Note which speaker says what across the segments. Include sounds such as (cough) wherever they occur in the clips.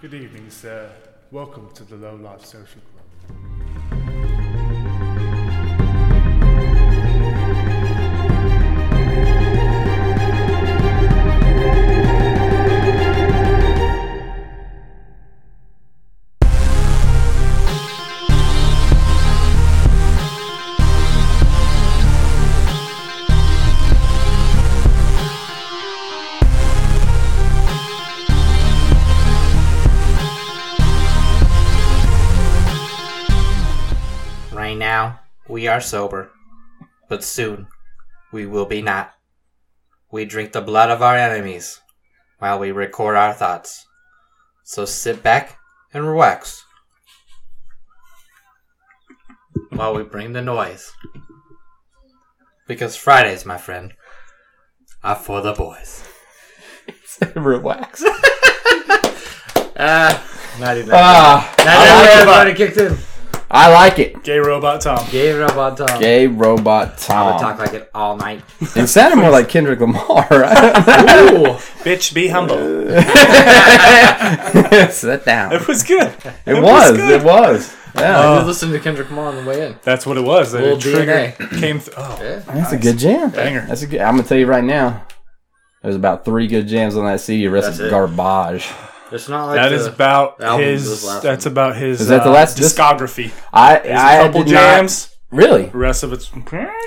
Speaker 1: Good evening, sir. Welcome to the Low Life Social Club.
Speaker 2: Right now, we are sober, but soon we will be not. We drink the blood of our enemies while we record our thoughts. So sit back and relax while we bring the noise. Because Fridays, my friend, are for the boys.
Speaker 3: (laughs) Relax.
Speaker 2: (laughs) Ah, not even.
Speaker 3: Ah, I, like it.
Speaker 2: kicked in.
Speaker 3: I like it.
Speaker 1: Gay Robot Tom.
Speaker 2: Gay robot Tom.
Speaker 3: Gay robot
Speaker 2: I would talk
Speaker 3: Tom.
Speaker 2: like it all night.
Speaker 3: It sounded more like Kendrick Lamar. (laughs)
Speaker 2: (laughs) Ooh.
Speaker 1: Bitch, be humble.
Speaker 3: Sit down. It
Speaker 1: It was good.
Speaker 3: was. It
Speaker 1: was
Speaker 3: was.
Speaker 1: good.
Speaker 3: Yeah,
Speaker 2: I did listen to Kendrick Lamar on the way in.
Speaker 1: That's what it was. The
Speaker 2: Little
Speaker 1: trigger came through. Oh,
Speaker 2: Yeah.
Speaker 3: that's a good jam.
Speaker 1: Banger.
Speaker 3: That's a good. I'm gonna tell you right now. There's about three good jams on that CD. The rest
Speaker 2: That's
Speaker 3: is
Speaker 2: it.
Speaker 3: garbage.
Speaker 2: It's not like
Speaker 1: that
Speaker 2: the,
Speaker 1: is about
Speaker 2: the album was
Speaker 1: his.
Speaker 2: last
Speaker 1: That's
Speaker 2: one.
Speaker 1: about his.
Speaker 3: Is that the
Speaker 1: uh,
Speaker 3: last disc?
Speaker 1: discography?
Speaker 3: I
Speaker 1: There's
Speaker 3: I
Speaker 1: a couple
Speaker 3: did
Speaker 1: jams.
Speaker 3: Not, really,
Speaker 1: The rest of it's.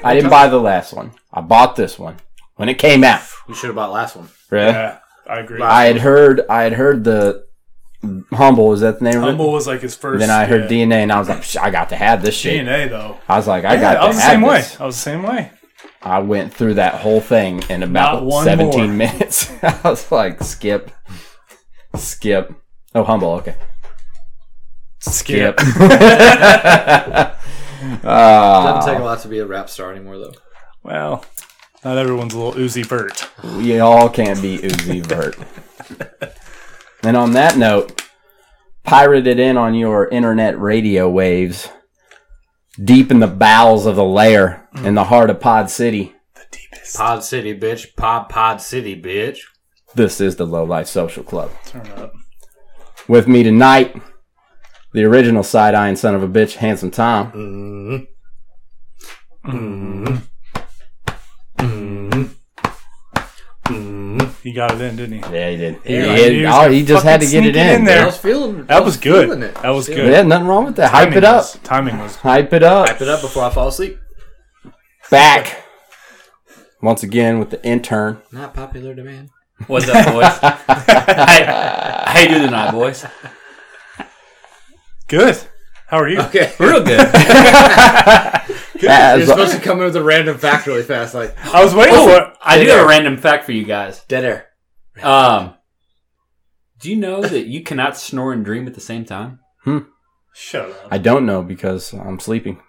Speaker 3: I didn't buy the last one. I bought this one when it came out.
Speaker 2: you should have bought last one.
Speaker 3: Really,
Speaker 1: Yeah, I agree.
Speaker 2: Wow.
Speaker 3: I had heard. I had heard the humble. Is that the name of it?
Speaker 1: Humble was like his first.
Speaker 3: Then I heard
Speaker 1: yeah.
Speaker 3: DNA, and I was like, Psh, I got to have this shit.
Speaker 1: DNA though.
Speaker 3: I was like, I
Speaker 1: Yeah,
Speaker 3: got to
Speaker 1: I was the
Speaker 3: have
Speaker 1: same way.
Speaker 3: this.
Speaker 1: I was the same way.
Speaker 3: I went through that whole thing in
Speaker 1: Not
Speaker 3: about
Speaker 1: one
Speaker 3: 17
Speaker 1: more.
Speaker 3: (laughs) minutes. I was like, skip, skip. Oh, humble. Okay, skip.
Speaker 2: Doesn't take
Speaker 3: (laughs)
Speaker 2: a
Speaker 3: uh,
Speaker 2: lot to be a rap star anymore, though.
Speaker 1: Well, not everyone's a little Uzi Vert.
Speaker 3: we all can't be Uzi Vert. and on that note, pirated in on your internet radio waves, deep in the bowels of the lair, in the heart of Pod City.
Speaker 1: The deepest.
Speaker 2: Pod City, bitch. Pod Pod City, bitch.
Speaker 3: This is the Low Life Social Club.
Speaker 1: Turn up.
Speaker 3: With me tonight, the original side eyeing son of a bitch, Handsome Tom.
Speaker 2: Mm.
Speaker 1: He got it in, didn't he?
Speaker 3: Yeah, he did. He,
Speaker 2: Yeah,
Speaker 3: hit-
Speaker 1: he was
Speaker 3: oh,
Speaker 1: gonna
Speaker 3: he just had to
Speaker 1: fucking
Speaker 3: get it
Speaker 1: sneak it
Speaker 3: in.
Speaker 1: in there.
Speaker 2: I was feeling. I
Speaker 1: That was good.
Speaker 2: feeling it.
Speaker 1: That was
Speaker 2: Yeah.
Speaker 1: good.
Speaker 3: Yeah, nothing wrong with that. Hype
Speaker 1: Timing
Speaker 3: it up.
Speaker 1: was- timing was.
Speaker 3: Hype it up.
Speaker 2: Wrap it up before I fall asleep.
Speaker 3: Back. Once again with the intern.
Speaker 2: Not popular demand.
Speaker 4: What's up, boys? how, how you doing tonight, boys?
Speaker 1: Good. How are you?
Speaker 2: Okay.
Speaker 4: Real good.
Speaker 3: That
Speaker 2: You're
Speaker 3: is-
Speaker 2: supposed to come in with a random fact really fast, like (laughs)
Speaker 1: I was waiting for it.
Speaker 4: I do have a random fact for you guys.
Speaker 2: dead air.
Speaker 4: Um, do you know that you cannot snore and dream at the same time?
Speaker 1: Shut up.
Speaker 3: I don't know because I'm sleeping.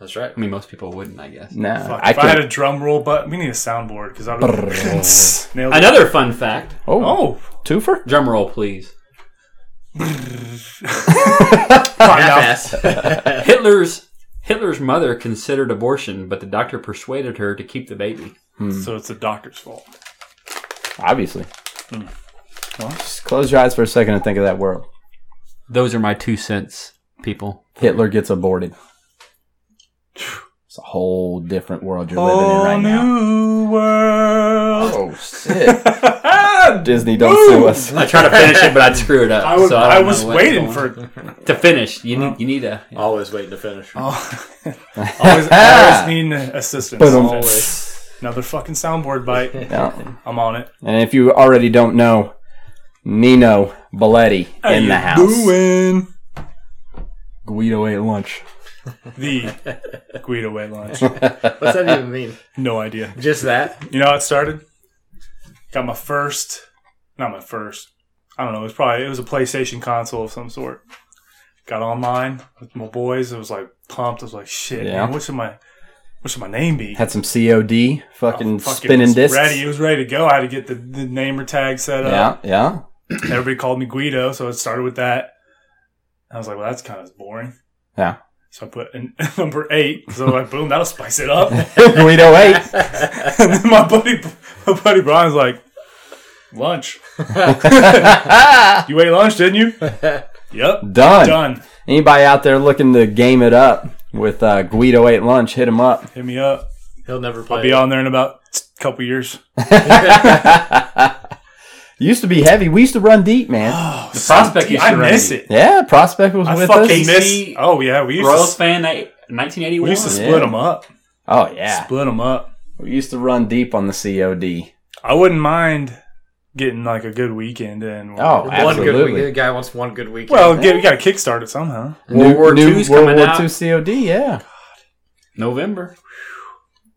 Speaker 2: That's right.
Speaker 4: I mean, most people wouldn't, I guess.
Speaker 3: No,
Speaker 1: Fuck,
Speaker 3: I
Speaker 1: if I had
Speaker 3: can't.
Speaker 1: a drum roll button, we need a soundboard because I don't. (laughs) Nailed it.
Speaker 4: Another fun fact.
Speaker 3: Oh, (laughs)
Speaker 1: Oh,
Speaker 3: twofer?
Speaker 4: Drum roll, please.
Speaker 1: fine now.
Speaker 2: Half-ass.
Speaker 4: Hitler's Hitler's mother considered abortion, but the doctor persuaded her to keep the baby.
Speaker 1: So it's the doctor's fault.
Speaker 3: Obviously.
Speaker 1: Well.
Speaker 3: Just close your eyes for a second and think of that world.
Speaker 4: Those are my two cents, people.
Speaker 3: Hitler gets aborted. It's a whole different world you're living in
Speaker 1: Whole
Speaker 3: right now.
Speaker 1: new world.
Speaker 3: Oh
Speaker 1: (laughs)
Speaker 3: shit! Disney, don't sue us.
Speaker 4: I tried to finish it, but I'd screw it up.
Speaker 1: I was,
Speaker 4: so
Speaker 1: I
Speaker 4: don't
Speaker 1: was
Speaker 4: know what's
Speaker 1: waiting
Speaker 4: going
Speaker 1: for.
Speaker 4: on. to finish. You need you need a
Speaker 2: Always waiting to finish.
Speaker 1: Oh, (laughs)
Speaker 3: (laughs)
Speaker 1: always, always needing assistance.
Speaker 3: But, um,
Speaker 2: Always.
Speaker 1: Another fucking soundboard
Speaker 3: (laughs)
Speaker 1: bite.
Speaker 3: Yeah.
Speaker 1: I'm on it.
Speaker 3: And if you already don't know, Nino Belletti in the house.
Speaker 1: Doing
Speaker 3: Guido ate lunch.
Speaker 1: the Guido way lunch.
Speaker 2: What's that even mean?
Speaker 1: No idea.
Speaker 2: Just that?
Speaker 1: You know how it started? Got my first, not my first. I don't know. It was probably it was a PlayStation console of some sort. Got online with my boys. It was like pumped. I was like, shit.
Speaker 3: Yeah.
Speaker 1: Man, what should my what should my name be?
Speaker 3: Had some COD, fucking,
Speaker 1: it
Speaker 3: spinning
Speaker 1: was
Speaker 3: discs.
Speaker 1: Ready. It was ready to go. I had to get the, the namer tag set
Speaker 3: Yeah,
Speaker 1: up.
Speaker 3: yeah.
Speaker 1: Everybody called me Guido, so it started with that. I was like, well, that's kind of boring.
Speaker 3: Yeah.
Speaker 1: So I put in (laughs) number eight. So like, boom, that'll spice it up.
Speaker 3: Guido
Speaker 1: (laughs)
Speaker 3: ate.
Speaker 1: and then my buddy, my buddy Brian's like,
Speaker 3: (laughs)
Speaker 1: Lunch. you ate lunch, didn't you? yep.
Speaker 3: Done.
Speaker 1: Done.
Speaker 3: Anybody out there looking to game it up with uh, Guido ate lunch, hit him up.
Speaker 1: Hit me up.
Speaker 5: He'll never play.
Speaker 1: I'll be on there in about a couple years.
Speaker 3: Used to be heavy. We used to run deep, man.
Speaker 1: The
Speaker 4: prospect used to
Speaker 1: I
Speaker 4: run
Speaker 1: miss
Speaker 4: deep.
Speaker 1: it.
Speaker 3: yeah, prospect was
Speaker 1: I
Speaker 3: with us.
Speaker 1: fucking miss.
Speaker 4: KC
Speaker 1: Oh yeah, we used
Speaker 4: Royals
Speaker 1: to
Speaker 4: fan, eh, 1981.
Speaker 1: we used to
Speaker 3: Yeah.
Speaker 1: split them up.
Speaker 3: Oh yeah,
Speaker 1: Split them up.
Speaker 3: we used to run deep on the COD.
Speaker 1: I wouldn't mind getting like a good weekend in.
Speaker 3: Oh,
Speaker 5: one good
Speaker 3: absolutely.
Speaker 5: weekend. The guy wants one good weekend.
Speaker 1: well, get, we got to kickstart it somehow.
Speaker 4: World War
Speaker 3: New-
Speaker 4: II's
Speaker 3: World
Speaker 4: coming
Speaker 3: War
Speaker 4: out.
Speaker 3: II COD. Yeah,
Speaker 4: November.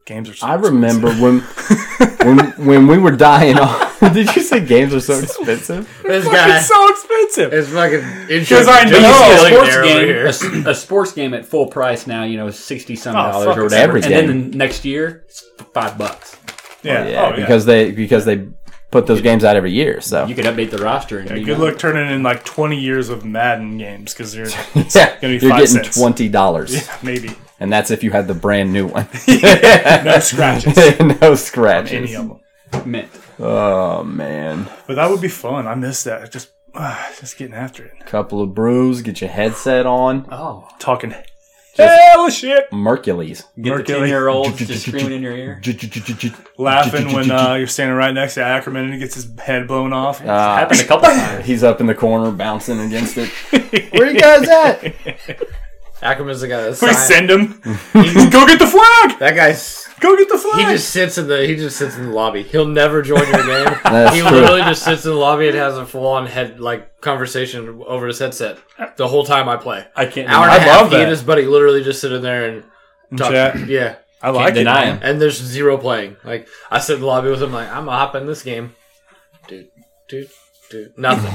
Speaker 1: Games are. So (laughs)
Speaker 3: I remember when when when we were dying off. (laughs) Did you say games are so expensive?
Speaker 5: this guy
Speaker 1: Fucking so expensive.
Speaker 5: is fucking
Speaker 1: Because I
Speaker 4: But you
Speaker 1: know.
Speaker 4: see a
Speaker 1: like
Speaker 4: sports game, a s- a, sports game at full price now, you know, sixty some
Speaker 1: Oh,
Speaker 4: dollars
Speaker 1: fuck,
Speaker 4: or
Speaker 1: it's
Speaker 4: whatever,
Speaker 3: every
Speaker 4: and then the next year it's f- five bucks.
Speaker 1: Yeah.
Speaker 3: Yeah,
Speaker 1: oh, yeah.
Speaker 3: because they because they put those games out every year. So (laughs)
Speaker 4: You could update the roster and
Speaker 1: Yeah,
Speaker 4: you
Speaker 1: good
Speaker 4: know,
Speaker 1: luck turning in like 20 years of Madden games because you're
Speaker 3: yeah,
Speaker 1: gonna be
Speaker 3: you're
Speaker 1: five
Speaker 3: getting
Speaker 1: cents.
Speaker 3: twenty dollars,
Speaker 1: (laughs) maybe
Speaker 3: and that's if you had the brand new one. (laughs)
Speaker 1: no scratches.
Speaker 3: no
Speaker 1: Any
Speaker 3: scratches.
Speaker 1: of them.
Speaker 4: mint.
Speaker 3: Oh man,
Speaker 1: But that would be fun. I miss that. Just, ah, just getting after it.
Speaker 3: couple of brews. Get your headset on.
Speaker 4: Oh,
Speaker 1: Talking hell shit,
Speaker 3: Mercules.
Speaker 4: get the
Speaker 1: Mercury.
Speaker 4: ten year olds just screaming in your ear.
Speaker 1: (laughs) laughing when uh, you're standing right next to Ackerman and he gets his head blown off.
Speaker 3: Ah.
Speaker 4: Happened a couple times.
Speaker 3: He's up in the corner bouncing against it. Where you guys at?
Speaker 5: Ackerman's the guy. That's
Speaker 1: we
Speaker 5: silent.
Speaker 1: send him. (laughs) Go get the flag.
Speaker 5: that guy's.
Speaker 1: Go get the flag.
Speaker 5: He just sits in the he just sits in the lobby. He'll never join your game.
Speaker 3: (laughs) That's
Speaker 5: he
Speaker 3: true.
Speaker 5: literally just sits in the lobby and has a full on head like conversation over his headset the whole time I play.
Speaker 4: I can't.
Speaker 5: Hour and
Speaker 1: I
Speaker 5: a half,
Speaker 1: love
Speaker 5: he
Speaker 1: that.
Speaker 5: and his buddy literally just sitting there and talking.
Speaker 1: Chat.
Speaker 5: Yeah,
Speaker 1: I like it.
Speaker 4: deny
Speaker 1: man.
Speaker 4: him.
Speaker 5: and there's zero playing. Like I sit in the lobby with him, like I'm gonna hop in this game. Dude, dude, dude, nothing.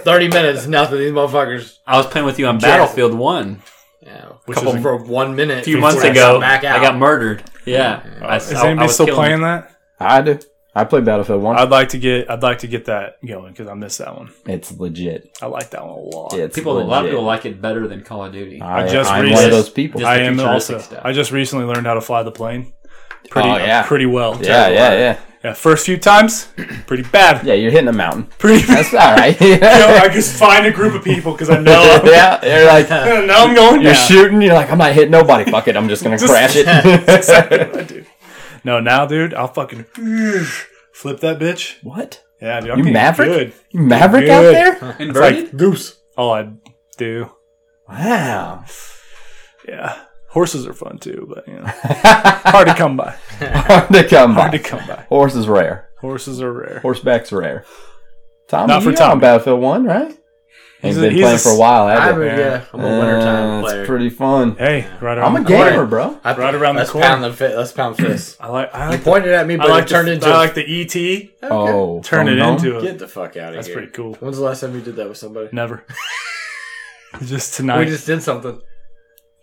Speaker 5: Thirty minutes, nothing. These motherfuckers.
Speaker 4: I was playing with you on
Speaker 5: Jazz.
Speaker 4: Battlefield One
Speaker 5: Yeah,
Speaker 1: Which
Speaker 5: couple
Speaker 1: is-
Speaker 5: for one minute.
Speaker 4: a few months ago. I got murdered. Yeah, I,
Speaker 1: Oh, Is anybody still playing that?
Speaker 3: I do. I play Battlefield One.
Speaker 1: I'd like to get. I'd like to get that going because I miss that one.
Speaker 3: it's legit.
Speaker 1: I like that one Uh, a lot.
Speaker 3: It's
Speaker 4: People,
Speaker 3: legit.
Speaker 4: a lot of people like it better than Call of Duty.
Speaker 3: I,
Speaker 1: I just
Speaker 3: am
Speaker 1: read
Speaker 3: one of
Speaker 1: this-
Speaker 3: those people.
Speaker 4: this-
Speaker 1: I
Speaker 4: the
Speaker 1: am
Speaker 4: futuristic
Speaker 1: also.
Speaker 4: stuff.
Speaker 1: I just recently learned how to fly the plane. Pretty,
Speaker 3: Oh, yeah.
Speaker 1: pretty well.
Speaker 3: yeah, yeah, yeah,
Speaker 1: Yeah, first few times, pretty bad.
Speaker 3: yeah. You're hitting a mountain.
Speaker 5: (laughs)
Speaker 1: Pretty bad.
Speaker 3: That's all right. (laughs)
Speaker 1: You know, I just find a group of people because I know.
Speaker 5: (laughs)
Speaker 1: I'm- (laughs)
Speaker 3: yeah, you're like
Speaker 1: now I'm going
Speaker 3: you're
Speaker 1: down.
Speaker 3: shooting. You're like I'm not hitting nobody. Fuck it. I'm just gonna crash it.
Speaker 1: (laughs) Exactly what I do. No, now, dude, I'll fucking (clears throat) flip that bitch.
Speaker 3: (laughs) what?
Speaker 1: Yeah, dude, I'm
Speaker 3: You
Speaker 1: getting
Speaker 3: maverick?
Speaker 1: good.
Speaker 3: You Maverick out
Speaker 1: Good.
Speaker 3: there?
Speaker 4: Inverted.
Speaker 1: goose. All I do.
Speaker 3: Wow. (laughs)
Speaker 1: Yeah, horses are fun too, but you
Speaker 5: (laughs)
Speaker 1: know, hard to come by.
Speaker 3: Hard to come
Speaker 1: Hard to
Speaker 3: by.
Speaker 1: come
Speaker 5: (laughs)
Speaker 1: by.
Speaker 3: Horse is rare.
Speaker 1: Horses are rare.
Speaker 3: Horseback's rare. Tom,
Speaker 1: Not
Speaker 3: you
Speaker 1: for
Speaker 3: were on
Speaker 1: Tommy.
Speaker 3: Battlefield One, right? Ain't
Speaker 1: He's a-
Speaker 3: been
Speaker 1: he's a
Speaker 3: playing for a
Speaker 1: s-
Speaker 3: while, have you?
Speaker 5: I'm a,
Speaker 1: Yeah.
Speaker 5: yeah, I'm a
Speaker 3: Uh,
Speaker 5: wintertime player.
Speaker 3: It's pretty fun.
Speaker 1: Hey, right
Speaker 3: I'm
Speaker 1: around
Speaker 3: a
Speaker 1: the corner.
Speaker 3: gamer, bro.
Speaker 5: I-
Speaker 1: right around the
Speaker 5: let's
Speaker 1: corner.
Speaker 5: Pound the fi-
Speaker 1: (clears throat)
Speaker 5: let's pound fist.
Speaker 1: I like. I
Speaker 5: you
Speaker 1: like. The,
Speaker 5: pointed at me,
Speaker 1: I
Speaker 5: but
Speaker 1: like
Speaker 5: it turned
Speaker 1: the,
Speaker 5: into.
Speaker 1: I like the ET.
Speaker 3: Oh,
Speaker 1: Turn
Speaker 3: phone
Speaker 1: it
Speaker 3: home?
Speaker 1: into a.
Speaker 5: Get the fuck out of
Speaker 1: That's
Speaker 5: here.
Speaker 1: pretty cool.
Speaker 5: When's the last time you did that with somebody? (laughs)
Speaker 1: Never. just
Speaker 5: We
Speaker 1: tonight.
Speaker 5: just did something.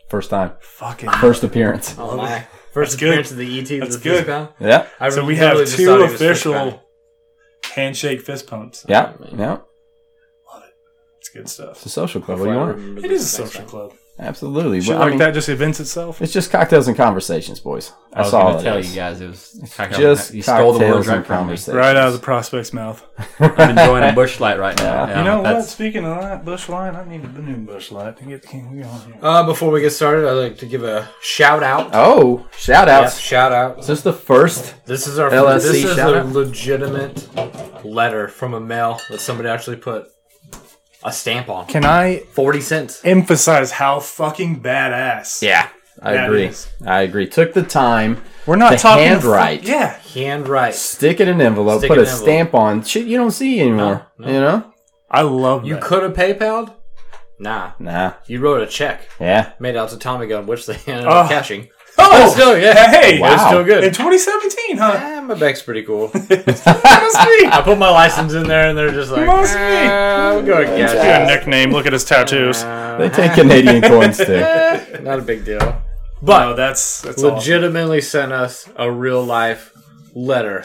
Speaker 3: first time,
Speaker 1: fucking.
Speaker 3: first appearance.
Speaker 5: Oh,
Speaker 2: my.
Speaker 5: First
Speaker 1: That's good.
Speaker 5: appearance of the ET. to
Speaker 1: That's
Speaker 5: the fist
Speaker 1: good.
Speaker 5: pound.
Speaker 3: Yeah,
Speaker 5: I
Speaker 1: So we
Speaker 5: literally
Speaker 1: have
Speaker 5: just
Speaker 1: two
Speaker 5: thought he was fist pounding.
Speaker 1: official handshake fist pumps.
Speaker 3: yeah,
Speaker 5: Oh, man.
Speaker 3: yeah.
Speaker 1: It's good
Speaker 3: it's
Speaker 1: stuff.
Speaker 3: a social club. What
Speaker 5: Hopefully
Speaker 3: do you
Speaker 5: I
Speaker 3: want?
Speaker 5: remember
Speaker 1: It
Speaker 5: this
Speaker 1: is a
Speaker 5: next
Speaker 1: social
Speaker 5: time.
Speaker 1: club.
Speaker 3: Absolutely.
Speaker 1: Shit
Speaker 3: Well, I
Speaker 1: like
Speaker 3: mean,
Speaker 1: that just events itself.
Speaker 3: It's just cocktails and conversations, boys.
Speaker 4: I was
Speaker 3: That's all.
Speaker 4: going
Speaker 3: it
Speaker 4: to tell
Speaker 3: is.
Speaker 4: you guys it was
Speaker 3: Just
Speaker 4: you stole the
Speaker 3: cocktails
Speaker 4: words right
Speaker 3: and
Speaker 4: from me.
Speaker 3: conversations.
Speaker 1: Right out of the prospect's mouth.
Speaker 4: (laughs)
Speaker 3: (laughs)
Speaker 4: I'm enjoying a bush light right now.
Speaker 3: Yeah.
Speaker 4: Yeah,
Speaker 1: you know what?
Speaker 4: that's-
Speaker 1: Speaking of that, bush line, I need a new bush light to get the king on here.
Speaker 5: Uh, before we get started, I'd like to give a shout out.
Speaker 3: Oh, shout
Speaker 5: Yes,
Speaker 3: outs.
Speaker 5: shout out.
Speaker 3: Is this the first?
Speaker 5: This is our
Speaker 3: LSC
Speaker 5: this is
Speaker 3: shout
Speaker 5: a
Speaker 3: out.
Speaker 5: legitimate letter from a mail that somebody actually put a stamp on.
Speaker 1: Can I
Speaker 5: Forty cents.
Speaker 1: emphasize how fucking badass?
Speaker 3: Yeah, I
Speaker 1: That
Speaker 3: agree.
Speaker 1: is.
Speaker 3: I agree. Took the time.
Speaker 1: We're not
Speaker 3: The
Speaker 1: talking
Speaker 3: handwrite.
Speaker 1: fu- yeah.
Speaker 5: Handwrite.
Speaker 3: Stick it in an envelope,
Speaker 5: Stick
Speaker 3: put a
Speaker 5: it in an envelope.
Speaker 3: stamp on shit you don't see anymore.
Speaker 5: No, no.
Speaker 3: You know?
Speaker 1: I love
Speaker 5: You
Speaker 1: that.
Speaker 5: could have PayPal'd? Nah.
Speaker 3: Nah.
Speaker 5: You wrote a check
Speaker 3: Yeah.
Speaker 5: made out to Tommy Gun, which they (laughs) ended
Speaker 1: Oh.
Speaker 5: up cashing.
Speaker 1: Oh,
Speaker 5: But (laughs) still, yeah.
Speaker 1: hey,
Speaker 5: It's
Speaker 3: Wow.
Speaker 5: still
Speaker 1: in
Speaker 5: good.
Speaker 1: 2017,
Speaker 5: (laughs)
Speaker 1: huh?
Speaker 5: Ah, my back's pretty
Speaker 1: (laughs)
Speaker 5: cool.
Speaker 1: That was me.
Speaker 5: I put my license in there, and they're just like,
Speaker 1: Must be.
Speaker 5: "Ah, we'll go and
Speaker 1: Give you a
Speaker 5: cash it."
Speaker 1: nickname. Look at his tattoos.
Speaker 5: (laughs)
Speaker 3: They take Canadian coins too.
Speaker 5: Eh, Not a big deal.
Speaker 1: But no, that's that's all.
Speaker 5: Legitimately sent us a real life letter.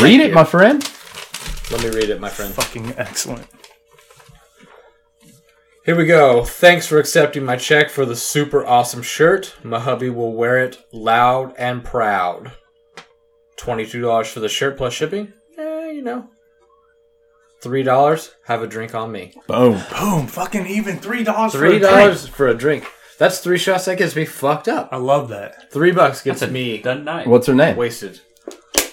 Speaker 3: Read it, my friend.
Speaker 5: Let me read it, my friend.
Speaker 1: fucking excellent.
Speaker 5: Here we go. Thanks for accepting my check for the super awesome shirt. My hubby will wear it loud and proud. $22 for the shirt plus shipping? Eh, you know, three dollars. Have a drink on me.
Speaker 3: Boom.
Speaker 1: Boom, fucking even three dollars.
Speaker 5: Three dollars for a drink. That's three shots. That gets me fucked up.
Speaker 1: I love that.
Speaker 5: Three bucks gets
Speaker 4: That's a
Speaker 5: me
Speaker 4: done night.
Speaker 3: What's her name?
Speaker 5: wasted.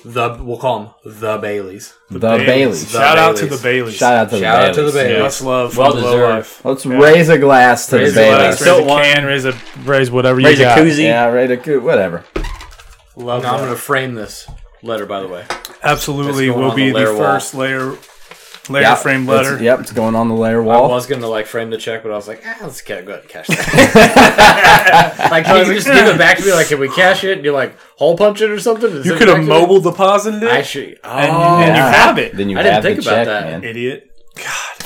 Speaker 5: The we'll call them the Baileys.
Speaker 3: the Baileys.
Speaker 5: The
Speaker 1: Shout out to the
Speaker 5: Baileys.
Speaker 1: Baileys.
Speaker 3: Shout out to
Speaker 5: Shout
Speaker 3: the
Speaker 5: out to the
Speaker 3: Baileys.
Speaker 5: Baileys.
Speaker 1: Much love.
Speaker 4: Well
Speaker 1: from Low
Speaker 4: deserved.
Speaker 1: Life.
Speaker 3: Let's
Speaker 1: Yeah.
Speaker 3: raise a glass to
Speaker 5: Raise
Speaker 3: the
Speaker 5: a glass,
Speaker 3: Baileys.
Speaker 1: Raise a
Speaker 4: Don't want-
Speaker 1: can, raise a raise whatever you
Speaker 4: Raise a
Speaker 1: got.
Speaker 4: koozie.
Speaker 3: Yeah, raise a coup, whatever.
Speaker 1: Love
Speaker 5: Now I'm
Speaker 1: that.
Speaker 5: gonna frame this letter, by the way.
Speaker 1: Absolutely,
Speaker 5: It's going
Speaker 1: will
Speaker 5: on
Speaker 1: be
Speaker 5: the
Speaker 1: the,
Speaker 5: layer wall.
Speaker 1: first layer layer
Speaker 3: Yeah,
Speaker 1: frame
Speaker 3: it's-
Speaker 1: letter.
Speaker 3: Yep, it's going on the layer
Speaker 5: I
Speaker 3: wall.
Speaker 5: was gonna like frame the check, but I was like, ah, let's ca- go ahead and cash that. (laughs) like, can you just give it back to me? Like, can we cash it? And you like hole punch it or something? Is
Speaker 1: You
Speaker 5: it
Speaker 1: could have
Speaker 5: back to me?
Speaker 1: mobile deposited it,
Speaker 5: I should. Oh,
Speaker 1: and,
Speaker 5: (laughs)
Speaker 1: you, and you
Speaker 3: yeah.
Speaker 1: have it,
Speaker 3: Then you
Speaker 5: I didn't
Speaker 3: have
Speaker 5: think
Speaker 3: the
Speaker 5: about
Speaker 3: check,
Speaker 5: that.
Speaker 3: man.
Speaker 1: idiot.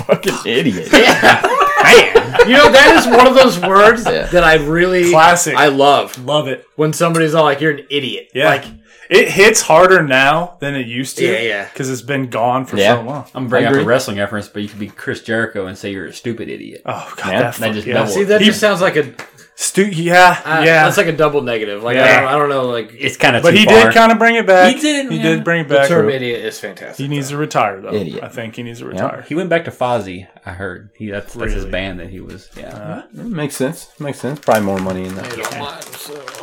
Speaker 3: Fucking
Speaker 5: (laughs)
Speaker 3: idiot.
Speaker 5: you know that is one of those words
Speaker 3: Yeah.
Speaker 5: that I really
Speaker 1: Classic.
Speaker 5: I love
Speaker 1: Love it.
Speaker 5: when somebody's all like, "You're an idiot."
Speaker 1: Yeah,
Speaker 5: Like,
Speaker 1: it hits harder now than it used to.
Speaker 5: Yeah, yeah.
Speaker 1: because it's been gone for
Speaker 3: Yeah.
Speaker 1: so long.
Speaker 4: I'm bringing
Speaker 3: I
Speaker 4: up a
Speaker 3: agree.
Speaker 4: wrestling reference, but you could be Chris Jericho and say you're a stupid idiot.
Speaker 1: Oh god,
Speaker 3: Yeah,
Speaker 1: that,
Speaker 4: that
Speaker 1: fuck-
Speaker 4: just
Speaker 1: yeah.
Speaker 4: doubled.
Speaker 5: see, that
Speaker 1: He-
Speaker 5: just sounds like a
Speaker 1: Stu- yeah,
Speaker 5: uh,
Speaker 1: yeah.
Speaker 5: That's like a double negative. Like, I,
Speaker 1: Yeah.
Speaker 5: don't, I don't know. Like,
Speaker 4: It's kind of
Speaker 1: but he did kind of bring it back.
Speaker 4: He did it,
Speaker 1: He
Speaker 4: man.
Speaker 1: did bring it
Speaker 5: the
Speaker 1: back.
Speaker 5: term idiot is fantastic.
Speaker 1: He needs to retire though.
Speaker 3: Idiot.
Speaker 1: I think he needs to retire.
Speaker 4: He went back to Fozzy. I heard he that's, that's his
Speaker 1: Really?
Speaker 4: band that he was. Yeah,
Speaker 3: Makes sense. Makes sense. Probably more money in that.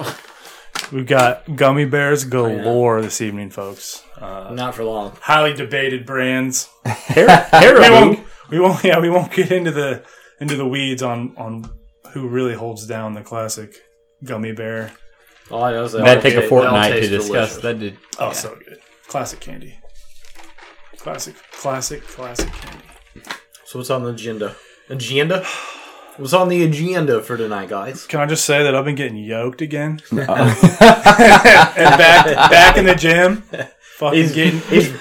Speaker 1: We've got gummy bears galore this evening, folks. Uh,
Speaker 5: Not for long.
Speaker 1: highly debated brands. we
Speaker 4: Harold.
Speaker 1: won't, we won't yeah we won't get into the into the weeds on on who really holds down the classic gummy bear
Speaker 5: All I know is
Speaker 4: That'd take a fortnight to discuss. That did.
Speaker 1: oh so good classic candy classic classic classic candy
Speaker 5: So what's on the agenda? Agenda? What's on the agenda for tonight, guys?
Speaker 1: can i just say that i've been getting yoked again and (laughs) back back in the gym fucking
Speaker 5: He's
Speaker 1: getting (laughs)
Speaker 5: he's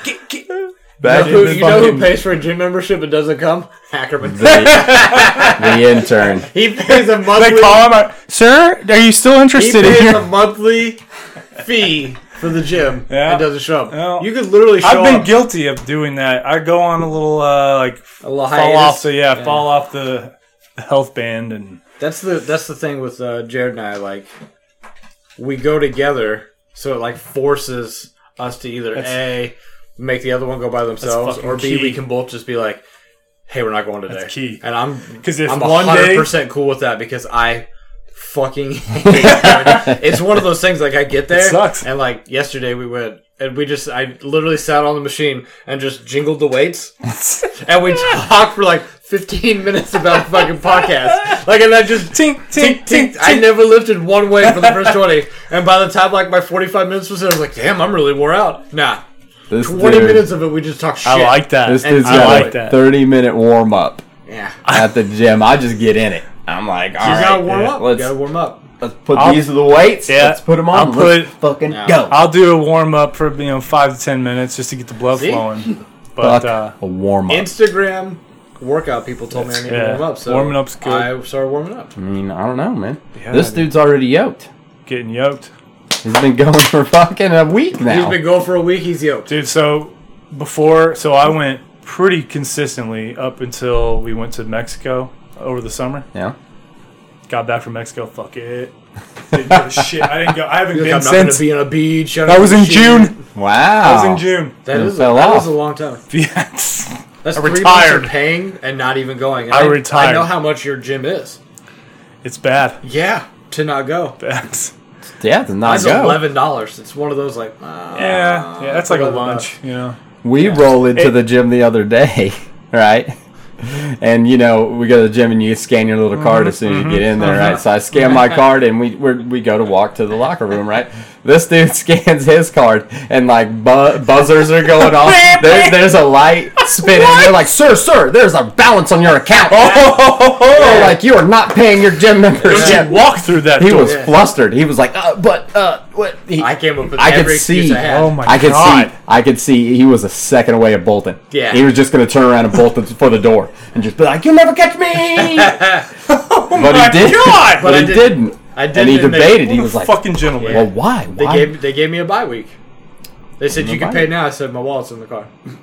Speaker 3: Back
Speaker 1: Who-
Speaker 3: in
Speaker 1: you know who
Speaker 5: pays for a gym membership and doesn't come? Hackerman.
Speaker 3: the intern.
Speaker 5: (laughs) he pays a monthly.
Speaker 1: they call him uh, sir are you still
Speaker 5: he
Speaker 1: interested in
Speaker 5: pays
Speaker 1: here
Speaker 5: a monthly fee for the gym
Speaker 1: Yeah.
Speaker 5: and doesn't show up.
Speaker 1: Well,
Speaker 5: you could literally show
Speaker 1: I've been
Speaker 5: up.
Speaker 1: guilty of doing that. I go on a little uh, like
Speaker 5: A little
Speaker 1: fall off
Speaker 5: hiatus.
Speaker 1: the yeah, fall off the health band and
Speaker 5: that's the that's the thing with uh, Jared and I. Like, we go together, so it like forces us to either a make the other one go by themselves,
Speaker 1: fucking
Speaker 5: or b
Speaker 1: key.
Speaker 5: we can both just be like, "Hey, we're not going today."
Speaker 1: That's key.
Speaker 5: And I'm
Speaker 1: 'Cause if
Speaker 5: I'm
Speaker 1: one day-
Speaker 5: 100 percent cool with that because I fucking (laughs) hate it. it's one of those things like I get there
Speaker 1: sucks.
Speaker 5: and like yesterday we went and we just I literally sat on the machine and just jingled the weights and we talked for like 15 minutes about a fucking podcast like and I just
Speaker 1: tink tink tink. (laughs)
Speaker 5: I never lifted one weight for the first 20 and by the time like my 45 minutes was in I was like damn I'm really wore out nah (laughs)
Speaker 3: This
Speaker 5: 20
Speaker 3: dude-
Speaker 5: minutes of it we just talked shit
Speaker 1: I like that.
Speaker 3: This
Speaker 5: And
Speaker 3: dude's
Speaker 5: I
Speaker 3: got
Speaker 1: like
Speaker 3: a
Speaker 1: that.
Speaker 3: 30 minute warm up
Speaker 5: yeah
Speaker 3: at the gym. I just get in it. I'm like, all
Speaker 5: you gotta
Speaker 3: right,
Speaker 5: warm
Speaker 1: yeah,
Speaker 5: up
Speaker 3: let's-
Speaker 5: you gotta warm up
Speaker 3: let's put
Speaker 1: I'll-
Speaker 3: these are the weights.
Speaker 1: Yeah.
Speaker 3: let's put them on.
Speaker 1: I'll
Speaker 3: let's
Speaker 1: put-
Speaker 3: fucking
Speaker 5: Yeah.
Speaker 3: go.
Speaker 1: I'll do a warm up for you know five to ten minutes just to get the blood
Speaker 5: See?
Speaker 1: flowing. But
Speaker 3: Fuck
Speaker 1: uh,
Speaker 3: a warm up.
Speaker 5: Instagram workout people told me I need to
Speaker 1: yeah.
Speaker 5: warm up. So
Speaker 1: Warming up's good.
Speaker 5: I started warming up.
Speaker 3: I mean, I don't know, man.
Speaker 1: Yeah,
Speaker 3: this
Speaker 1: dude.
Speaker 3: dude's already yoked.
Speaker 1: getting yoked,
Speaker 3: He's been going (laughs) for fucking a week
Speaker 5: He's
Speaker 3: now.
Speaker 5: been going for a week. He's yoked.
Speaker 1: dude. So before, so I went pretty consistently up until we went to Mexico over the summer.
Speaker 3: yeah.
Speaker 1: Got back from Mexico. Fuck it. Didn't
Speaker 5: (laughs)
Speaker 1: give a shit. I didn't go. I haven't
Speaker 5: He's like,
Speaker 1: been
Speaker 5: I'm not going
Speaker 1: since.
Speaker 5: to be on a beach. I
Speaker 1: That was in June.
Speaker 3: Wow.
Speaker 1: That
Speaker 5: Oh.
Speaker 1: was in
Speaker 5: (laughs)
Speaker 1: June.
Speaker 5: That
Speaker 3: It
Speaker 5: is
Speaker 3: fell
Speaker 5: that
Speaker 3: off.
Speaker 5: was a long time.
Speaker 1: Yes.
Speaker 5: That's
Speaker 1: I
Speaker 5: three months
Speaker 1: retired.
Speaker 5: of paying and not even going. And
Speaker 1: I
Speaker 5: I
Speaker 1: retired.
Speaker 5: know how much your gym is.
Speaker 1: It's bad.
Speaker 5: Yeah, to not go.
Speaker 1: That's
Speaker 3: Yeah, to not
Speaker 5: That's
Speaker 3: go.
Speaker 5: eleven dollars. It's one of those like uh,
Speaker 1: yeah, yeah. That's like a
Speaker 5: Eleven
Speaker 1: lunch, you know.
Speaker 3: We roll into
Speaker 1: It-
Speaker 3: the gym the other day, (laughs) right? And you know, we go to the gym and you scan your little card as soon as you get in there, right? So I scan my card and we we're, we go to walk to the locker room, right? This dude (laughs) scans his card and like bu- buzzers are going off. There, there's a light spinning. They're like, "Sir, sir, there's a balance on your account."
Speaker 5: Oh,
Speaker 3: They're like you are not paying your gym
Speaker 1: Don't
Speaker 3: membership.
Speaker 1: you walk through that
Speaker 3: He
Speaker 1: door.
Speaker 3: was flustered. He was like, uh, "But uh, what?" He,
Speaker 5: I came up with
Speaker 3: I
Speaker 5: every
Speaker 3: could
Speaker 5: excuse
Speaker 3: see.
Speaker 5: I had.
Speaker 1: Oh my
Speaker 3: I could
Speaker 1: god.
Speaker 3: see. I could see. He was a second away of bolting.
Speaker 5: Yeah.
Speaker 3: He was just going to turn around and bolt it for the door and just be like, "You'll never catch
Speaker 5: (laughs)
Speaker 3: me." Oh but
Speaker 1: my
Speaker 3: he did.
Speaker 1: God!
Speaker 3: But,
Speaker 5: But I
Speaker 3: he
Speaker 5: did-
Speaker 3: didn't.
Speaker 5: I did.
Speaker 3: And he debated. He
Speaker 1: What a
Speaker 3: was like,
Speaker 1: fucking gentleman.
Speaker 3: "Well, why? Why?"
Speaker 5: They gave they gave me a bye week. They said you can
Speaker 3: bye
Speaker 5: pay
Speaker 3: week.
Speaker 5: now. I said my wallet's in the car. (laughs)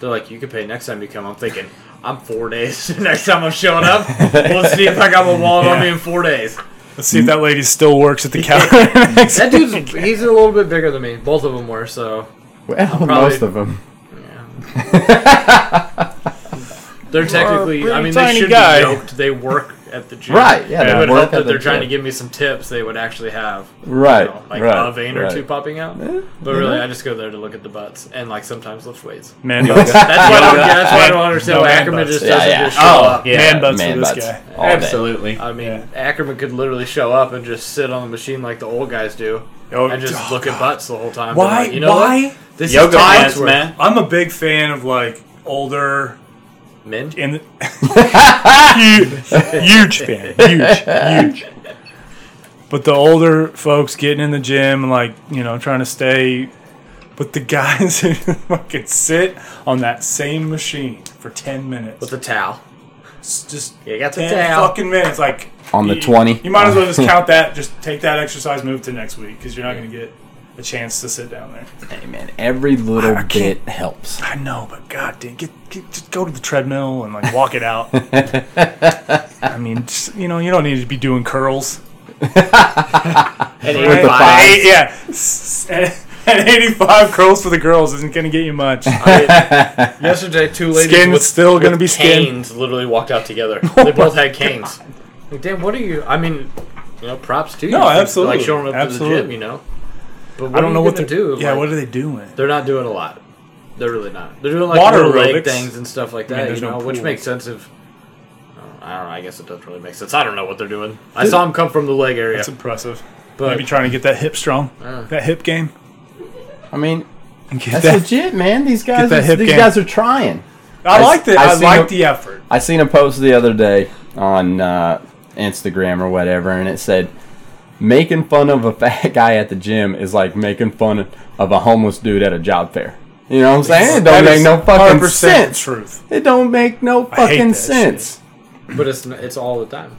Speaker 5: They're like, you can pay next time you come. I'm thinking, I'm four (laughs) days. next time I'm showing up, we'll see if I got my
Speaker 3: (laughs)
Speaker 5: wallet on me in four days.
Speaker 1: Let's see if that lady still works at
Speaker 5: (laughs)
Speaker 1: the counter.
Speaker 5: That dude's he's a little bit bigger than me. Both of them were. So
Speaker 3: well,
Speaker 5: probably-
Speaker 3: most of them.
Speaker 5: yeah. They're technically, I
Speaker 1: pretty
Speaker 5: mean, they
Speaker 1: tiny
Speaker 5: should
Speaker 1: guy.
Speaker 5: be yoked. They work at the gym.
Speaker 3: Right, yeah,
Speaker 5: I
Speaker 1: they
Speaker 5: would
Speaker 3: work
Speaker 5: hope
Speaker 3: at
Speaker 5: that
Speaker 3: the
Speaker 5: they're trying to
Speaker 3: gym.
Speaker 5: give me some tips they would actually have.
Speaker 3: right,
Speaker 5: you know, like
Speaker 3: right,
Speaker 5: a vein
Speaker 3: right.
Speaker 5: or two popping out. But really, I just go there to look at the butts and like sometimes lift weights.
Speaker 1: (laughs) Man butts.
Speaker 5: That's why I don't,
Speaker 1: Yeah,
Speaker 5: yeah, that's why I don't
Speaker 1: man- (laughs)
Speaker 5: understand
Speaker 1: no,
Speaker 5: why
Speaker 1: man
Speaker 5: Ackerman
Speaker 1: butts.
Speaker 5: just
Speaker 3: Yeah,
Speaker 5: doesn't
Speaker 3: yeah.
Speaker 5: just show
Speaker 4: Oh,
Speaker 5: up.
Speaker 4: yeah.
Speaker 1: Man butts
Speaker 3: Man
Speaker 1: for this
Speaker 3: butts.
Speaker 1: guy.
Speaker 3: All day.
Speaker 4: Absolutely.
Speaker 5: I mean, Ackerman could literally show up and just sit on the machine like the old guys do
Speaker 1: Oh,
Speaker 5: and just
Speaker 1: oh,
Speaker 5: look at butts the whole time. They're
Speaker 1: Why?
Speaker 5: like, you know
Speaker 1: why?
Speaker 5: What? This
Speaker 4: Yoga
Speaker 5: is
Speaker 4: pants,
Speaker 5: Todd's work.
Speaker 4: man.
Speaker 1: I'm a big fan of like older
Speaker 5: Men?
Speaker 1: (laughs) in huge, huge fan, huge, huge. But the older folks getting in the gym and like you know trying to stay, but the guys (laughs) who fucking sit on that same machine for ten minutes,
Speaker 5: With a towel.
Speaker 1: it's just
Speaker 5: You got the
Speaker 1: ten
Speaker 5: towel.
Speaker 1: fucking minutes, like
Speaker 3: On the
Speaker 1: you-
Speaker 3: 20.
Speaker 1: You might as
Speaker 3: (laughs)
Speaker 1: well just count that. Just take that exercise, move to next week because you're not going to get a chance to sit down there.
Speaker 3: Hey, man, every little
Speaker 1: I
Speaker 3: bit
Speaker 1: can't-
Speaker 3: helps.
Speaker 1: I know, but god dang, get, get just go to the treadmill and like walk it
Speaker 3: (laughs)
Speaker 1: out. I mean, just, you know, you don't need to be doing curls.
Speaker 5: And
Speaker 1: Right?
Speaker 3: the
Speaker 5: anybody-
Speaker 3: five.
Speaker 1: Eight- yeah, S- s- (laughs) and eighty-five curls for the girls isn't going to get you
Speaker 3: (laughs)
Speaker 1: much. (laughs)
Speaker 5: Yesterday, two ladies
Speaker 1: Skin's
Speaker 5: with,
Speaker 1: still going to be skin. Oh
Speaker 5: canes literally walked out
Speaker 1: (laughs)
Speaker 5: together. They both had canes. Like, damn, what are you? I mean, you know, props to you.
Speaker 1: No,
Speaker 5: for,
Speaker 1: absolutely.
Speaker 5: Like showing up to the gym,
Speaker 1: Absolutely.
Speaker 5: you know. But what
Speaker 1: I don't know what
Speaker 5: to
Speaker 1: they're
Speaker 5: do.
Speaker 1: Yeah,
Speaker 5: Like,
Speaker 1: what are they doing?
Speaker 5: They're not doing a lot. They're really not. They're doing like
Speaker 1: Water
Speaker 5: little leg
Speaker 1: aerobics.
Speaker 5: things and stuff like
Speaker 1: I mean,
Speaker 5: that,
Speaker 1: there's
Speaker 5: you
Speaker 1: no
Speaker 5: know, which
Speaker 1: pool.
Speaker 5: makes sense if. I don't know. I guess it doesn't really make sense. I don't know what they're doing. I saw them come from the leg area,
Speaker 1: That's impressive.
Speaker 5: but
Speaker 1: Maybe trying to get that hip strong, that hip game.
Speaker 3: I mean,
Speaker 1: And get
Speaker 3: that's
Speaker 1: that-
Speaker 3: legit, man. These guys,
Speaker 1: that
Speaker 3: are,
Speaker 1: hip
Speaker 3: these
Speaker 1: game.
Speaker 3: guys are trying.
Speaker 1: I
Speaker 3: I s-
Speaker 1: like the
Speaker 3: I
Speaker 1: I,
Speaker 3: seen
Speaker 1: like
Speaker 3: a-
Speaker 1: the effort.
Speaker 3: I seen a post the other day on uh, Instagram or whatever, and it said, "Making fun of a (laughs) fat guy at the gym is like making fun of a homeless dude at a job fair." You know what I'm saying? It
Speaker 1: That
Speaker 3: don't make
Speaker 1: is
Speaker 3: no fucking
Speaker 1: 100%
Speaker 3: sense.
Speaker 1: Truth.
Speaker 3: It don't make no
Speaker 1: I hate
Speaker 3: fucking
Speaker 1: that
Speaker 3: sense. uh,
Speaker 5: but it's n- it's all the time.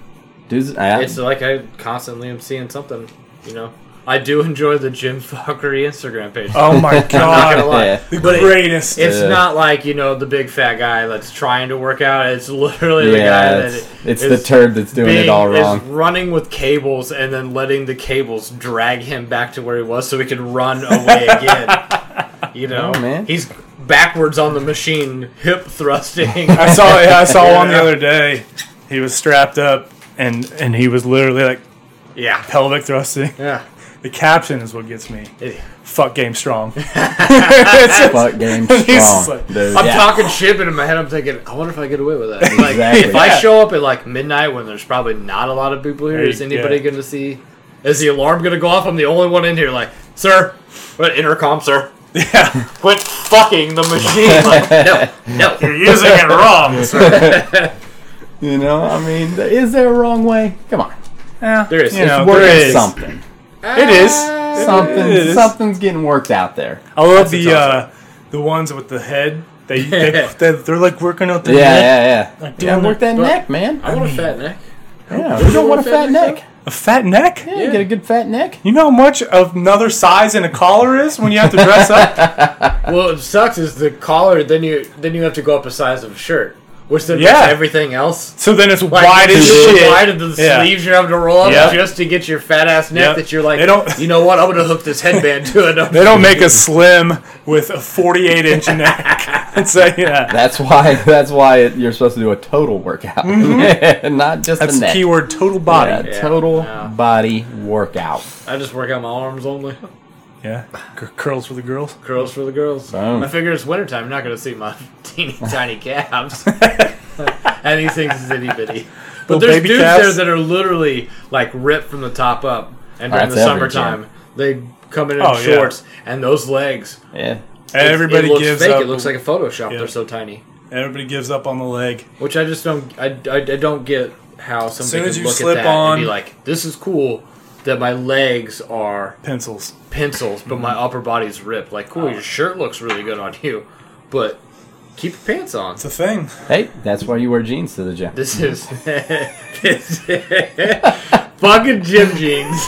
Speaker 3: Dude, I,
Speaker 5: It's like I constantly am seeing something, you know. I do enjoy the gym fuckery Instagram page.
Speaker 1: Oh
Speaker 3: (laughs)
Speaker 1: my
Speaker 5: not gonna
Speaker 1: god,
Speaker 5: lie.
Speaker 3: Yeah.
Speaker 1: the
Speaker 5: But it-
Speaker 1: greatest.
Speaker 5: It's
Speaker 3: Yeah.
Speaker 5: not like you know the big fat guy that's trying to work out. It's literally the guy
Speaker 3: yeah,
Speaker 5: that
Speaker 3: it's, it's the
Speaker 5: is
Speaker 3: turd that's doing it
Speaker 5: being-
Speaker 3: all
Speaker 5: (laughs) Is
Speaker 3: wrong.
Speaker 5: running with cables and then letting the cables drag him back to where he was, so he could run
Speaker 3: (laughs)
Speaker 5: away again. You
Speaker 3: No,
Speaker 5: know,
Speaker 3: Oh, man.
Speaker 5: he's backwards on the machine, hip thrusting.
Speaker 1: I saw yeah, I saw (laughs) one the other day. He was strapped up and and he was literally like
Speaker 5: yeah,
Speaker 1: pelvic thrusting.
Speaker 5: yeah.
Speaker 1: The caption is what gets me.
Speaker 5: It-
Speaker 1: Fuck game (laughs) strong.
Speaker 3: Fuck
Speaker 1: (laughs)
Speaker 3: game
Speaker 1: He's just
Speaker 3: strong,
Speaker 1: like-
Speaker 3: dude.
Speaker 5: I'm
Speaker 3: Yeah.
Speaker 5: talking shit, but in my head, I'm thinking, I wonder if I get away with that. Like,
Speaker 3: Exactly.
Speaker 5: if I
Speaker 1: Yeah.
Speaker 5: show up at like midnight when there's probably not a lot of people here,
Speaker 1: Hey,
Speaker 5: is anybody
Speaker 1: yeah.
Speaker 5: going to see? Is the alarm going to go off? I'm the only one in here. Like, sir, what intercom, sir?
Speaker 1: yeah,
Speaker 5: Quit fucking the machine. (laughs) Like, no, no.
Speaker 3: (laughs)
Speaker 1: you're using it wrong. sir.
Speaker 3: You know, I mean, th- is there a wrong way? Come on,
Speaker 1: Yeah,
Speaker 5: There is.
Speaker 1: you know,
Speaker 3: it's
Speaker 1: there
Speaker 3: working
Speaker 1: is.
Speaker 3: something.
Speaker 1: It is. It
Speaker 3: Something,
Speaker 1: is.
Speaker 3: something's getting worked out there.
Speaker 1: I love
Speaker 5: what's
Speaker 1: the uh, the ones with the head. They, (laughs) they they they're like working out the
Speaker 3: Yeah,
Speaker 1: neck.
Speaker 3: yeah, yeah.
Speaker 1: Like,
Speaker 3: Yeah,
Speaker 1: damn,
Speaker 3: work that
Speaker 5: but-
Speaker 3: neck, man.
Speaker 5: I want a fat neck.
Speaker 3: Yeah, we don't want a fat neck.
Speaker 1: A fat neck.
Speaker 3: Yeah, you get a good fat neck.
Speaker 1: You know how much of another size in a collar is when you have to dress (laughs) up.
Speaker 5: Well, it sucks is the collar. Then you then you have to go up a size of a shirt, which then
Speaker 1: Yeah.
Speaker 5: makes everything else.
Speaker 1: So then it's
Speaker 5: Like,
Speaker 1: wide as
Speaker 5: it's
Speaker 1: shit.
Speaker 5: Wide and the
Speaker 1: Yeah.
Speaker 5: sleeves you have to roll up
Speaker 1: Yep.
Speaker 5: just to get your fat ass neck
Speaker 1: Yep.
Speaker 5: that you're like.
Speaker 1: They don't-
Speaker 5: you know what? I'm gonna hook this headband to
Speaker 1: (laughs)
Speaker 5: it.
Speaker 1: They don't make us slim with a 48 inch (laughs) neck. and say, yeah.
Speaker 3: That's why. (laughs) That's why it, you're supposed to do a total workout, (laughs) not just
Speaker 1: That's
Speaker 3: a
Speaker 1: the
Speaker 3: neck.
Speaker 1: keyword total body.
Speaker 3: Yeah,
Speaker 5: Yeah.
Speaker 3: total
Speaker 5: Yeah.
Speaker 3: body workout.
Speaker 5: I just work out my arms only.
Speaker 1: Yeah. C- curls for the girls.
Speaker 5: Curls for the girls.
Speaker 3: Boom.
Speaker 5: I figure it's wintertime. You're not gonna see my (laughs) teeny tiny calves. and these things is itty bitty. But
Speaker 1: Little
Speaker 5: there's
Speaker 1: baby
Speaker 5: dudes
Speaker 1: calves.
Speaker 5: there that are literally like ripped from the top up, and during
Speaker 3: That's
Speaker 5: the
Speaker 3: every
Speaker 5: summertime they come in in
Speaker 1: Oh, yeah.
Speaker 5: shorts and those legs.
Speaker 3: Yeah,
Speaker 5: It's-
Speaker 1: Everybody
Speaker 5: it looks
Speaker 1: gives
Speaker 5: fake.
Speaker 1: up.
Speaker 5: It looks like a Photoshop.
Speaker 1: Yeah.
Speaker 5: They're so tiny,
Speaker 1: everybody gives up on the leg.
Speaker 5: which I just don't. I, I, I don't get how
Speaker 1: soon
Speaker 5: somebody
Speaker 1: as
Speaker 5: can
Speaker 1: you
Speaker 5: look
Speaker 1: slip
Speaker 5: at that
Speaker 1: on-
Speaker 5: and be like, "This is cool." That my legs are
Speaker 1: Pencils.
Speaker 5: pencils, but my upper body's ripped. Like, cool, your shirt looks really good on you, but keep your pants on.
Speaker 1: It's a thing.
Speaker 3: hey, that's why you wear jeans to the gym. (laughs)
Speaker 5: This is (laughs) this fucking gym jeans.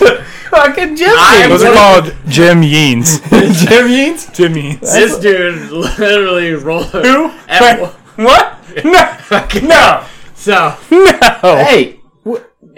Speaker 3: fucking gym
Speaker 5: I'm
Speaker 1: Those are called Jim (laughs) Yeans.
Speaker 3: gym jeans.
Speaker 1: Jim Yeans.
Speaker 5: This dude literally
Speaker 1: (laughs)
Speaker 5: rolled.
Speaker 1: Who?
Speaker 5: At-
Speaker 1: Wait, what? (laughs) No. No.
Speaker 5: So
Speaker 1: No.
Speaker 3: Hey,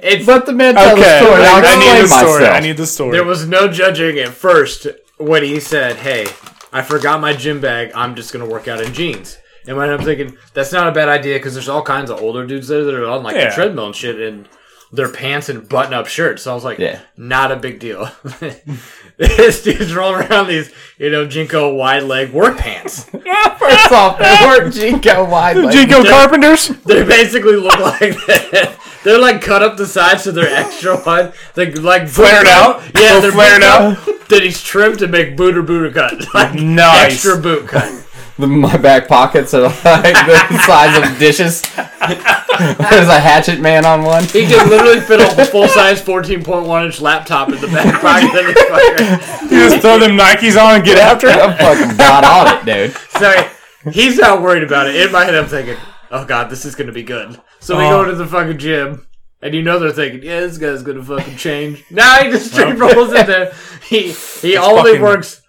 Speaker 5: it's
Speaker 3: let the man tell
Speaker 1: Okay.
Speaker 3: the story. I'll
Speaker 1: I need
Speaker 3: explain
Speaker 1: the story.
Speaker 3: myself.
Speaker 1: I need the story.
Speaker 5: there was no judging at first when he said, "Hey, I forgot my gym bag. I'm just gonna work out in jeans. And when I'm thinking that's not a bad idea because there's all kinds of older dudes there that are on like
Speaker 1: Yeah.
Speaker 5: the treadmill and shit and their pants and button up shirts. So I was like,
Speaker 3: Yeah.
Speaker 5: not a big deal. (laughs) this dude's rolling around these, you know, Jinko wide leg work pants.
Speaker 3: First off, they
Speaker 1: (laughs)
Speaker 3: weren't Jinko wide leg.
Speaker 1: Jinko Carpenters.
Speaker 5: They basically look (laughs) like that. They're like cut up the sides so they're extra wide. They like
Speaker 1: Flared out? Go
Speaker 5: Yeah, they're
Speaker 1: flared
Speaker 5: flared out. Then he's trimmed to make booter booter cut. (laughs) Like
Speaker 1: Nice.
Speaker 5: extra boot cut. (laughs)
Speaker 3: The- My back pockets are (laughs) like the size of dishes. (laughs) There's a hatchet man on one.
Speaker 5: He could literally fit a full size 14.1 inch laptop in the back (laughs) pocket of this fucker.
Speaker 1: You just throw them Nikes on and get after it.
Speaker 3: I'm fucking god on it, dude.
Speaker 5: So he's not worried about it. In my head, I'm thinking, oh god, this is going to be good. So we
Speaker 1: Oh.
Speaker 5: go to the fucking gym, and you know they're thinking, yeah, this guy's going to fucking change. Now he just straight rolls in there. He, he only
Speaker 1: Oh. fucking-
Speaker 5: works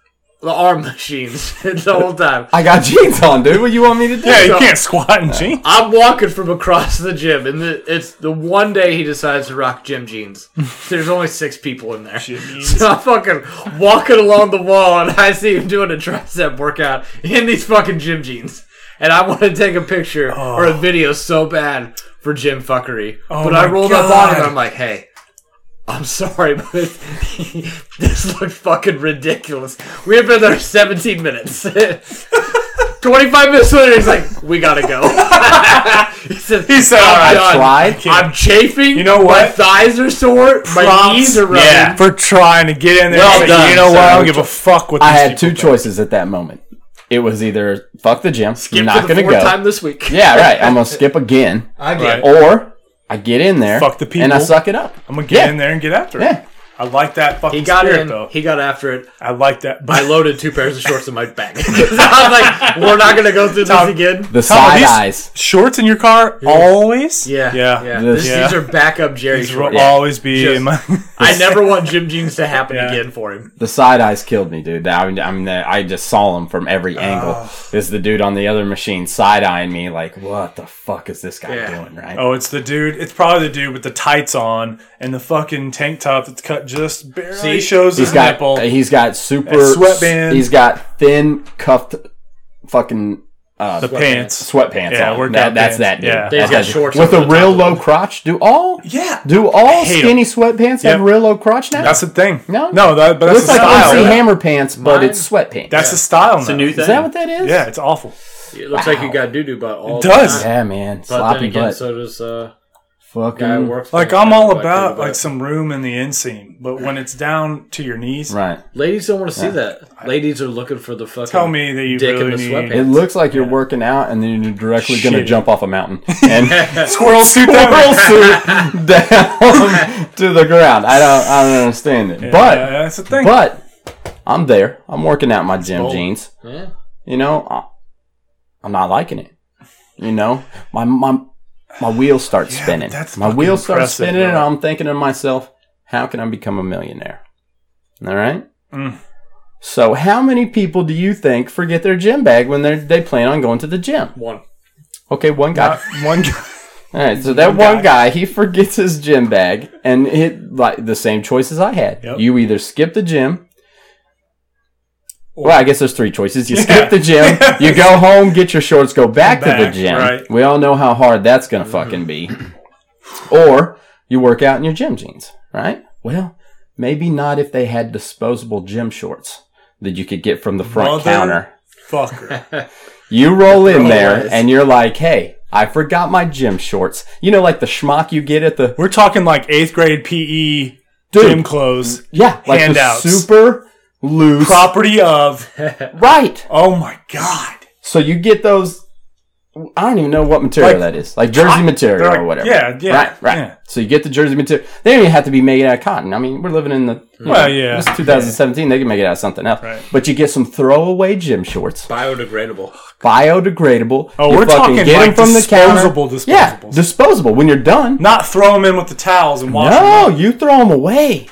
Speaker 5: the arm (laughs) machines the whole time.
Speaker 3: I got jeans on, dude. What you want me to do?
Speaker 1: Yeah, you can't squat in jeans.
Speaker 5: I'm walking from across the gym, and the, it's the one day he decides to rock gym jeans. There's only six people in there. (laughs) So I'm fucking walking along the wall, and I see him doing a tricep workout in these fucking gym jeans. And I want to take a picture or a video so bad for gym fuckery.
Speaker 1: Oh
Speaker 5: but I
Speaker 1: my
Speaker 5: rolled up on him, and
Speaker 1: God.
Speaker 5: I'm like, hey. I'm sorry, but (laughs) this looked fucking ridiculous. We have been there 17 minutes. (laughs) 25 minutes later, he's like, we gotta go. he said,
Speaker 1: He said,
Speaker 5: "I'm
Speaker 1: "All right,
Speaker 5: done.
Speaker 3: Tried.
Speaker 5: I'm chafing.
Speaker 1: You know
Speaker 5: My
Speaker 1: what?
Speaker 5: thighs are sore. My
Speaker 1: Props.
Speaker 5: knees are rubbing.
Speaker 1: Yeah, for trying to get in there.
Speaker 5: Well
Speaker 1: and say,
Speaker 5: done,
Speaker 1: you know what? I
Speaker 5: sir.
Speaker 1: don't give a fuck what.
Speaker 3: I
Speaker 1: these
Speaker 3: had
Speaker 1: people
Speaker 3: two choices at that moment. It was either fuck the gym,
Speaker 5: Skip
Speaker 3: I'm not
Speaker 5: for the
Speaker 3: gonna
Speaker 5: fourth
Speaker 3: go.
Speaker 5: time this week.
Speaker 3: Yeah, right. I'm gonna skip again,
Speaker 5: (laughs) I did.
Speaker 1: Right.
Speaker 3: or I get in there,
Speaker 1: Fuck the
Speaker 3: and I
Speaker 1: people.
Speaker 3: suck it up.
Speaker 1: I'm gonna get
Speaker 3: Yeah.
Speaker 1: in there and get after it.
Speaker 3: Yeah.
Speaker 1: I like that fucking
Speaker 5: He got
Speaker 1: spirit
Speaker 5: in.
Speaker 1: though.
Speaker 5: He got after
Speaker 1: (laughs)
Speaker 5: it.
Speaker 1: I like that.
Speaker 5: (laughs)
Speaker 1: But
Speaker 5: I loaded two pairs of shorts in my back. (laughs) I was like, we're not gonna go through
Speaker 1: Tom-
Speaker 5: this again.
Speaker 3: The
Speaker 1: Tom, are
Speaker 3: side
Speaker 1: these
Speaker 3: eyes.
Speaker 1: shorts in your car always.
Speaker 5: Yeah,
Speaker 1: yeah.
Speaker 5: yeah. This,
Speaker 1: Yeah.
Speaker 5: These are backup Jerry
Speaker 1: These will
Speaker 5: shorts.
Speaker 1: always be
Speaker 5: Just-
Speaker 1: in my. (laughs)
Speaker 5: I never want gym jeans to happen
Speaker 1: Yeah.
Speaker 5: again for him.
Speaker 3: The side eyes killed me, dude. I mean, I, mean, I just saw him from every angle. This is the dude on the other machine side eyeing me, like, what the fuck is this guy
Speaker 5: Yeah.
Speaker 3: doing, right?
Speaker 1: Oh, it's the dude. It's probably the dude with the tights on and the fucking tank top that's cut just barely
Speaker 5: See?
Speaker 1: shows
Speaker 3: He's
Speaker 1: his
Speaker 3: got uh,
Speaker 1: nipple.
Speaker 3: he's got super
Speaker 1: That sweatband.
Speaker 3: He's got thin cuffed fucking uh,
Speaker 1: the pants.
Speaker 3: sweatpants.
Speaker 1: Yeah,
Speaker 3: on.
Speaker 1: workout
Speaker 3: That- that's
Speaker 1: pants.
Speaker 3: that. Dude.
Speaker 1: Yeah.
Speaker 5: They've
Speaker 3: That's
Speaker 5: got
Speaker 3: that dude.
Speaker 5: shorts
Speaker 3: with
Speaker 5: over
Speaker 3: a
Speaker 5: the
Speaker 3: real
Speaker 5: top of
Speaker 3: low crotch. Do all
Speaker 1: Yeah,
Speaker 3: do all
Speaker 1: hate 'em.
Speaker 3: skinny sweatpants
Speaker 1: Yep.
Speaker 3: have real low crotch now?
Speaker 1: that's the thing.
Speaker 3: No?
Speaker 1: no, that, but
Speaker 3: it
Speaker 1: that's
Speaker 3: looks
Speaker 1: the
Speaker 3: like
Speaker 1: style.
Speaker 3: MC
Speaker 1: now.
Speaker 3: Hammer pants, but
Speaker 5: Mine-
Speaker 3: it's sweatpants.
Speaker 1: That's the style.
Speaker 4: It's a
Speaker 1: now.
Speaker 4: new thing.
Speaker 3: is that what that is?
Speaker 1: Yeah, it's awful.
Speaker 5: It looks like you got doo doo butt all
Speaker 1: It
Speaker 5: the
Speaker 1: does.
Speaker 5: time.
Speaker 3: Yeah, man.
Speaker 5: But
Speaker 3: Sloppy
Speaker 5: then again,
Speaker 3: butt.
Speaker 5: so does uh,
Speaker 3: Fucking
Speaker 5: guy who works.
Speaker 1: Mm. Like
Speaker 5: for-
Speaker 1: I'm all
Speaker 5: doo-doo
Speaker 1: about
Speaker 5: butt.
Speaker 1: like some room in the inseam, but when it's down to your knees,
Speaker 3: right.
Speaker 5: Ladies don't want to see that. Ladies are looking for the fucking.
Speaker 1: tell me that you
Speaker 5: Dick in
Speaker 1: really
Speaker 5: the
Speaker 1: need
Speaker 3: It
Speaker 5: sweatpants.
Speaker 3: looks like you're working out, and then you're directly going to
Speaker 1: Shit.
Speaker 3: jump off
Speaker 1: (laughs)
Speaker 3: a mountain and
Speaker 1: squirrel suit.
Speaker 3: squirrel
Speaker 1: That
Speaker 3: suit (laughs) down (laughs) to the ground. I don't. I don't understand it.
Speaker 1: but
Speaker 3: but
Speaker 1: that's the thing.
Speaker 3: (laughs) But I'm there. I'm working out my gym
Speaker 5: bold.
Speaker 3: jeans.
Speaker 5: Yeah.
Speaker 3: You know, I- I'm not liking it. You know, my my my wheels start
Speaker 1: Yeah,
Speaker 3: spinning.
Speaker 1: but that's
Speaker 3: my
Speaker 1: fucking
Speaker 3: wheels start
Speaker 1: impressive,
Speaker 3: spinning, and
Speaker 1: though.
Speaker 3: I'm thinking to myself, how can I become a millionaire? All right.
Speaker 1: Mm.
Speaker 3: So, how many people do you think forget their gym bag when they they plan on going to the gym?
Speaker 5: One.
Speaker 3: Okay, one guy. (laughs)
Speaker 1: Not one guy.
Speaker 3: All right, so that
Speaker 1: One
Speaker 3: one,
Speaker 1: guy.
Speaker 3: guy. he forgets his gym bag, and it like the same choices I had.
Speaker 1: Yep.
Speaker 3: You either skip the gym.
Speaker 1: Or-
Speaker 3: well, I guess there's three choices. You
Speaker 1: Yeah.
Speaker 3: skip
Speaker 1: (laughs)
Speaker 3: the gym, you go home, get your shorts, go back, to the
Speaker 1: back,
Speaker 3: gym.
Speaker 1: right.
Speaker 3: We all know how hard that's gonna fucking be.
Speaker 1: (clears throat)
Speaker 3: Or you work out in your gym jeans, right? Well, maybe not if they had disposable gym shorts that you could get from the front
Speaker 1: Mother-
Speaker 3: counter.
Speaker 1: Fucker.
Speaker 3: You roll in there
Speaker 5: Throwaways.
Speaker 3: and you're like, hey, I forgot my gym shorts. You know, like the schmuck you get at the
Speaker 1: We're talking like eighth grade PE
Speaker 3: Dude.
Speaker 1: gym clothes.
Speaker 3: yeah, like
Speaker 1: Handouts.
Speaker 3: the super loose.
Speaker 1: Property of.
Speaker 3: right.
Speaker 1: Oh my god.
Speaker 3: So you get those. I don't even know what
Speaker 1: Like,
Speaker 3: material that is, like jersey
Speaker 1: cotton.
Speaker 3: material
Speaker 1: They're like-
Speaker 3: or whatever.
Speaker 1: yeah, yeah,
Speaker 3: right, right.
Speaker 1: yeah.
Speaker 3: So you get the jersey material. They don't even have to be made out of cotton. I mean, we're living in the you
Speaker 1: Well,
Speaker 3: know,
Speaker 1: yeah.
Speaker 3: It's 2017. They can make it out of something else.
Speaker 1: Right.
Speaker 3: But you get some throwaway gym shorts,
Speaker 5: Biodegradable.
Speaker 3: biodegradable.
Speaker 1: Oh,
Speaker 3: you
Speaker 1: we're
Speaker 3: fucking
Speaker 1: talking
Speaker 3: get
Speaker 1: like
Speaker 3: 'em
Speaker 1: disposable
Speaker 3: counter. Yeah,
Speaker 1: disposables.
Speaker 3: disposable. When you're done,
Speaker 1: Not throw them in with the towels and wash
Speaker 3: No, you throw them away,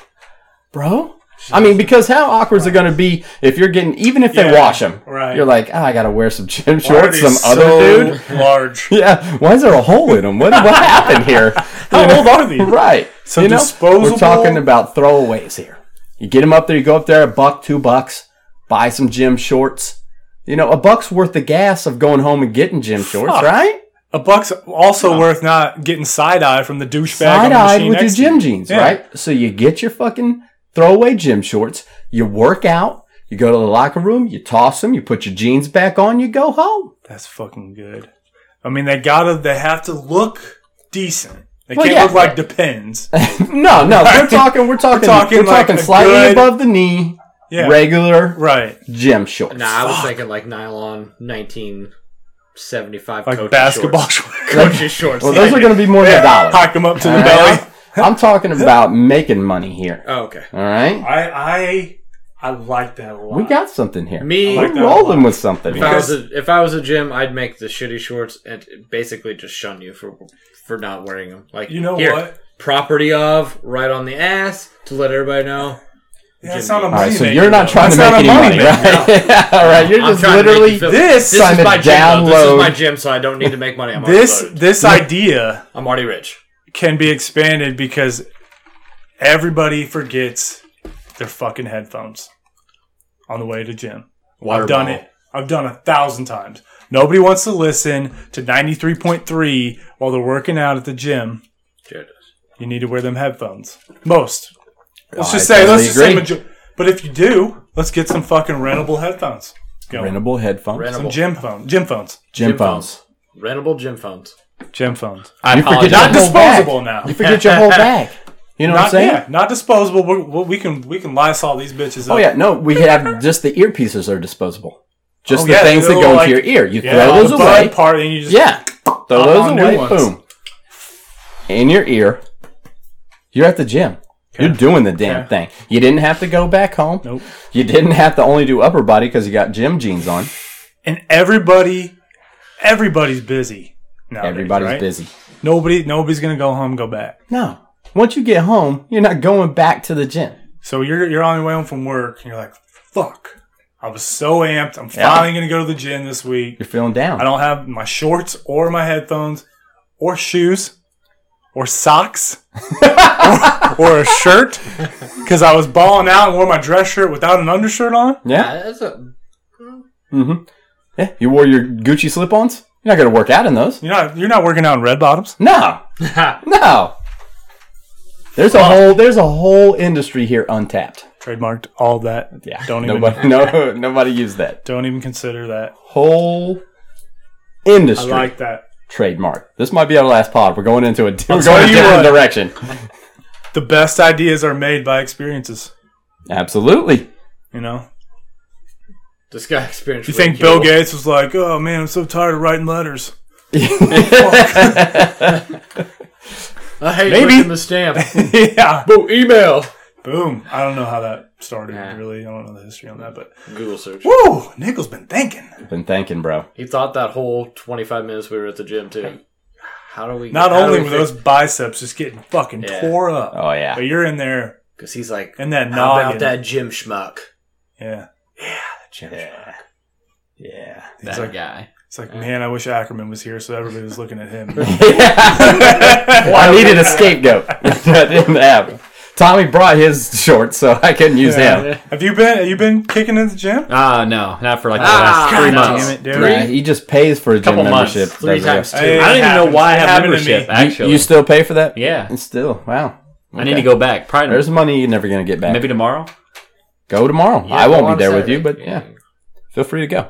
Speaker 3: bro. I mean, because how awkward is it going to be if you're getting, even if they
Speaker 1: Yeah,
Speaker 3: wash them,
Speaker 1: right.
Speaker 3: You're like, oh, I got to wear some gym
Speaker 1: them.
Speaker 3: shorts, some other dude.
Speaker 1: Large.
Speaker 3: (laughs) Yeah, why is there a hole in them?
Speaker 1: (laughs)
Speaker 3: What, what happened here?
Speaker 1: How old are these?
Speaker 3: Right.
Speaker 1: So
Speaker 3: know,
Speaker 1: disposable-
Speaker 3: We're talking about throwaways here. You get them up there, you go up there, a buck, two bucks. buy some gym shorts. You know, a buck's worth the gas of going home and getting gym shorts, right?
Speaker 1: A buck's also worth not getting side eye from the douchebag on
Speaker 3: Side
Speaker 1: the
Speaker 3: eyed
Speaker 1: machine
Speaker 3: with your
Speaker 1: next to
Speaker 3: gym
Speaker 1: you.
Speaker 3: jeans,
Speaker 1: Yeah.
Speaker 3: right? So you get your fucking throwaway gym shorts, you work out, you go to the locker room, you toss them, you put your jeans back on, you go home. (laughs)
Speaker 1: That's fucking good. I mean, they gotta, they have to look decent. They
Speaker 3: Well,
Speaker 1: can't
Speaker 3: yeah.
Speaker 1: look like
Speaker 3: (laughs)
Speaker 1: depends.
Speaker 3: No, no, we're
Speaker 1: (laughs)
Speaker 3: talking, we're talking, we're talking,
Speaker 1: talking like a
Speaker 3: slightly
Speaker 1: good-
Speaker 3: above the knee,
Speaker 1: Yeah,
Speaker 3: regular
Speaker 1: right.
Speaker 3: gym shorts.
Speaker 5: Nah, I was thinking like nylon 1975
Speaker 1: Like
Speaker 5: coach's
Speaker 1: basketball
Speaker 5: shorts.
Speaker 1: shorts. (laughs)
Speaker 5: Coach's shorts.
Speaker 3: Well, those are going to be more than a dollar.
Speaker 1: Hike them up to the
Speaker 3: All
Speaker 1: belly.
Speaker 3: right? (laughs) I'm talking about making money here.
Speaker 5: Oh, okay.
Speaker 3: All right,
Speaker 1: I, I, I like that a lot.
Speaker 3: we got something here.
Speaker 5: Me-
Speaker 1: I like
Speaker 3: we're
Speaker 1: that
Speaker 3: rolling
Speaker 1: a lot.
Speaker 3: with something.
Speaker 5: If I, was a, if I was a gym, I'd make the shitty shorts and basically just shun you for for not wearing them. Like
Speaker 1: You know
Speaker 5: here,
Speaker 1: what?
Speaker 5: Property of right on the ass to let everybody know.
Speaker 1: Yeah, that's not a
Speaker 3: All
Speaker 1: money
Speaker 3: right, so
Speaker 1: maker,
Speaker 3: you're not
Speaker 1: though.
Speaker 3: trying to
Speaker 1: That's
Speaker 3: make
Speaker 1: not
Speaker 3: any
Speaker 1: a
Speaker 3: money,
Speaker 1: maker.
Speaker 3: right? (laughs) All right, you're
Speaker 5: I'm
Speaker 3: just
Speaker 5: trying to make you
Speaker 3: literally.
Speaker 5: feel-
Speaker 1: This
Speaker 5: this
Speaker 3: trying
Speaker 5: is
Speaker 3: to
Speaker 5: my gym. though. This
Speaker 3: download-
Speaker 5: is my gym, so I don't need to make money. I'm already
Speaker 1: This
Speaker 5: loaded.
Speaker 1: this idea
Speaker 5: I'm already rich.
Speaker 1: can be expanded because everybody forgets their fucking headphones on the way to gym.
Speaker 4: Water
Speaker 1: I've done
Speaker 4: bottle.
Speaker 1: it. I've done a thousand times. Nobody wants to listen to 93.3 while they're working out at the gym.
Speaker 5: Jared does.
Speaker 1: You need to wear them headphones. Most. Let's
Speaker 3: I
Speaker 1: just say,
Speaker 3: totally
Speaker 1: let's just say,
Speaker 3: agree.
Speaker 1: major- but if you do, let's get some fucking rentable headphones. Go.
Speaker 3: Rentable headphones,
Speaker 5: Rentable.
Speaker 1: Some gym phone, gym phones,
Speaker 3: gym
Speaker 5: Gym
Speaker 3: phones.
Speaker 5: Rentable gym phones.
Speaker 1: gym phones.
Speaker 4: I
Speaker 3: You forget
Speaker 4: apologize.
Speaker 3: your
Speaker 1: Not
Speaker 3: whole bag.
Speaker 1: disposable now.
Speaker 3: You forget your whole bag. You know what I'm
Speaker 1: Not,
Speaker 3: saying?
Speaker 1: yeah, not disposable. We're, we we can we can lysol these bitches. Up.
Speaker 3: Oh yeah, no, we have just the earpieces are disposable. Just
Speaker 1: Oh,
Speaker 3: the
Speaker 1: yeah,
Speaker 3: things that
Speaker 1: they're
Speaker 3: go
Speaker 1: like-
Speaker 3: into your ear. You
Speaker 1: yeah.
Speaker 3: throw those
Speaker 1: the
Speaker 3: away.
Speaker 1: bud Part and you just
Speaker 3: Yeah. Throw those
Speaker 1: on new
Speaker 3: away.
Speaker 1: ones.
Speaker 3: Boom. In your ear. You're at the gym. You're doing the damn thing. You didn't have to go back home.
Speaker 1: Nope.
Speaker 3: You didn't have to only do upper body because you got gym jeans on.
Speaker 1: And everybody, everybody's busy. Nowadays,
Speaker 3: Everybody's
Speaker 1: right?
Speaker 3: busy.
Speaker 1: Nobody, nobody's gonna go home, and go back.
Speaker 3: No. Once you get home, you're not going back to the gym.
Speaker 1: So you're you're on your way home from work, and you're like, "Fuck! I was so amped. I'm finally gonna go to the gym this week.
Speaker 3: You're feeling down.
Speaker 1: I don't have my shorts or my headphones, or shoes, or
Speaker 3: (laughs)
Speaker 1: socks, or, or a shirt, because I was balling out and wore my dress shirt without an undershirt on."
Speaker 3: yeah.
Speaker 5: Uh, that's a-
Speaker 3: Mm-hmm. Yeah. You wore your Gucci slip-ons. You're not going to work out in those.
Speaker 1: You're not you're not working out in red bottoms. (laughs)
Speaker 3: No. no. There's a whole there's a whole industry here untapped.
Speaker 1: Trademarked all that.
Speaker 3: Yeah.
Speaker 1: Don't even
Speaker 3: nobody no (laughs) nobody used that.
Speaker 1: don't even consider that.
Speaker 3: Whole
Speaker 1: I
Speaker 3: industry
Speaker 1: like that.
Speaker 3: trademark. This might be our last pod. We're going into a (laughs) di- we're
Speaker 1: tell
Speaker 3: going a
Speaker 1: you
Speaker 3: different
Speaker 1: what.
Speaker 3: direction.
Speaker 1: The best ideas are made by experiences.
Speaker 3: Absolutely. (laughs)
Speaker 1: You know.
Speaker 5: This guy experienced.
Speaker 1: You think
Speaker 5: ridicule.
Speaker 1: Bill Gates was like, "Oh man, I'm so tired of writing letters." (laughs)
Speaker 5: I hate
Speaker 1: Maybe.
Speaker 5: licking the stamp.
Speaker 1: (laughs) yeah.
Speaker 5: Boo, email.
Speaker 1: Boom. I don't know how that started.
Speaker 5: Yeah.
Speaker 1: Really, I don't know the history on that. But
Speaker 5: Google search.
Speaker 1: woo, Nickel's been thinking.
Speaker 3: Been thinking, bro.
Speaker 5: He thought that whole 25 minutes we were at the gym too. How do we?
Speaker 1: Not
Speaker 5: how do
Speaker 1: only
Speaker 5: we
Speaker 1: were
Speaker 5: fix-
Speaker 1: those biceps just getting fucking
Speaker 5: Yeah.
Speaker 1: tore up,
Speaker 3: Oh
Speaker 1: but
Speaker 3: yeah.
Speaker 1: you're in there
Speaker 5: because he's like,
Speaker 1: in that
Speaker 5: how
Speaker 1: noggin.
Speaker 5: about that gym schmuck?
Speaker 1: Yeah.
Speaker 5: Gym
Speaker 3: Yeah. Yeah.
Speaker 1: It's
Speaker 4: That
Speaker 1: like,
Speaker 4: guy.
Speaker 1: it's like, man, I wish Ackerman was here so everybody was looking at him. (laughs)
Speaker 3: (laughs) I needed (laughs) a scapegoat. that didn't happen. Tommy brought his shorts, so I couldn't use him.
Speaker 1: Have you been? Have you been kicking in the gym?
Speaker 4: Ah, no, not for like the
Speaker 5: Ah,
Speaker 4: last three
Speaker 5: God
Speaker 4: months.
Speaker 1: damn it, dude.
Speaker 3: Nah, he just pays for a gym
Speaker 4: Couple months.
Speaker 3: membership.
Speaker 5: Three
Speaker 3: doesn't he?
Speaker 5: times two.
Speaker 1: Hey.
Speaker 4: I don't even know
Speaker 1: Happens.
Speaker 4: why I
Speaker 1: It
Speaker 4: have
Speaker 1: happened to
Speaker 4: membership.
Speaker 1: me.
Speaker 4: Actually,
Speaker 3: You still pay for that?
Speaker 4: yeah,
Speaker 3: And still, wow.
Speaker 4: I need
Speaker 3: Okay.
Speaker 4: to go back. Probably
Speaker 3: There's money you're never gonna get back.
Speaker 4: maybe tomorrow,
Speaker 3: Go tomorrow.
Speaker 5: Yeah,
Speaker 3: I
Speaker 5: go
Speaker 3: won't
Speaker 5: on
Speaker 3: be there with
Speaker 5: Saturday.
Speaker 3: you, but yeah, feel free to go.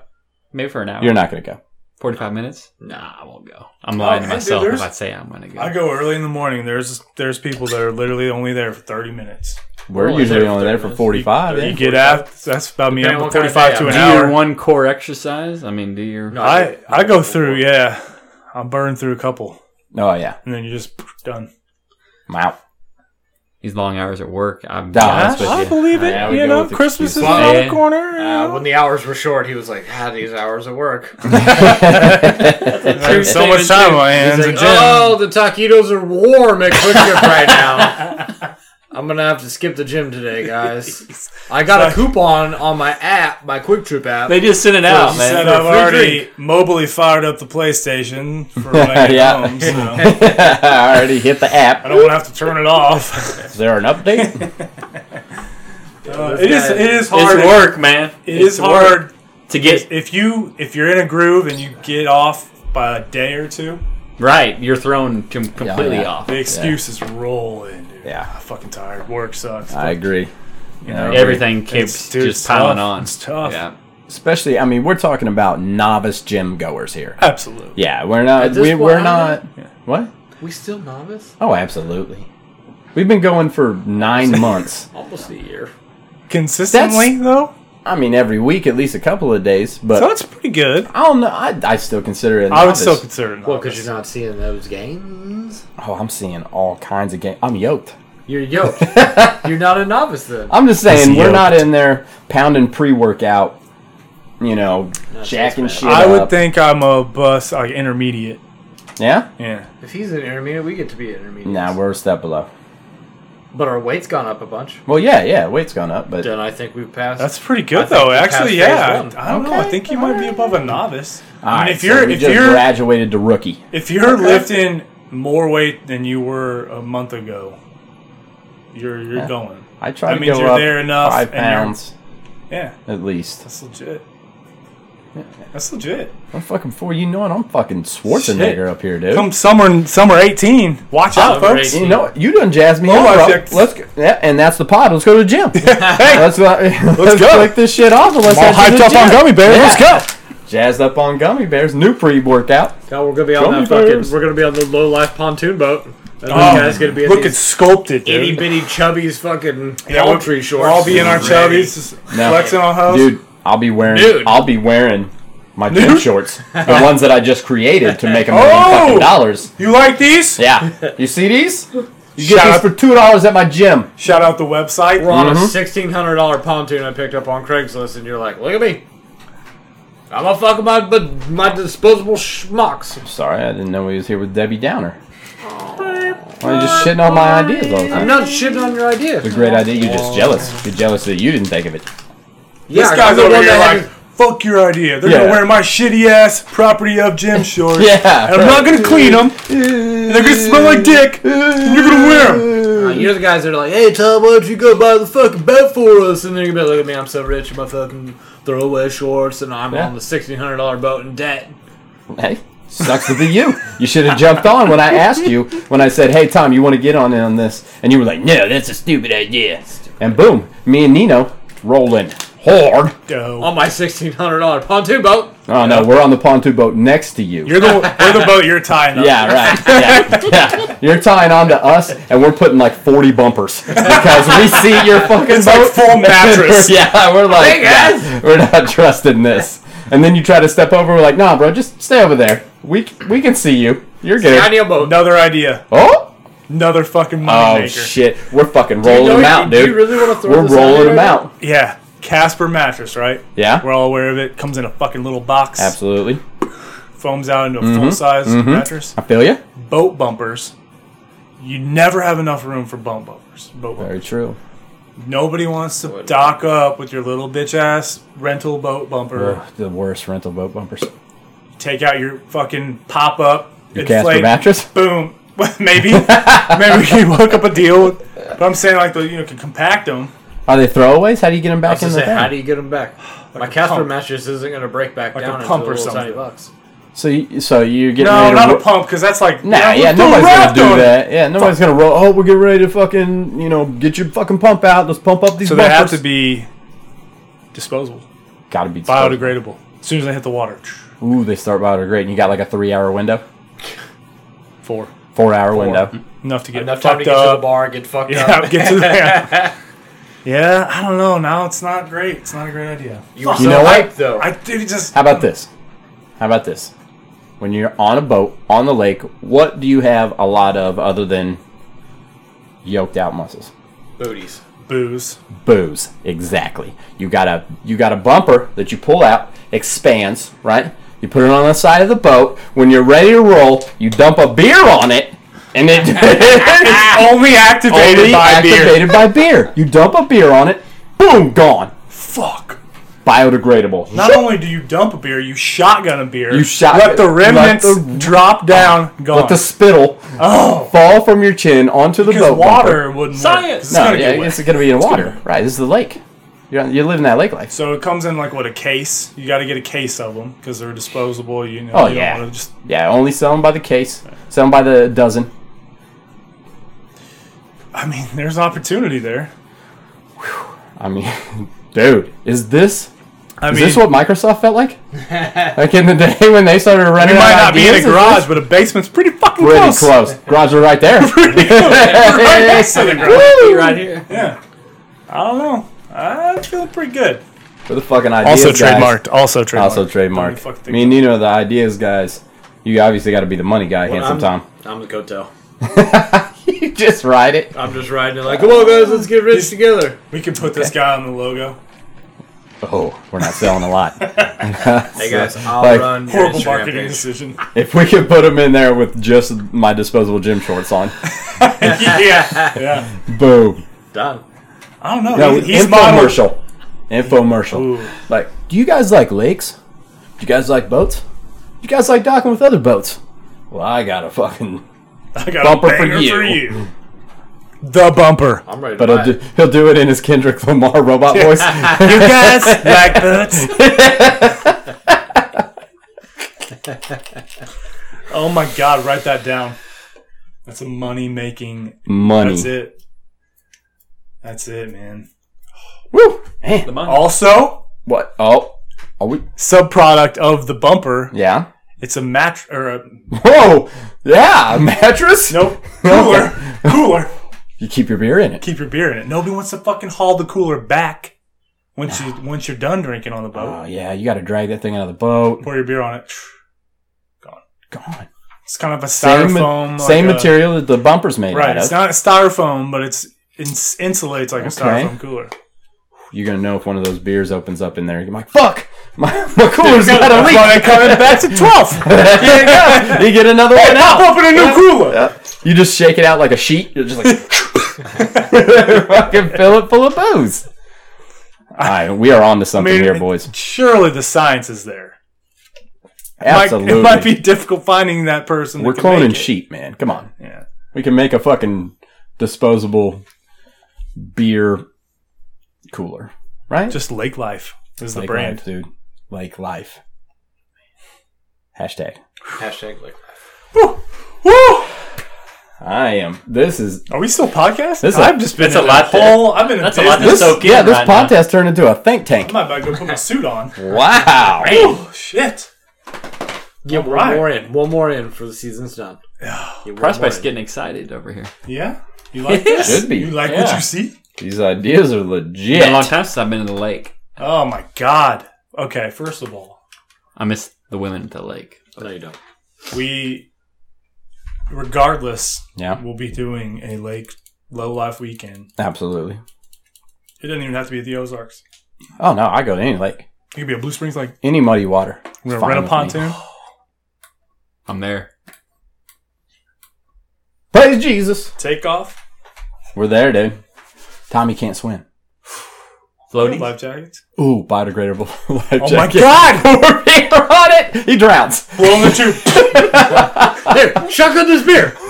Speaker 4: maybe for an hour.
Speaker 3: You're not gonna go.
Speaker 4: Forty-five minutes? Nah, I won't go. I'm lying
Speaker 1: Oh,
Speaker 4: to
Speaker 1: hey,
Speaker 4: myself
Speaker 1: dude,
Speaker 4: if
Speaker 1: there's-
Speaker 4: I say I'm gonna go.
Speaker 1: I go early in the morning. There's there's people that are literally only there for 30 minutes.
Speaker 3: We're,
Speaker 5: only
Speaker 3: usually
Speaker 5: there for
Speaker 3: only there for
Speaker 5: 30
Speaker 3: 45.
Speaker 1: You
Speaker 3: Yeah.
Speaker 1: get after that's about me.
Speaker 5: Depending
Speaker 1: I'm
Speaker 5: on what kind of
Speaker 1: 45 to
Speaker 5: day
Speaker 1: an
Speaker 4: do your
Speaker 1: hour.
Speaker 4: one core exercise. I mean, do your
Speaker 5: No,
Speaker 1: I
Speaker 5: do-
Speaker 1: I go through. Yeah, I burn through a couple,
Speaker 3: Oh yeah,
Speaker 1: and then you're just done.
Speaker 3: I'm out.
Speaker 4: these long hours at work. I'm
Speaker 3: Nah,
Speaker 4: honest with you.
Speaker 1: believe
Speaker 3: Yeah, we go with excuses.
Speaker 4: Yeah.
Speaker 1: corner. you
Speaker 5: Uh,
Speaker 1: know?
Speaker 5: when the hours were short, he was like, "Ah, these hours
Speaker 1: (laughs)
Speaker 5: at work."
Speaker 1: I have so much time on my hands.
Speaker 5: He's
Speaker 1: at
Speaker 5: like,
Speaker 1: gym.
Speaker 5: oh, the taquitos are warm at
Speaker 1: (laughs)
Speaker 5: Quick Trip right now. I'm gonna have to skip the gym today, guys.
Speaker 1: (laughs)
Speaker 5: I got a coupon on my app, my Quick Trip app.
Speaker 4: They just sent it out,
Speaker 1: Said
Speaker 4: man.
Speaker 1: I've
Speaker 5: free
Speaker 1: already mobily fired up the PlayStation
Speaker 5: (laughs)
Speaker 1: for when I get
Speaker 3: Yeah.
Speaker 1: home. So I
Speaker 3: (laughs) I already hit the app.
Speaker 5: (laughs)
Speaker 1: don't want to have to turn it off.
Speaker 3: Is there an update?
Speaker 1: oh
Speaker 5: Uh,
Speaker 1: It is. It is hard.
Speaker 4: It's work, man.
Speaker 1: It is
Speaker 4: It's work
Speaker 1: hard
Speaker 4: to get
Speaker 1: if you if you're in a groove and you get off by a day or two.
Speaker 4: right. You're thrown com- completely
Speaker 3: yeah.
Speaker 4: off.
Speaker 1: The excuses roll in. Dude.
Speaker 3: Yeah.
Speaker 1: I'm fucking tired. Work sucks.
Speaker 3: I agree.
Speaker 1: You know?
Speaker 4: Everything keeps
Speaker 1: dude,
Speaker 4: just
Speaker 1: it's
Speaker 4: piling
Speaker 1: tough.
Speaker 4: on.
Speaker 1: It's tough.
Speaker 4: Yeah.
Speaker 3: Especially, I mean, we're talking about novice gym goers here.
Speaker 1: Absolutely.
Speaker 3: Yeah, we're not.
Speaker 5: At this
Speaker 3: We,
Speaker 5: point,
Speaker 3: we're
Speaker 5: I
Speaker 3: not.
Speaker 5: don't
Speaker 3: What?
Speaker 5: We still novice?
Speaker 3: Oh, absolutely. We've been going for
Speaker 1: (laughs)
Speaker 3: nine months.
Speaker 5: Almost a year.
Speaker 1: Consistently though,
Speaker 3: I mean, every week, at least a couple of days. But
Speaker 1: so that's pretty good.
Speaker 3: I don't know. I, I still consider it.
Speaker 1: I would
Speaker 3: novice.
Speaker 1: still consider it.
Speaker 5: Well, because you're not seeing those games.
Speaker 3: Oh, I'm seeing all kinds of games.
Speaker 1: (laughs)
Speaker 3: I'm yoked. (laughs)
Speaker 5: You're yoked. you're not a novice then.
Speaker 3: I'm just saying,
Speaker 1: He's
Speaker 3: we're not
Speaker 1: yoked.
Speaker 3: in there pounding pre-workout. You know, jacking
Speaker 5: that's
Speaker 3: shit.
Speaker 1: I would
Speaker 3: up.
Speaker 1: think I'm a bus like intermediate.
Speaker 3: Yeah.
Speaker 1: Yeah.
Speaker 5: If he's an intermediate, we get to be intermediate.
Speaker 3: Nah, we're a step below.
Speaker 5: but our weight's gone up a bunch.
Speaker 3: Well, yeah, yeah. Weight's gone up, but
Speaker 5: Then I think we've passed.
Speaker 1: That's pretty good
Speaker 5: I think
Speaker 1: though.
Speaker 5: we passed
Speaker 1: Actually,
Speaker 5: phase
Speaker 1: yeah.
Speaker 5: one.
Speaker 1: I, I don't know. I
Speaker 3: Okay,
Speaker 1: think you might be above a novice. I mean,
Speaker 3: Alright,
Speaker 1: if
Speaker 3: so
Speaker 1: you're
Speaker 3: we
Speaker 1: if
Speaker 3: just
Speaker 1: you're
Speaker 3: graduated to rookie.
Speaker 1: if you're lifting more weight than you were a month ago, you're you're going.
Speaker 3: I tried
Speaker 1: That
Speaker 3: to
Speaker 1: means
Speaker 3: go
Speaker 1: you're
Speaker 3: up
Speaker 1: there enough
Speaker 3: five
Speaker 1: and you're-
Speaker 3: pounds
Speaker 1: Yeah,
Speaker 3: at least.
Speaker 1: that's legit. That's legit.
Speaker 3: I'm fucking four. You know it. I'm fucking Schwarzenegger
Speaker 1: Shit.
Speaker 3: up here, dude.
Speaker 1: Come summer summer eighteen. Watch out,
Speaker 5: Summer
Speaker 1: folks.
Speaker 3: you know what? You done jazzed me
Speaker 1: Oh, I
Speaker 3: up, bro.
Speaker 1: checked.
Speaker 3: Let's go. Yeah, and that's the pod. Let's go to the
Speaker 1: (laughs)
Speaker 3: gym. hey, let's, (laughs) let's,
Speaker 1: go.
Speaker 3: click this shit off and let's
Speaker 1: I'm all
Speaker 3: head to
Speaker 1: hyped
Speaker 3: the
Speaker 1: up on
Speaker 3: gym.
Speaker 1: gummy bears. Let's go.
Speaker 3: Jazzed up on gummy bears. New pre-workout.
Speaker 5: God, we're gonna be on
Speaker 3: Gummy
Speaker 5: that fucking.
Speaker 3: bears.
Speaker 5: We're gonna be on the low life pontoon boat. And this
Speaker 1: Oh,
Speaker 5: guy's gonna be in
Speaker 1: Look at
Speaker 5: these
Speaker 1: sculpted,
Speaker 5: itty
Speaker 1: dude.
Speaker 5: bitty chubbies, fucking
Speaker 1: Yeah, we'll,
Speaker 5: tree shorts.
Speaker 1: we'll all be in our
Speaker 5: Ready.
Speaker 1: chubbies, just
Speaker 3: No.
Speaker 1: flexing on hoes.
Speaker 3: Dude, I'll be wearing.
Speaker 5: Dude.
Speaker 3: I'll be wearing my gym
Speaker 1: Dude.
Speaker 3: shorts,
Speaker 1: (laughs)
Speaker 3: the ones that I just created to make a million
Speaker 1: Oh.
Speaker 3: fucking dollars.
Speaker 1: You like these?
Speaker 3: Yeah, you see these? You get
Speaker 1: Shout
Speaker 3: these
Speaker 1: out-
Speaker 3: for two dollars at my gym.
Speaker 1: Shout out the website.
Speaker 5: We're on
Speaker 3: Mm-hmm.
Speaker 5: a sixteen hundred dollar pontoon I picked up on Craigslist, and you're like, look at me. I'm a fucking my but my disposable schmucks.
Speaker 3: Sorry, I didn't know he was here with Debbie Downer. Why are you just shitting on my ideas all the
Speaker 5: I'm
Speaker 3: time?
Speaker 5: not shitting on your idea.
Speaker 3: It's a great idea. You're just jealous. You're jealous that you didn't think of it.
Speaker 5: Yeah,
Speaker 1: this guy's
Speaker 5: I'm the
Speaker 1: over
Speaker 5: one
Speaker 1: here
Speaker 5: that
Speaker 1: like, fuck your idea. They're
Speaker 3: Yeah.
Speaker 1: gonna wear my shitty ass property of
Speaker 3: (laughs)
Speaker 1: gym shorts.
Speaker 3: Yeah.
Speaker 1: and I'm not gonna clean them. And they're gonna smell like
Speaker 3: (laughs)
Speaker 1: dick. And you're gonna wear them.
Speaker 5: had- you're Uh, the guys that are like, hey Tom, why don't you go buy the fucking bed for us? And they're gonna be like, look at me, I'm so rich in my fucking throwaway shorts, and I'm
Speaker 3: Yeah.
Speaker 5: on the sixteen hundred dollar boat in debt.
Speaker 3: Hey, sucks to be you. You should have jumped on when I asked you when I said, "Hey Tom, you want to get on in on this?" And you were like, "No, that's a stupid idea." And boom, me and Nino rolling hard.
Speaker 5: on my sixteen hundred dollar pontoon boat.
Speaker 3: Oh no, we're on the pontoon boat next to you.
Speaker 1: You're the we're the boat you're tying up.
Speaker 3: yeah, right. Yeah, yeah. (laughs) You're tying on to us, and we're putting like 40 bumpers because we see your fucking
Speaker 1: It's like
Speaker 3: boat.
Speaker 1: full mattress.
Speaker 3: (laughs) yeah, we're like,
Speaker 5: Hey, guys.
Speaker 3: "Nah, (laughs) we're not trusting this. And then you try to step over. We're like, nah, bro, just stay over there. We we can see you. You're
Speaker 5: I
Speaker 3: good.
Speaker 5: need a boat.
Speaker 1: Another idea.
Speaker 3: Oh,
Speaker 1: Another fucking money
Speaker 3: oh
Speaker 1: maker.
Speaker 3: shit, we're fucking rolling
Speaker 5: No,
Speaker 3: them
Speaker 5: you-
Speaker 3: out,
Speaker 5: do
Speaker 3: dude.
Speaker 5: You really want to throw
Speaker 3: we're
Speaker 5: this out
Speaker 3: rolling
Speaker 5: here
Speaker 3: them
Speaker 5: right
Speaker 3: out.
Speaker 1: Yeah. Casper mattress, right?
Speaker 3: Yeah,
Speaker 1: We're all aware of it. Comes in a fucking little box.
Speaker 3: absolutely.
Speaker 1: Foams out into a
Speaker 3: Mm-hmm.
Speaker 1: full size mattress.
Speaker 3: I feel you.
Speaker 1: Boat bumpers. You never have enough room for bump bumpers. Boat bumpers.
Speaker 3: Very true.
Speaker 1: Nobody wants to dock up with your little bitch ass rental boat bumper.
Speaker 3: Ugh, the worst rental boat bumpers.
Speaker 1: Take out your fucking pop up,
Speaker 3: Casper mattress.
Speaker 1: boom. (laughs)
Speaker 3: (laughs)
Speaker 1: maybe, maybe you hook up a deal. But I'm saying like the you know can compact them.
Speaker 3: Are they throwaways? How do you get them
Speaker 5: now? I
Speaker 3: back
Speaker 5: was
Speaker 3: in the
Speaker 5: gonna say,
Speaker 3: thing?
Speaker 5: how do you get them back? My Casper
Speaker 1: pump.
Speaker 5: mattress isn't gonna break back
Speaker 1: Like a
Speaker 5: down
Speaker 1: pump
Speaker 5: into
Speaker 1: or
Speaker 5: little tiny
Speaker 1: something.
Speaker 5: bucks.
Speaker 3: So, you, so you're getting
Speaker 1: No,
Speaker 3: ready to
Speaker 1: not
Speaker 3: ro-
Speaker 1: a pump because that's like
Speaker 3: Nah, yeah,
Speaker 1: we threw a
Speaker 3: nobody's gonna
Speaker 1: raft
Speaker 3: do
Speaker 1: on it.
Speaker 3: that. Yeah, nobody's gonna roll. Oh, we're getting ready to fucking, you know, get your fucking pump out. Let's pump up these.
Speaker 1: So they
Speaker 3: bumpers.
Speaker 1: have to be disposable,
Speaker 3: gotta be disposable.
Speaker 1: biodegradable. As soon as they hit the water,
Speaker 3: Ooh, they start biodegrading. You got like a three-hour window,
Speaker 1: four
Speaker 3: four-hour window.
Speaker 1: enough to get
Speaker 5: Enough time
Speaker 1: fucked
Speaker 5: to get to the
Speaker 1: up.
Speaker 5: bar, get
Speaker 1: (laughs)
Speaker 5: fucked
Speaker 1: yeah,
Speaker 5: up.
Speaker 1: get to the yeah.
Speaker 3: (laughs)
Speaker 1: (laughs) yeah, I don't know. Now it's not great. It's not a great idea.
Speaker 5: You were
Speaker 1: Fuck.
Speaker 5: so
Speaker 3: know what?
Speaker 5: hyped though.
Speaker 1: I did just
Speaker 3: How about this? How about this? When you're on a boat on the lake, what do you have a lot of other than yoked out muscles?
Speaker 5: Booties.
Speaker 1: booze.
Speaker 3: booze exactly you got a you got a bumper that you pull out expands right you put it on the side of the boat when you're ready to roll you dump a beer on it and
Speaker 1: (laughs)
Speaker 3: it (laughs)
Speaker 1: It's only activated
Speaker 3: only
Speaker 1: by beer.
Speaker 3: activated by beer you dump a beer on it boom gone
Speaker 1: Fuck.
Speaker 3: biodegradable
Speaker 1: Not only do you dump a beer, you shotgun a beer.
Speaker 3: You shot-
Speaker 1: Let the remnants
Speaker 3: let the-
Speaker 1: drop down. Gone.
Speaker 3: let the spittle
Speaker 1: oh,
Speaker 3: fall from your chin onto the
Speaker 1: because
Speaker 3: boat bumper.
Speaker 1: water wouldn't. Work. 'Cause It's
Speaker 3: no,
Speaker 1: gonna
Speaker 3: yeah,
Speaker 1: get wet.
Speaker 3: it's gonna be in water right this is the lake You're, you're living that lake life.
Speaker 1: So it comes in like what a case. You got to get a case of them because they're disposable. You know,
Speaker 3: Oh,
Speaker 1: you
Speaker 3: yeah.
Speaker 1: don't want to just
Speaker 3: Yeah, only sell them by the case. Sell them by the dozen.
Speaker 1: I mean, there's opportunity there.
Speaker 3: I mean, (laughs) dude, is this
Speaker 1: I
Speaker 3: is
Speaker 1: mean,
Speaker 3: this what Microsoft
Speaker 1: (laughs)
Speaker 3: felt like? like in the day when they started running
Speaker 1: it
Speaker 3: out
Speaker 1: might
Speaker 3: of
Speaker 1: not be in a
Speaker 3: ideas?
Speaker 1: garage, but a basement's pretty fucking
Speaker 3: Pretty
Speaker 1: close.
Speaker 3: close. Garage was
Speaker 1: (laughs)
Speaker 3: right there. (laughs)
Speaker 1: Right next to the garage.
Speaker 3: Woo!
Speaker 4: Right here.
Speaker 1: Yeah. I don't know. I feel pretty good.
Speaker 3: For the fucking ideas.
Speaker 1: Also
Speaker 3: guys.
Speaker 1: trademarked. Also trademarked.
Speaker 3: Also
Speaker 1: Don't you fuck
Speaker 3: trademark.
Speaker 1: think-
Speaker 3: Me and Nino, are the ideas guys. You obviously got to be the money guy, handsome Tom.
Speaker 5: I'm the coattail.
Speaker 3: (laughs) You just ride it.
Speaker 5: I'm just riding it like, come on, guys, let's get rich together.
Speaker 1: we can put this guy on the logo.
Speaker 3: Oh, we're not selling a
Speaker 1: (laughs)
Speaker 3: lot. (laughs)
Speaker 5: Hey guys, I'll
Speaker 3: Like,
Speaker 5: run your
Speaker 1: Horrible
Speaker 5: Instagram
Speaker 1: marketing (laughs)
Speaker 5: page.
Speaker 1: decision.
Speaker 3: if we could put them in there with just my disposable gym shorts on,
Speaker 1: yeah. Yeah.
Speaker 3: boom.
Speaker 5: Done.
Speaker 1: I don't know.
Speaker 3: No,
Speaker 1: He- he's modeled.
Speaker 3: infomercial. Infomercial.
Speaker 1: Ooh.
Speaker 3: Like, do you guys like lakes? Do you guys like boats? Do you guys like docking with other boats? Well, I got a fucking.
Speaker 1: I got
Speaker 3: Bumper
Speaker 1: a
Speaker 3: for
Speaker 1: banger for you.
Speaker 3: you.
Speaker 1: The
Speaker 3: (laughs)
Speaker 1: bumper.
Speaker 5: I'm ready to
Speaker 3: But
Speaker 5: buy
Speaker 3: he'll
Speaker 5: it.
Speaker 3: do, he'll do it in his Kendrick Lamar
Speaker 1: (laughs)
Speaker 3: robot voice.
Speaker 1: You guys like boots? (laughs) oh my god! Write that down. That's a money making.
Speaker 3: Money.
Speaker 1: That's it. That's it, man.
Speaker 3: Woo! Man.
Speaker 4: The money.
Speaker 1: Also,
Speaker 3: What? Oh, are we?
Speaker 1: subproduct of the bumper.
Speaker 3: Yeah.
Speaker 1: It's a mat or a,
Speaker 3: Whoa! Yeah, a mattress. (laughs)
Speaker 1: nope cooler. cooler.
Speaker 3: You keep your beer in it.
Speaker 1: Keep your beer in it. Nobody wants to fucking haul the cooler back once you once you're done drinking on the
Speaker 3: Oh
Speaker 1: boat.
Speaker 3: yeah, you got to drag that thing out of the boat.
Speaker 1: Pour your beer on it.
Speaker 3: Gone.
Speaker 1: It's kind of a
Speaker 3: Same, ma-
Speaker 1: styrofoam, like
Speaker 3: same
Speaker 1: a-
Speaker 3: material that the bumpers made
Speaker 1: Right,
Speaker 3: out
Speaker 1: it's
Speaker 3: of.
Speaker 1: not styrofoam, but it's ins- insulates like a
Speaker 3: Okay.
Speaker 1: styrofoam cooler.
Speaker 3: (laughs) You're gonna know if one of those beers opens up in there. You're like, fuck, my,
Speaker 1: (laughs)
Speaker 3: my cooler's
Speaker 1: That's
Speaker 3: got a leak.
Speaker 1: why they're
Speaker 3: (laughs)
Speaker 1: coming back to twelve.
Speaker 3: Here you go. You get another one out.
Speaker 1: Pop open a new cooler.
Speaker 3: You just shake it out like a sheet. You're just like (laughs)
Speaker 1: (laughs)
Speaker 3: fucking fill it full of booze. All right, we are on to
Speaker 1: I
Speaker 3: something
Speaker 1: mean,
Speaker 3: here, boys.
Speaker 1: surely the science is there. Might-
Speaker 3: Absolutely,
Speaker 1: it might be difficult finding that person. that
Speaker 3: we're
Speaker 1: can make
Speaker 3: cloning
Speaker 1: it.
Speaker 3: sheep, man. Come on,
Speaker 1: Yeah.
Speaker 3: we can make a fucking disposable beer cooler, right?
Speaker 1: Just Lake Life is the
Speaker 3: Lake
Speaker 1: brand.
Speaker 3: life, dude. Like life. Hashtag.
Speaker 2: Hashtag like
Speaker 1: Woo!
Speaker 3: I am. This is
Speaker 1: Are we still podcasting?
Speaker 3: This is a-
Speaker 1: I've just been
Speaker 4: that's a
Speaker 1: in
Speaker 4: lot to-
Speaker 1: whole. I've been in
Speaker 4: that's
Speaker 1: a
Speaker 4: a lot to
Speaker 1: business.
Speaker 3: this.
Speaker 4: It's soak in
Speaker 3: yeah, this
Speaker 4: right now.
Speaker 3: podcast turned into a think tank.
Speaker 1: I'm about to go put my suit
Speaker 4: (laughs)
Speaker 1: on.
Speaker 3: Wow.
Speaker 1: Oh shit!
Speaker 5: Yeah, one
Speaker 1: Alright.
Speaker 5: more in. One more in for the season's done. Yeah, one
Speaker 4: Prospect's
Speaker 5: more in.
Speaker 4: getting excited over here.
Speaker 1: Yeah, you
Speaker 4: (laughs)
Speaker 1: like this?
Speaker 3: Should be.
Speaker 1: You like what
Speaker 4: Yeah.
Speaker 1: you see?
Speaker 3: These ideas are
Speaker 4: It's been a long
Speaker 3: legit.
Speaker 4: time since I've been to the lake.
Speaker 1: Oh my god. Okay, first of all,
Speaker 4: I miss the women at the lake.
Speaker 5: Oh, No, you don't.
Speaker 1: we, regardless,
Speaker 3: Yeah,
Speaker 1: we'll be doing a lake low life weekend.
Speaker 3: absolutely.
Speaker 1: It doesn't even have to be at the Ozarks.
Speaker 3: Oh no, I go to any lake,
Speaker 1: It could be at Blue Springs. Like
Speaker 3: any muddy water. It's
Speaker 1: we're
Speaker 3: fine
Speaker 1: gonna rent a
Speaker 3: with me.
Speaker 1: pontoon.
Speaker 4: I'm there.
Speaker 3: Praise Jesus.
Speaker 1: Take off.
Speaker 3: We're there, dude. Tommy can't swim.
Speaker 4: Floating.
Speaker 1: Life jackets.
Speaker 3: Ooh, biodegradable (laughs) life
Speaker 1: Oh my
Speaker 3: jacket. (laughs) We're being on it. He drowns.
Speaker 1: Blow in the tube.
Speaker 5: Here, (laughs) shotgun this beer.
Speaker 1: (laughs)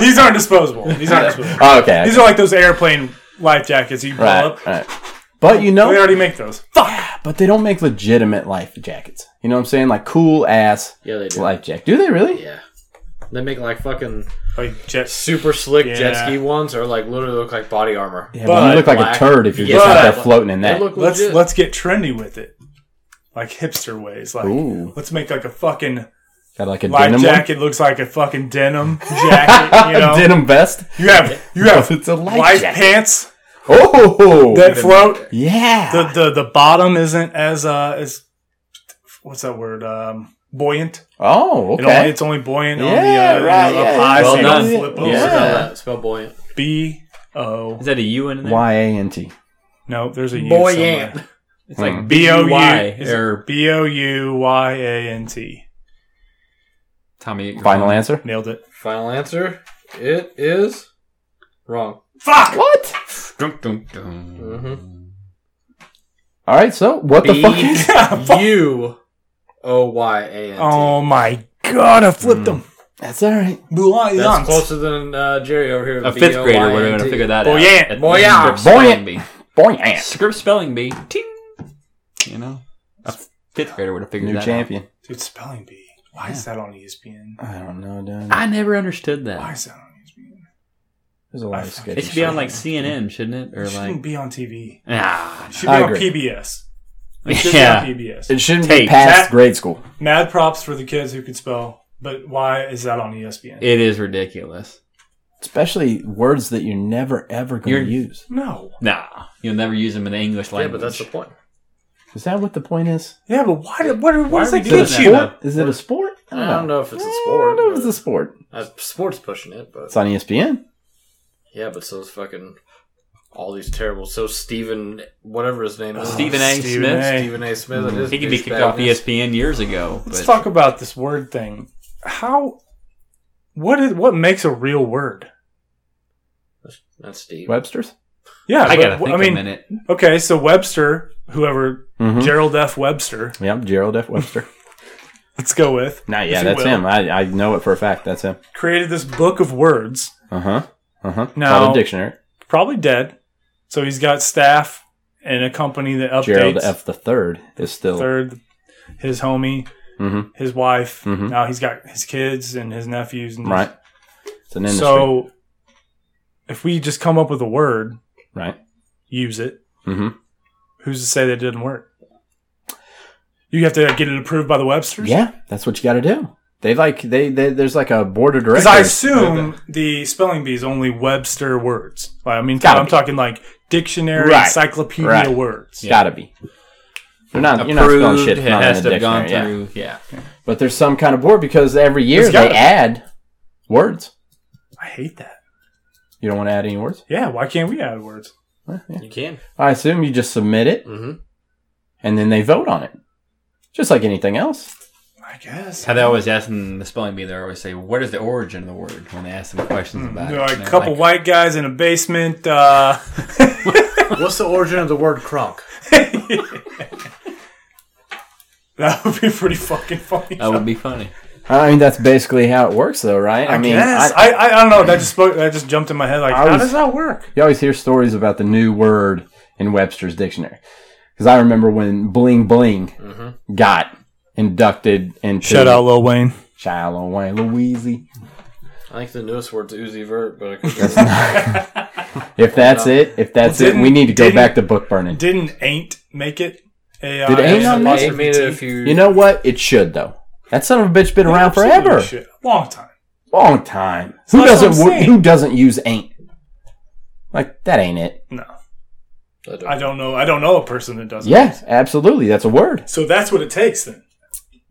Speaker 1: These aren't disposable. These aren't disposable.
Speaker 3: Oh, okay.
Speaker 1: These are like those airplane life jackets you blow up.
Speaker 3: right, right. But you know,
Speaker 1: They already make those.
Speaker 3: But they don't make legitimate life jackets. You know what I'm saying? Like cool ass
Speaker 5: Yeah, they do.
Speaker 3: life jacket. Do they really?
Speaker 5: Yeah. They make like fucking
Speaker 1: Like jet.
Speaker 5: super slick jet
Speaker 1: Yeah.
Speaker 5: ski ones, or like literally look like body armor.
Speaker 3: Yeah, but you
Speaker 1: But-
Speaker 3: look like
Speaker 5: Black.
Speaker 3: a turd if you're
Speaker 5: Yeah.
Speaker 3: just out there
Speaker 5: But-
Speaker 3: floating in
Speaker 5: They
Speaker 3: that.
Speaker 5: look
Speaker 1: Let's
Speaker 5: legit.
Speaker 1: let's get trendy with it, like hipster ways. Like
Speaker 3: Ooh.
Speaker 1: let's make like a fucking
Speaker 3: Got like a
Speaker 1: life
Speaker 3: denim
Speaker 1: jacket looks like a fucking denim
Speaker 3: (laughs)
Speaker 1: jacket.
Speaker 3: one.
Speaker 1: You know,
Speaker 3: denim vest.
Speaker 1: you have you have
Speaker 3: (laughs) it's a life,
Speaker 1: life
Speaker 3: jacket.
Speaker 1: pants
Speaker 3: Oh,
Speaker 1: that float.
Speaker 3: yeah.
Speaker 1: The, the the bottom isn't as uh as what's that word um buoyant.
Speaker 3: oh,
Speaker 1: It only,
Speaker 3: okay.
Speaker 1: it's only buoyant on
Speaker 3: Yeah,
Speaker 1: the uh,
Speaker 3: right,
Speaker 1: you know,
Speaker 3: yeah,
Speaker 1: up high,
Speaker 4: yeah,
Speaker 1: so you
Speaker 4: yeah.
Speaker 1: don't
Speaker 4: Well
Speaker 1: flip
Speaker 3: done.
Speaker 1: over.
Speaker 3: Oh,
Speaker 5: Spell
Speaker 3: Yeah.
Speaker 5: that. Spell buoyant.
Speaker 1: B O
Speaker 4: Is that a U in there?
Speaker 3: Y A N T.
Speaker 1: no, there's a U
Speaker 5: Buoyant.
Speaker 1: somewhere.
Speaker 4: It's like
Speaker 3: Hmm.
Speaker 4: B O Y.
Speaker 1: Is it
Speaker 4: Or
Speaker 1: B O U Y A N T.
Speaker 4: Tommy. you're
Speaker 3: Final
Speaker 4: wrong.
Speaker 3: answer.
Speaker 1: Nailed it.
Speaker 5: Final answer. It is wrong.
Speaker 1: Fuck.
Speaker 3: What?
Speaker 4: Dun, dun, dun.
Speaker 3: All right. So what the
Speaker 5: B-
Speaker 3: fuck? Is- (laughs)
Speaker 5: U O Y A N T.
Speaker 1: Oh my god! I flipped them.
Speaker 3: That's all right.
Speaker 5: That's
Speaker 1: Buoyant.
Speaker 5: closer than uh, Jerry over here.
Speaker 3: Oh,
Speaker 4: A fifth grader would have been able to figure that out.
Speaker 1: Boyant.
Speaker 4: At the
Speaker 5: Boyant.
Speaker 3: Boyant.
Speaker 4: strip Spelling bee.
Speaker 3: California.
Speaker 4: Script spelling bee. Ting. You know, a fifth grader would have figured
Speaker 3: New
Speaker 4: that
Speaker 3: champion.
Speaker 1: Dude, spelling bee. Why is that on E ESPN?
Speaker 3: I don't know, dude.
Speaker 4: out. I never understood that.
Speaker 1: Why is that on E ESPN?
Speaker 3: There's a lot of
Speaker 1: fucking-
Speaker 3: sketchy
Speaker 4: It should be on
Speaker 3: shit.
Speaker 4: like CNN, shouldn't it? Or
Speaker 1: It shouldn't
Speaker 4: like
Speaker 1: be on TV.
Speaker 4: ah,
Speaker 1: It should be
Speaker 3: I
Speaker 1: on
Speaker 3: agree.
Speaker 1: PBS. (laughs) It should
Speaker 4: Yeah.
Speaker 1: be on PBS.
Speaker 3: It shouldn't be
Speaker 4: Tape.
Speaker 3: past
Speaker 1: That-
Speaker 3: grade school.
Speaker 1: Mad props for the kids who could spell, but why is that on E ESPN?
Speaker 4: it is ridiculous.
Speaker 3: Especially words that you're never ever going
Speaker 4: You're-
Speaker 3: to use.
Speaker 1: no.
Speaker 4: Nah, you'll never use them in the English
Speaker 5: Yeah,
Speaker 4: language.
Speaker 5: but that's the point.
Speaker 3: Is that what the point is?
Speaker 1: Yeah, but why? Did, what? What
Speaker 5: Why
Speaker 1: does
Speaker 5: are
Speaker 1: that
Speaker 5: we
Speaker 1: teach
Speaker 5: doing
Speaker 1: you?
Speaker 5: that?
Speaker 3: Sport? Is it a sport?
Speaker 5: I don't know if it's a
Speaker 3: I don't
Speaker 5: sport.
Speaker 3: know if it's
Speaker 5: but-
Speaker 3: a sport.
Speaker 5: uh, sport's pushing it, but
Speaker 3: It's on E ESPN.
Speaker 5: yeah, but so is fucking all these terrible. So Stephen, whatever his name is,
Speaker 4: Uh, Stephen A.
Speaker 1: Stephen
Speaker 4: Smith.
Speaker 1: A.
Speaker 5: Stephen A. Smith. it is
Speaker 4: He could be
Speaker 5: based
Speaker 4: kicked off E
Speaker 5: back in his-
Speaker 4: ESPN years ago.
Speaker 1: Let's
Speaker 4: but-
Speaker 1: talk about this word thing. How? What is? What makes a real word?
Speaker 5: That's Steve.
Speaker 3: Webster's.
Speaker 1: Yeah,
Speaker 4: I
Speaker 1: but
Speaker 4: gotta
Speaker 1: wh-
Speaker 4: think
Speaker 1: I mean,
Speaker 4: a minute. Mm-hmm.
Speaker 1: okay, so Webster, whoever
Speaker 3: Mhm.
Speaker 1: Gerald F. Webster,
Speaker 3: Yep, Gerald F. Webster.
Speaker 1: let's go with.
Speaker 3: (laughs) Nah,
Speaker 1: if
Speaker 3: yeah,
Speaker 1: you
Speaker 3: that's
Speaker 1: will,
Speaker 3: him. I, I know it for a fact. That's him.
Speaker 1: Created this book of words,
Speaker 3: Uh huh. Uh huh.
Speaker 1: Now-
Speaker 3: a dictionary.
Speaker 1: probably dead. So he's got staff and a company that updates.
Speaker 3: Gerald F. The third is still.
Speaker 1: Third, Mm-hmm. his homie,
Speaker 3: Mhm.
Speaker 1: his wife.
Speaker 4: Mm-hmm.
Speaker 3: Mhm.
Speaker 1: Now he's got his kids and his nephews. And
Speaker 3: Right. It's an industry.
Speaker 1: So if we just come up with a word,
Speaker 3: right.
Speaker 1: use it.
Speaker 3: hmm
Speaker 1: Who's to say that it didn't work? You have to get it approved by the Webster's.
Speaker 3: Yeah, that's what you got to do. They like they, they there's like a board of
Speaker 1: Because
Speaker 3: directors.
Speaker 1: I assume the spelling bee is only Webster words. Like, I mean,
Speaker 3: Gotta
Speaker 1: I'm
Speaker 3: be.
Speaker 1: talking like dictionary,
Speaker 3: Right.
Speaker 1: encyclopedia
Speaker 3: Right.
Speaker 1: words.
Speaker 3: It's Got to be. They're not. you're not spelling shit.
Speaker 4: It
Speaker 3: It's not
Speaker 4: has
Speaker 3: in
Speaker 4: to
Speaker 3: a
Speaker 4: have gone
Speaker 3: dictionary. Yeah.
Speaker 4: through. Yeah.
Speaker 3: But there's some kind of board because every year
Speaker 1: It's
Speaker 3: they
Speaker 1: gotta be.
Speaker 3: add words.
Speaker 1: I hate that.
Speaker 3: You don't want to add any words.
Speaker 1: Yeah, why can't we add words?
Speaker 3: Well, yeah.
Speaker 5: You can.
Speaker 3: I assume you just submit it
Speaker 5: Mm-hmm.
Speaker 3: and then they vote on it, just like anything else.
Speaker 1: I guess.
Speaker 4: How they always ask them the spelling bee, they always say, "What is the origin of the word?" When they ask them questions about
Speaker 1: Hmm. They're
Speaker 4: it,
Speaker 1: like
Speaker 4: And
Speaker 1: a
Speaker 4: they're
Speaker 1: couple
Speaker 4: like,
Speaker 1: white guys in a basement. Uh, (laughs)
Speaker 5: What's the origin of the word crunk?
Speaker 1: that would be pretty fucking funny.
Speaker 3: Oh,
Speaker 4: That would
Speaker 1: (laughs)
Speaker 4: be funny.
Speaker 3: I mean, that's basically how it works, though, right?
Speaker 1: I, guess. I, I, I don't know. That just spoke, that just jumped in my head. Like,
Speaker 3: I
Speaker 1: how
Speaker 3: was-
Speaker 1: does
Speaker 3: (laughs)
Speaker 1: that work?
Speaker 3: You always hear stories about the new word in Webster's dictionary. Because I remember when bling bling got inducted into
Speaker 1: Lil Wayne.
Speaker 3: Shout out Wayne Louise.
Speaker 5: I think the newest word's Uzi Vert, but I
Speaker 3: (laughs)
Speaker 5: could
Speaker 3: If that's it, if that's
Speaker 1: Well,
Speaker 3: it, we
Speaker 1: didn't-
Speaker 3: need to go
Speaker 1: didn't-
Speaker 3: back to book
Speaker 1: (laughs)
Speaker 3: burning.
Speaker 1: Didn't Ain't make it? A,
Speaker 3: Did Ain't on
Speaker 5: I
Speaker 3: Mustard
Speaker 5: made it if you.
Speaker 3: You know what? It should though. That son of a bitch been around forever,
Speaker 1: Long time.
Speaker 3: long time.
Speaker 1: So
Speaker 3: who
Speaker 1: that's what
Speaker 3: doesn't
Speaker 1: I'm
Speaker 3: wo-
Speaker 1: saying.
Speaker 3: who doesn't use ain't? Like that ain't it?
Speaker 1: No.
Speaker 5: I don't-
Speaker 1: I don't know. I don't know a person that doesn't.
Speaker 3: Yes, absolutely. That's a word.
Speaker 1: So that's what it takes then.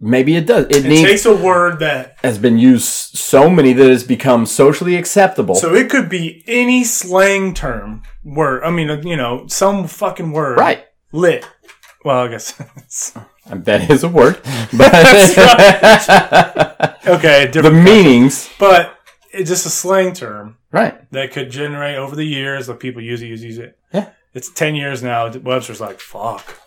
Speaker 3: Maybe it does. It,
Speaker 1: It
Speaker 3: needs
Speaker 1: takes a word that
Speaker 3: has been used so many that it's become socially acceptable.
Speaker 1: so it could be any slang term word. I mean, you know, some fucking word.
Speaker 3: right.
Speaker 1: Lit. Well, I guess. (laughs)
Speaker 3: I- That is a word, but
Speaker 1: okay, different.
Speaker 3: (laughs) the meanings,
Speaker 1: but it's just a slang term
Speaker 3: right?
Speaker 1: that could generate over the years that people use it, use it, use it.
Speaker 3: Yeah.
Speaker 1: It's 10 years now. Webster's like, fuck.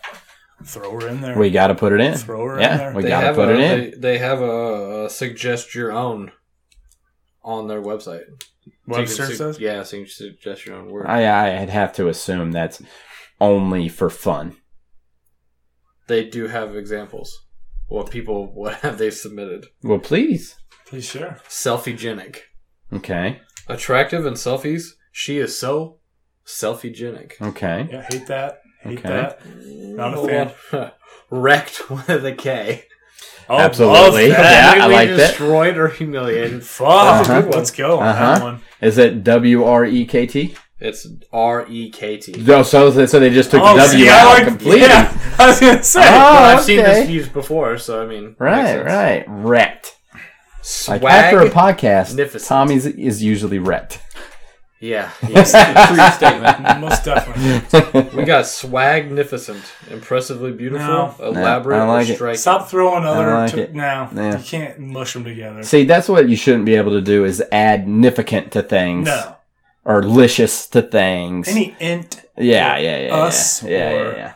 Speaker 1: Throw her in there.
Speaker 3: We got to put it in.
Speaker 1: Throw her in
Speaker 3: yeah,
Speaker 1: there.
Speaker 3: we
Speaker 5: They
Speaker 3: got to
Speaker 5: have
Speaker 3: put
Speaker 5: a,
Speaker 3: it in.
Speaker 5: They, they have a, a suggest your own on their website. So you can
Speaker 1: Webster
Speaker 5: su-
Speaker 1: says?
Speaker 5: Yeah, so you can suggest your own word.
Speaker 3: I, I'd have to assume that's only for fun.
Speaker 5: they do have examples. What people, (laughs) what have they submitted?
Speaker 3: Well, please.
Speaker 1: Please share.
Speaker 5: Selfiegenic.
Speaker 3: Okay.
Speaker 5: Attractive and selfies. She is so selfiegenic.
Speaker 3: Okay.
Speaker 1: Yeah, hate that. Hate
Speaker 3: Okay.
Speaker 1: that. Not a
Speaker 5: Hold
Speaker 1: fan.
Speaker 5: on. (laughs) Wrecked with a K.
Speaker 1: Oh,
Speaker 3: Absolutely.
Speaker 1: love that.
Speaker 3: (laughs) Yeah,
Speaker 5: Completely
Speaker 3: I like that.
Speaker 5: Destroyed or humiliated.
Speaker 1: Fuck.
Speaker 3: Uh-huh.
Speaker 1: Let's go on that
Speaker 3: Uh-huh.
Speaker 1: one.
Speaker 3: Is it W R E K T?
Speaker 5: It's R E K T.
Speaker 3: No, so so they just took the W
Speaker 1: Oh, see, I
Speaker 3: out
Speaker 1: like-
Speaker 3: completely.
Speaker 1: Yeah, (laughs) I was going to say.
Speaker 3: Oh,
Speaker 5: I've seen this
Speaker 3: okay.
Speaker 5: used before, so I mean, makes
Speaker 3: Right,
Speaker 5: sense.
Speaker 3: right. Wrecked. Like
Speaker 5: Swag.
Speaker 3: after a podcast,
Speaker 5: magnificent.
Speaker 3: Tommy's is usually wrecked. (laughs)
Speaker 5: yeah, yes.
Speaker 4: True statement.
Speaker 3: Uh-huh.
Speaker 1: Most definitely.
Speaker 5: we got swagnificent, impressively beautiful,
Speaker 1: No.
Speaker 5: elaborate,
Speaker 3: I
Speaker 5: or
Speaker 3: like it.
Speaker 5: striking.
Speaker 1: Stop throwing other.
Speaker 3: I like
Speaker 1: to-
Speaker 3: it.
Speaker 1: now
Speaker 3: Yeah.
Speaker 1: you can't mush them together.
Speaker 3: See, that's what you shouldn't be able to do is add nificant to things
Speaker 1: No,
Speaker 3: or licious to things.
Speaker 1: any int.
Speaker 3: yeah, yeah, yeah, yeah,
Speaker 1: us
Speaker 3: yeah, yeah,
Speaker 1: or-
Speaker 3: yeah, yeah.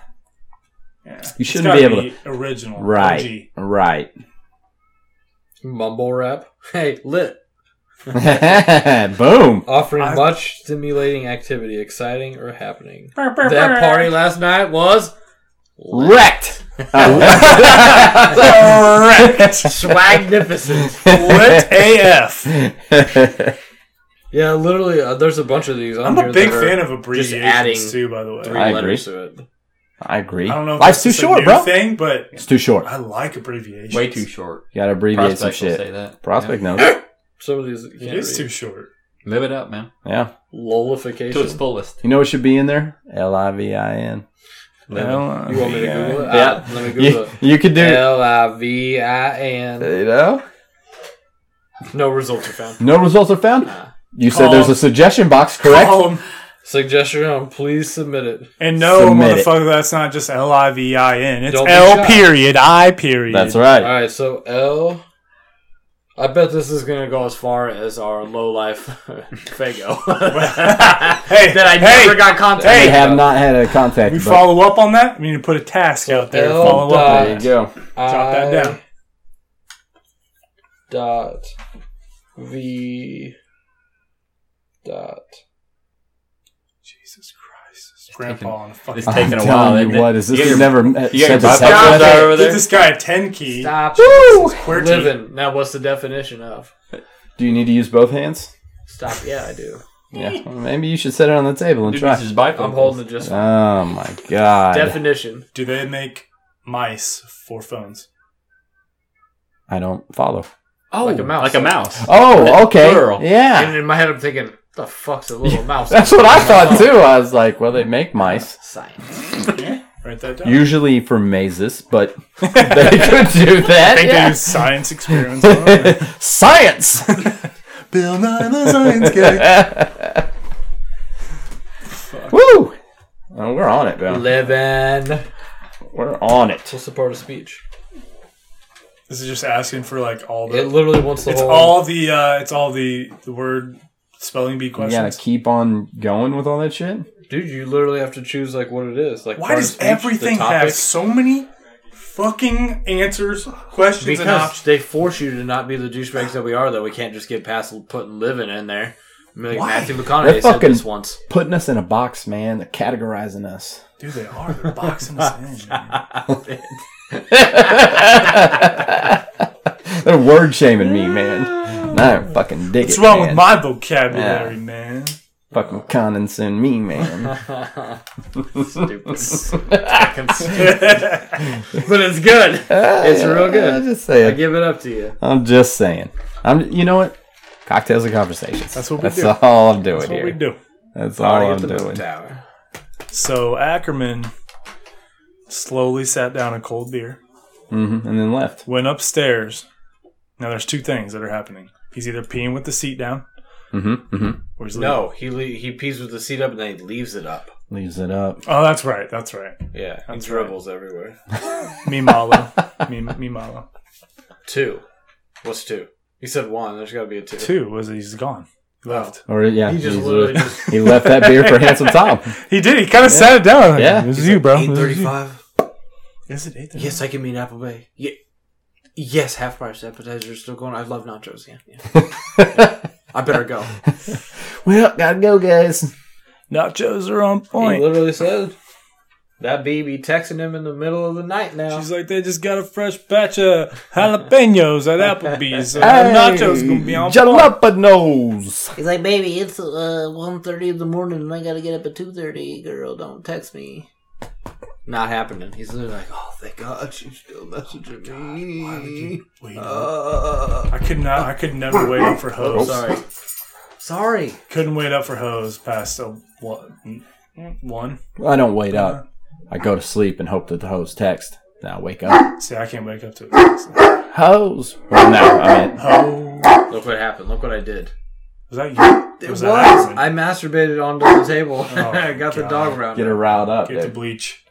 Speaker 1: Yeah.
Speaker 3: You
Speaker 1: It's
Speaker 3: shouldn't
Speaker 1: gotta
Speaker 3: be able
Speaker 1: original.
Speaker 3: Right,
Speaker 1: (laughs)
Speaker 3: (laughs)
Speaker 1: OG.
Speaker 3: right.
Speaker 6: (laughs)
Speaker 5: Mumble rap. Hey, lit.
Speaker 1: (laughs)
Speaker 3: Boom.
Speaker 6: Offering
Speaker 1: I-
Speaker 6: much stimulating activity, exciting
Speaker 1: (laughs)
Speaker 6: or happening.
Speaker 5: That party last night was
Speaker 6: (laughs)
Speaker 3: Wrecked.
Speaker 1: Correct.
Speaker 5: swagnificent.
Speaker 3: (laughs)
Speaker 1: Lit AF.
Speaker 6: Yeah, literally, uh, there's a bunch of these.
Speaker 1: I'm a big fan of
Speaker 5: just
Speaker 1: abbreviations
Speaker 5: adding
Speaker 1: too, by the way.
Speaker 6: three
Speaker 3: I
Speaker 6: letters to it.
Speaker 3: I agree.
Speaker 1: I don't know. If
Speaker 3: Life's
Speaker 1: it's
Speaker 3: too
Speaker 1: just a
Speaker 3: short,
Speaker 1: new
Speaker 3: bro.
Speaker 1: Thing, but
Speaker 3: It's too short.
Speaker 1: I like abbreviations.
Speaker 4: Way too short.
Speaker 3: You gotta abbreviate
Speaker 4: Prospect
Speaker 3: some
Speaker 4: will say
Speaker 3: shit.
Speaker 4: that.
Speaker 3: Prospect knows.
Speaker 6: Some of these you
Speaker 1: It
Speaker 6: can't
Speaker 1: is
Speaker 6: read.
Speaker 1: too short.
Speaker 4: Yeah. Live it up, man.
Speaker 3: Yeah.
Speaker 4: To its
Speaker 6: Lollification.
Speaker 4: fullest.
Speaker 3: You know what should be in there? L I V I N.
Speaker 6: You want me to Google it?
Speaker 3: Yeah.
Speaker 6: Uh, let me Google
Speaker 3: You,
Speaker 6: it.
Speaker 3: (laughs) you could do it.
Speaker 6: L I V I N.
Speaker 3: You know?
Speaker 6: No results are found.
Speaker 3: No results are found.
Speaker 6: Nah.
Speaker 3: You said
Speaker 4: Oh.
Speaker 3: there's a suggestion box, correct?
Speaker 1: Column.
Speaker 6: Suggestion on please submit it.
Speaker 1: Oh, And no,
Speaker 3: Submit it.
Speaker 1: motherfucker, that's not just L I V I N. It's
Speaker 6: Don't be
Speaker 1: L
Speaker 6: shy.
Speaker 1: period I period.
Speaker 3: That's right.
Speaker 6: All right, so L. I bet this is gonna go as far as our
Speaker 1: (laughs)
Speaker 6: low life
Speaker 4: (laughs)
Speaker 6: Fago.
Speaker 1: (laughs) Hey,
Speaker 5: that I
Speaker 1: hey,
Speaker 5: never got contacted.
Speaker 3: We
Speaker 1: hey.
Speaker 3: have not had a contact.
Speaker 1: We
Speaker 3: but-
Speaker 1: follow up on that. We need to put a task out there.
Speaker 6: L
Speaker 1: follow up. on
Speaker 6: dot-
Speaker 3: There you go.
Speaker 1: Jot that
Speaker 6: I
Speaker 1: down.
Speaker 6: Dot V. Dot.
Speaker 1: Jesus Christ, this grandpa on a fucking.
Speaker 4: It's
Speaker 1: (laughs)
Speaker 4: taking
Speaker 3: I'm
Speaker 4: a
Speaker 3: telling
Speaker 4: while.
Speaker 3: you
Speaker 4: isn't it?
Speaker 3: what is this?
Speaker 4: You
Speaker 3: has
Speaker 4: got
Speaker 3: never met-
Speaker 4: your, you
Speaker 3: said
Speaker 4: got your
Speaker 3: this
Speaker 4: bipolar
Speaker 3: happened.
Speaker 4: disorder over
Speaker 1: Get
Speaker 4: there.
Speaker 1: this guy a ten key.
Speaker 6: Stop
Speaker 1: Queer team.
Speaker 6: living. Now, what's the definition of
Speaker 3: Do you need to use both hands?
Speaker 6: stop? Yeah, I do.
Speaker 3: Yeah. Well, maybe you should set it on the table and
Speaker 4: Mm-hmm. Dude,
Speaker 3: try.
Speaker 4: this is bipolar.
Speaker 6: I'm holding it just
Speaker 3: Oh my god.
Speaker 6: definition.
Speaker 1: Do they make mice for phones?
Speaker 3: I don't follow.
Speaker 4: oh,
Speaker 6: like a mouse.
Speaker 4: Like a mouse.
Speaker 3: Oh, okay.
Speaker 4: Plural.
Speaker 3: Yeah.
Speaker 6: And in my head, I'm thinking, the fuck's a little
Speaker 3: (laughs)
Speaker 6: mouse? Oh,
Speaker 3: That's what I thought too. I was like, well, they make mice.
Speaker 6: Science.
Speaker 1: Okay, write that down.
Speaker 3: Usually for mazes, but (laughs) they could do that.
Speaker 1: think
Speaker 3: yeah.
Speaker 1: they do
Speaker 3: (laughs)
Speaker 1: science experiments. on it.
Speaker 3: Science!
Speaker 1: Bill Nye the Science Guy.
Speaker 3: Woo! Oh, we're on it, man.
Speaker 6: Living.
Speaker 3: We're on it.
Speaker 6: What's the part of speech?
Speaker 1: This is just asking for like all
Speaker 6: It
Speaker 1: the.
Speaker 6: literally wants the
Speaker 1: It's
Speaker 6: whole.
Speaker 1: all the. uh It's all the the word spelling bee
Speaker 3: You gotta
Speaker 1: questions.
Speaker 3: keep on going with all that shit?
Speaker 6: Dude, you literally have to choose like what it is. Like
Speaker 1: Why
Speaker 6: part of
Speaker 1: does
Speaker 6: speech, the
Speaker 1: everything
Speaker 6: topic.
Speaker 1: have so many fucking answers, questions, and
Speaker 5: Because
Speaker 1: options?
Speaker 5: they force you to not be the douchebags that we are, though. We can't just get past putting living in there. I mean, Like
Speaker 1: Why?
Speaker 5: Matthew
Speaker 3: They're
Speaker 5: McConaughey said
Speaker 3: fucking-
Speaker 5: this once.
Speaker 3: Putting us in a box, man. They're categorizing us.
Speaker 1: Dude, they are. They're boxing us in. man.
Speaker 3: They're word shaming me, man. And I fucking dig
Speaker 1: What's
Speaker 3: it.
Speaker 1: wrong
Speaker 3: man.
Speaker 1: with my vocabulary, man?
Speaker 3: fucking condensing me, man?
Speaker 1: (laughs)
Speaker 5: But it's (laughs) good.
Speaker 3: it's
Speaker 6: real good.
Speaker 3: I'm just
Speaker 6: I
Speaker 3: saying.
Speaker 6: give it up to you.
Speaker 3: I'm just saying. I'm. You know what? Cocktails and conversations.
Speaker 1: That's what we do.
Speaker 3: all I'm doing
Speaker 1: That's (laughs) what
Speaker 3: here.
Speaker 1: we do.
Speaker 3: That's all I'm
Speaker 6: Get the
Speaker 3: doing.
Speaker 6: tower.
Speaker 1: So Ackerman slowly sat down a cold beer,
Speaker 3: hmm And then left.
Speaker 1: went upstairs. Now there's two things that are happening. He's either peeing with the seat down,
Speaker 3: hmm
Speaker 1: Mm-hmm,
Speaker 3: hmm
Speaker 1: or he's leaving.
Speaker 5: No, he le- he pees with the seat up and then he leaves it up.
Speaker 3: Leaves it up.
Speaker 1: Oh, that's right. That's right.
Speaker 5: Yeah,
Speaker 1: That's
Speaker 5: he dribbles everywhere.
Speaker 1: Me malo. me, me malo.
Speaker 5: Two. What's two? He said one. There's got to be a two.
Speaker 1: Two was he's gone. He left.
Speaker 3: Or yeah,
Speaker 5: He just
Speaker 3: he's
Speaker 5: literally
Speaker 3: a-
Speaker 5: just
Speaker 3: (laughs) he left
Speaker 1: (laughs)
Speaker 3: that beer for handsome Tom.
Speaker 1: He did. He kind of sat it down.
Speaker 3: Yeah.
Speaker 1: This is you, bro.
Speaker 5: eight
Speaker 1: This is you.
Speaker 5: thirty-five.
Speaker 1: Is it eight thirty?
Speaker 5: Yes, I can mean apple bay. Yeah. Yes, half price appetizers are still going. I love nachos. Yeah, yeah. I better go.
Speaker 3: well, gotta go, guys.
Speaker 1: Nachos are on
Speaker 6: He
Speaker 1: point.
Speaker 6: literally said that baby texting him in the middle of the night now.
Speaker 1: She's like, they just got a fresh batch of jalapenos at Applebee's. So the
Speaker 3: Hey,
Speaker 1: nachos gonna be on point.
Speaker 3: Jalapenos.
Speaker 7: He's like, baby, it's uh 1.30 in the morning and I gotta get up at 2.30. Girl, don't text me.
Speaker 5: Not happening. He's literally like, oh, thank God she's still messaging me. Uh,
Speaker 1: Wait, Uh, I could not. I could never wait up for hose.
Speaker 5: Sorry. Sorry.
Speaker 1: Couldn't wait up for hose past a one. One.
Speaker 3: I don't wait up. I go to sleep and hope that the hoes text. Then I wake up. (laughs)
Speaker 1: See, I can't wake up to it.
Speaker 3: Hoes. Well, no, I mean,
Speaker 1: Oh,
Speaker 5: Look what happened. Look what I did.
Speaker 1: was that you?
Speaker 5: It was.
Speaker 1: that Ackerman?
Speaker 5: I masturbated onto the table. (laughs) I got the
Speaker 1: God.
Speaker 5: dog around.
Speaker 3: get her riled up.
Speaker 1: Get the
Speaker 3: Dude.
Speaker 1: bleach.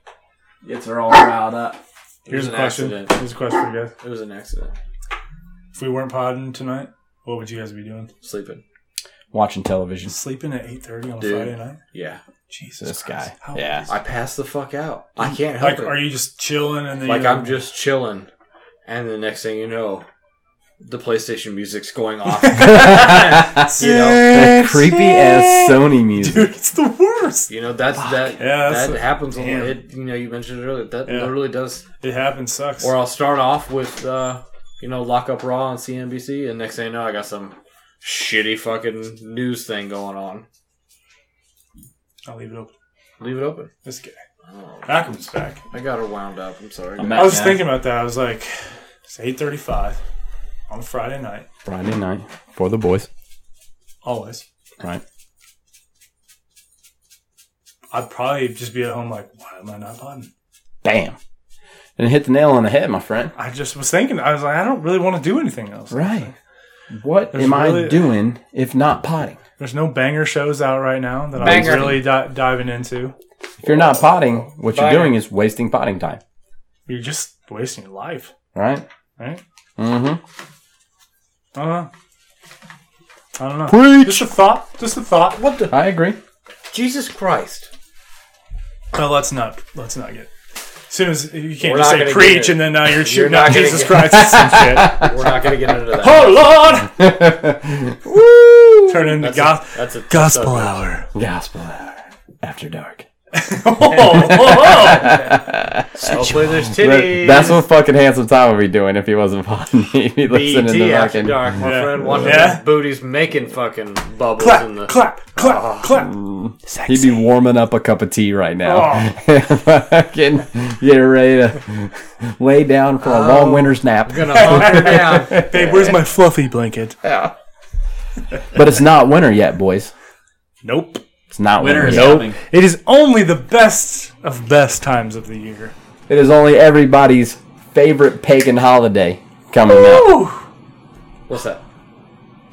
Speaker 3: Gets her all riled up.
Speaker 1: Here's a
Speaker 5: an
Speaker 1: question.
Speaker 5: accident.
Speaker 1: Here's a question for you guys.
Speaker 5: It was an accident.
Speaker 1: If we weren't podding tonight, what would you guys be doing?
Speaker 5: Sleeping.
Speaker 3: Watching television. (laughs)
Speaker 1: Sleeping at eight thirty on a
Speaker 5: Dude.
Speaker 1: Friday night.
Speaker 5: Yeah.
Speaker 1: Jesus,
Speaker 3: This
Speaker 1: Christ.
Speaker 3: guy.
Speaker 1: How old
Speaker 3: Yeah.
Speaker 1: is-
Speaker 5: I passed the fuck out. I can't help
Speaker 1: Like,
Speaker 5: it.
Speaker 1: are you just chilling and then
Speaker 5: like
Speaker 1: you-
Speaker 5: I'm just chilling, and the next thing you know, the PlayStation music's going
Speaker 1: (laughs)
Speaker 5: off.
Speaker 3: the
Speaker 5: (laughs) you know,
Speaker 3: creepy ass Sony music.
Speaker 1: Dude, it's the worst.
Speaker 5: you know that's that
Speaker 1: Yeah, that's
Speaker 5: that
Speaker 1: a-
Speaker 5: happens a
Speaker 1: damn.
Speaker 5: lot. It, you know, you mentioned it earlier. That
Speaker 1: Yeah.
Speaker 5: literally does.
Speaker 1: It happens. Sucks.
Speaker 5: Or I'll start off with uh, you know, lock up Raw on CNBC, and next thing you know, I got some shitty fucking news thing going on.
Speaker 1: I'll leave it open.
Speaker 5: Leave it open.
Speaker 1: This guy.
Speaker 5: Oh,
Speaker 1: Malcolm's back.
Speaker 5: I got her wound up. I'm sorry.
Speaker 3: I'm
Speaker 1: I
Speaker 3: back
Speaker 1: was
Speaker 3: now.
Speaker 1: thinking about that. I was like, it's eight thirty-five on Friday night.
Speaker 3: Friday night for the boys.
Speaker 1: Always.
Speaker 3: Right.
Speaker 1: I'd probably just be at home like, why am I not on?
Speaker 3: Bam. And hit the nail on the head, my friend.
Speaker 1: I just was thinking. I was like, I don't really want to do anything else.
Speaker 3: Right. What
Speaker 1: There's
Speaker 3: am I
Speaker 1: really-
Speaker 3: doing if not potting?
Speaker 1: There's no banger shows out right now that
Speaker 8: Banger.
Speaker 1: I'm really di- diving into.
Speaker 3: If you're not potting, what you're doing is wasting potting time.
Speaker 1: You're just wasting your life,
Speaker 3: Right?
Speaker 1: right?
Speaker 3: Mm-hmm.
Speaker 1: I don't know. Uh-huh. I don't know. Preach. Just a thought. Just a thought.
Speaker 5: What the
Speaker 3: I agree. (laughs)
Speaker 5: Jesus Christ?
Speaker 1: No, let's not. Let's not get. As soon as you can't
Speaker 5: We're
Speaker 1: just say
Speaker 5: not gonna
Speaker 1: preach,
Speaker 5: get it.
Speaker 1: and then now you're shooting
Speaker 5: not
Speaker 1: out
Speaker 5: gonna
Speaker 1: Jesus
Speaker 5: get-
Speaker 1: Christ and some shit.
Speaker 5: (laughs) We're not gonna
Speaker 3: (laughs)
Speaker 5: get into that.
Speaker 1: Oh Lord! Turn into
Speaker 5: That's
Speaker 1: gospel.
Speaker 5: a, that's a
Speaker 1: Gospel
Speaker 5: that's
Speaker 1: hour.
Speaker 3: Gospel hour after dark.
Speaker 1: (laughs) oh, oh,
Speaker 5: a- Hopefully, there's
Speaker 3: That-
Speaker 5: titties.
Speaker 3: that's what fucking handsome Tom would be doing if he wasn't potting. (laughs) He'd be listening
Speaker 5: BT
Speaker 3: to
Speaker 5: after
Speaker 3: fucking
Speaker 5: dark, my
Speaker 1: Yeah.
Speaker 5: friend. Watching
Speaker 1: Yeah.
Speaker 5: those booties making fucking bubbles in the
Speaker 1: clap, clap, clap,
Speaker 5: Oh.
Speaker 1: clap. Oh,
Speaker 3: He'd be warming up a cup of tea right now. (laughs) Fucking getting ready to (laughs) lay down for a long winter's nap.
Speaker 5: gonna hunker down.
Speaker 3: (laughs)
Speaker 1: Babe, where's my fluffy blanket?
Speaker 3: But it's not winter yet, boys.
Speaker 1: Nope.
Speaker 3: It's not winter.
Speaker 4: Winter is
Speaker 3: yet.
Speaker 4: coming.
Speaker 1: It is only the best of best times of the year.
Speaker 3: It is only everybody's favorite pagan holiday coming up.
Speaker 1: Woo!
Speaker 5: What's that?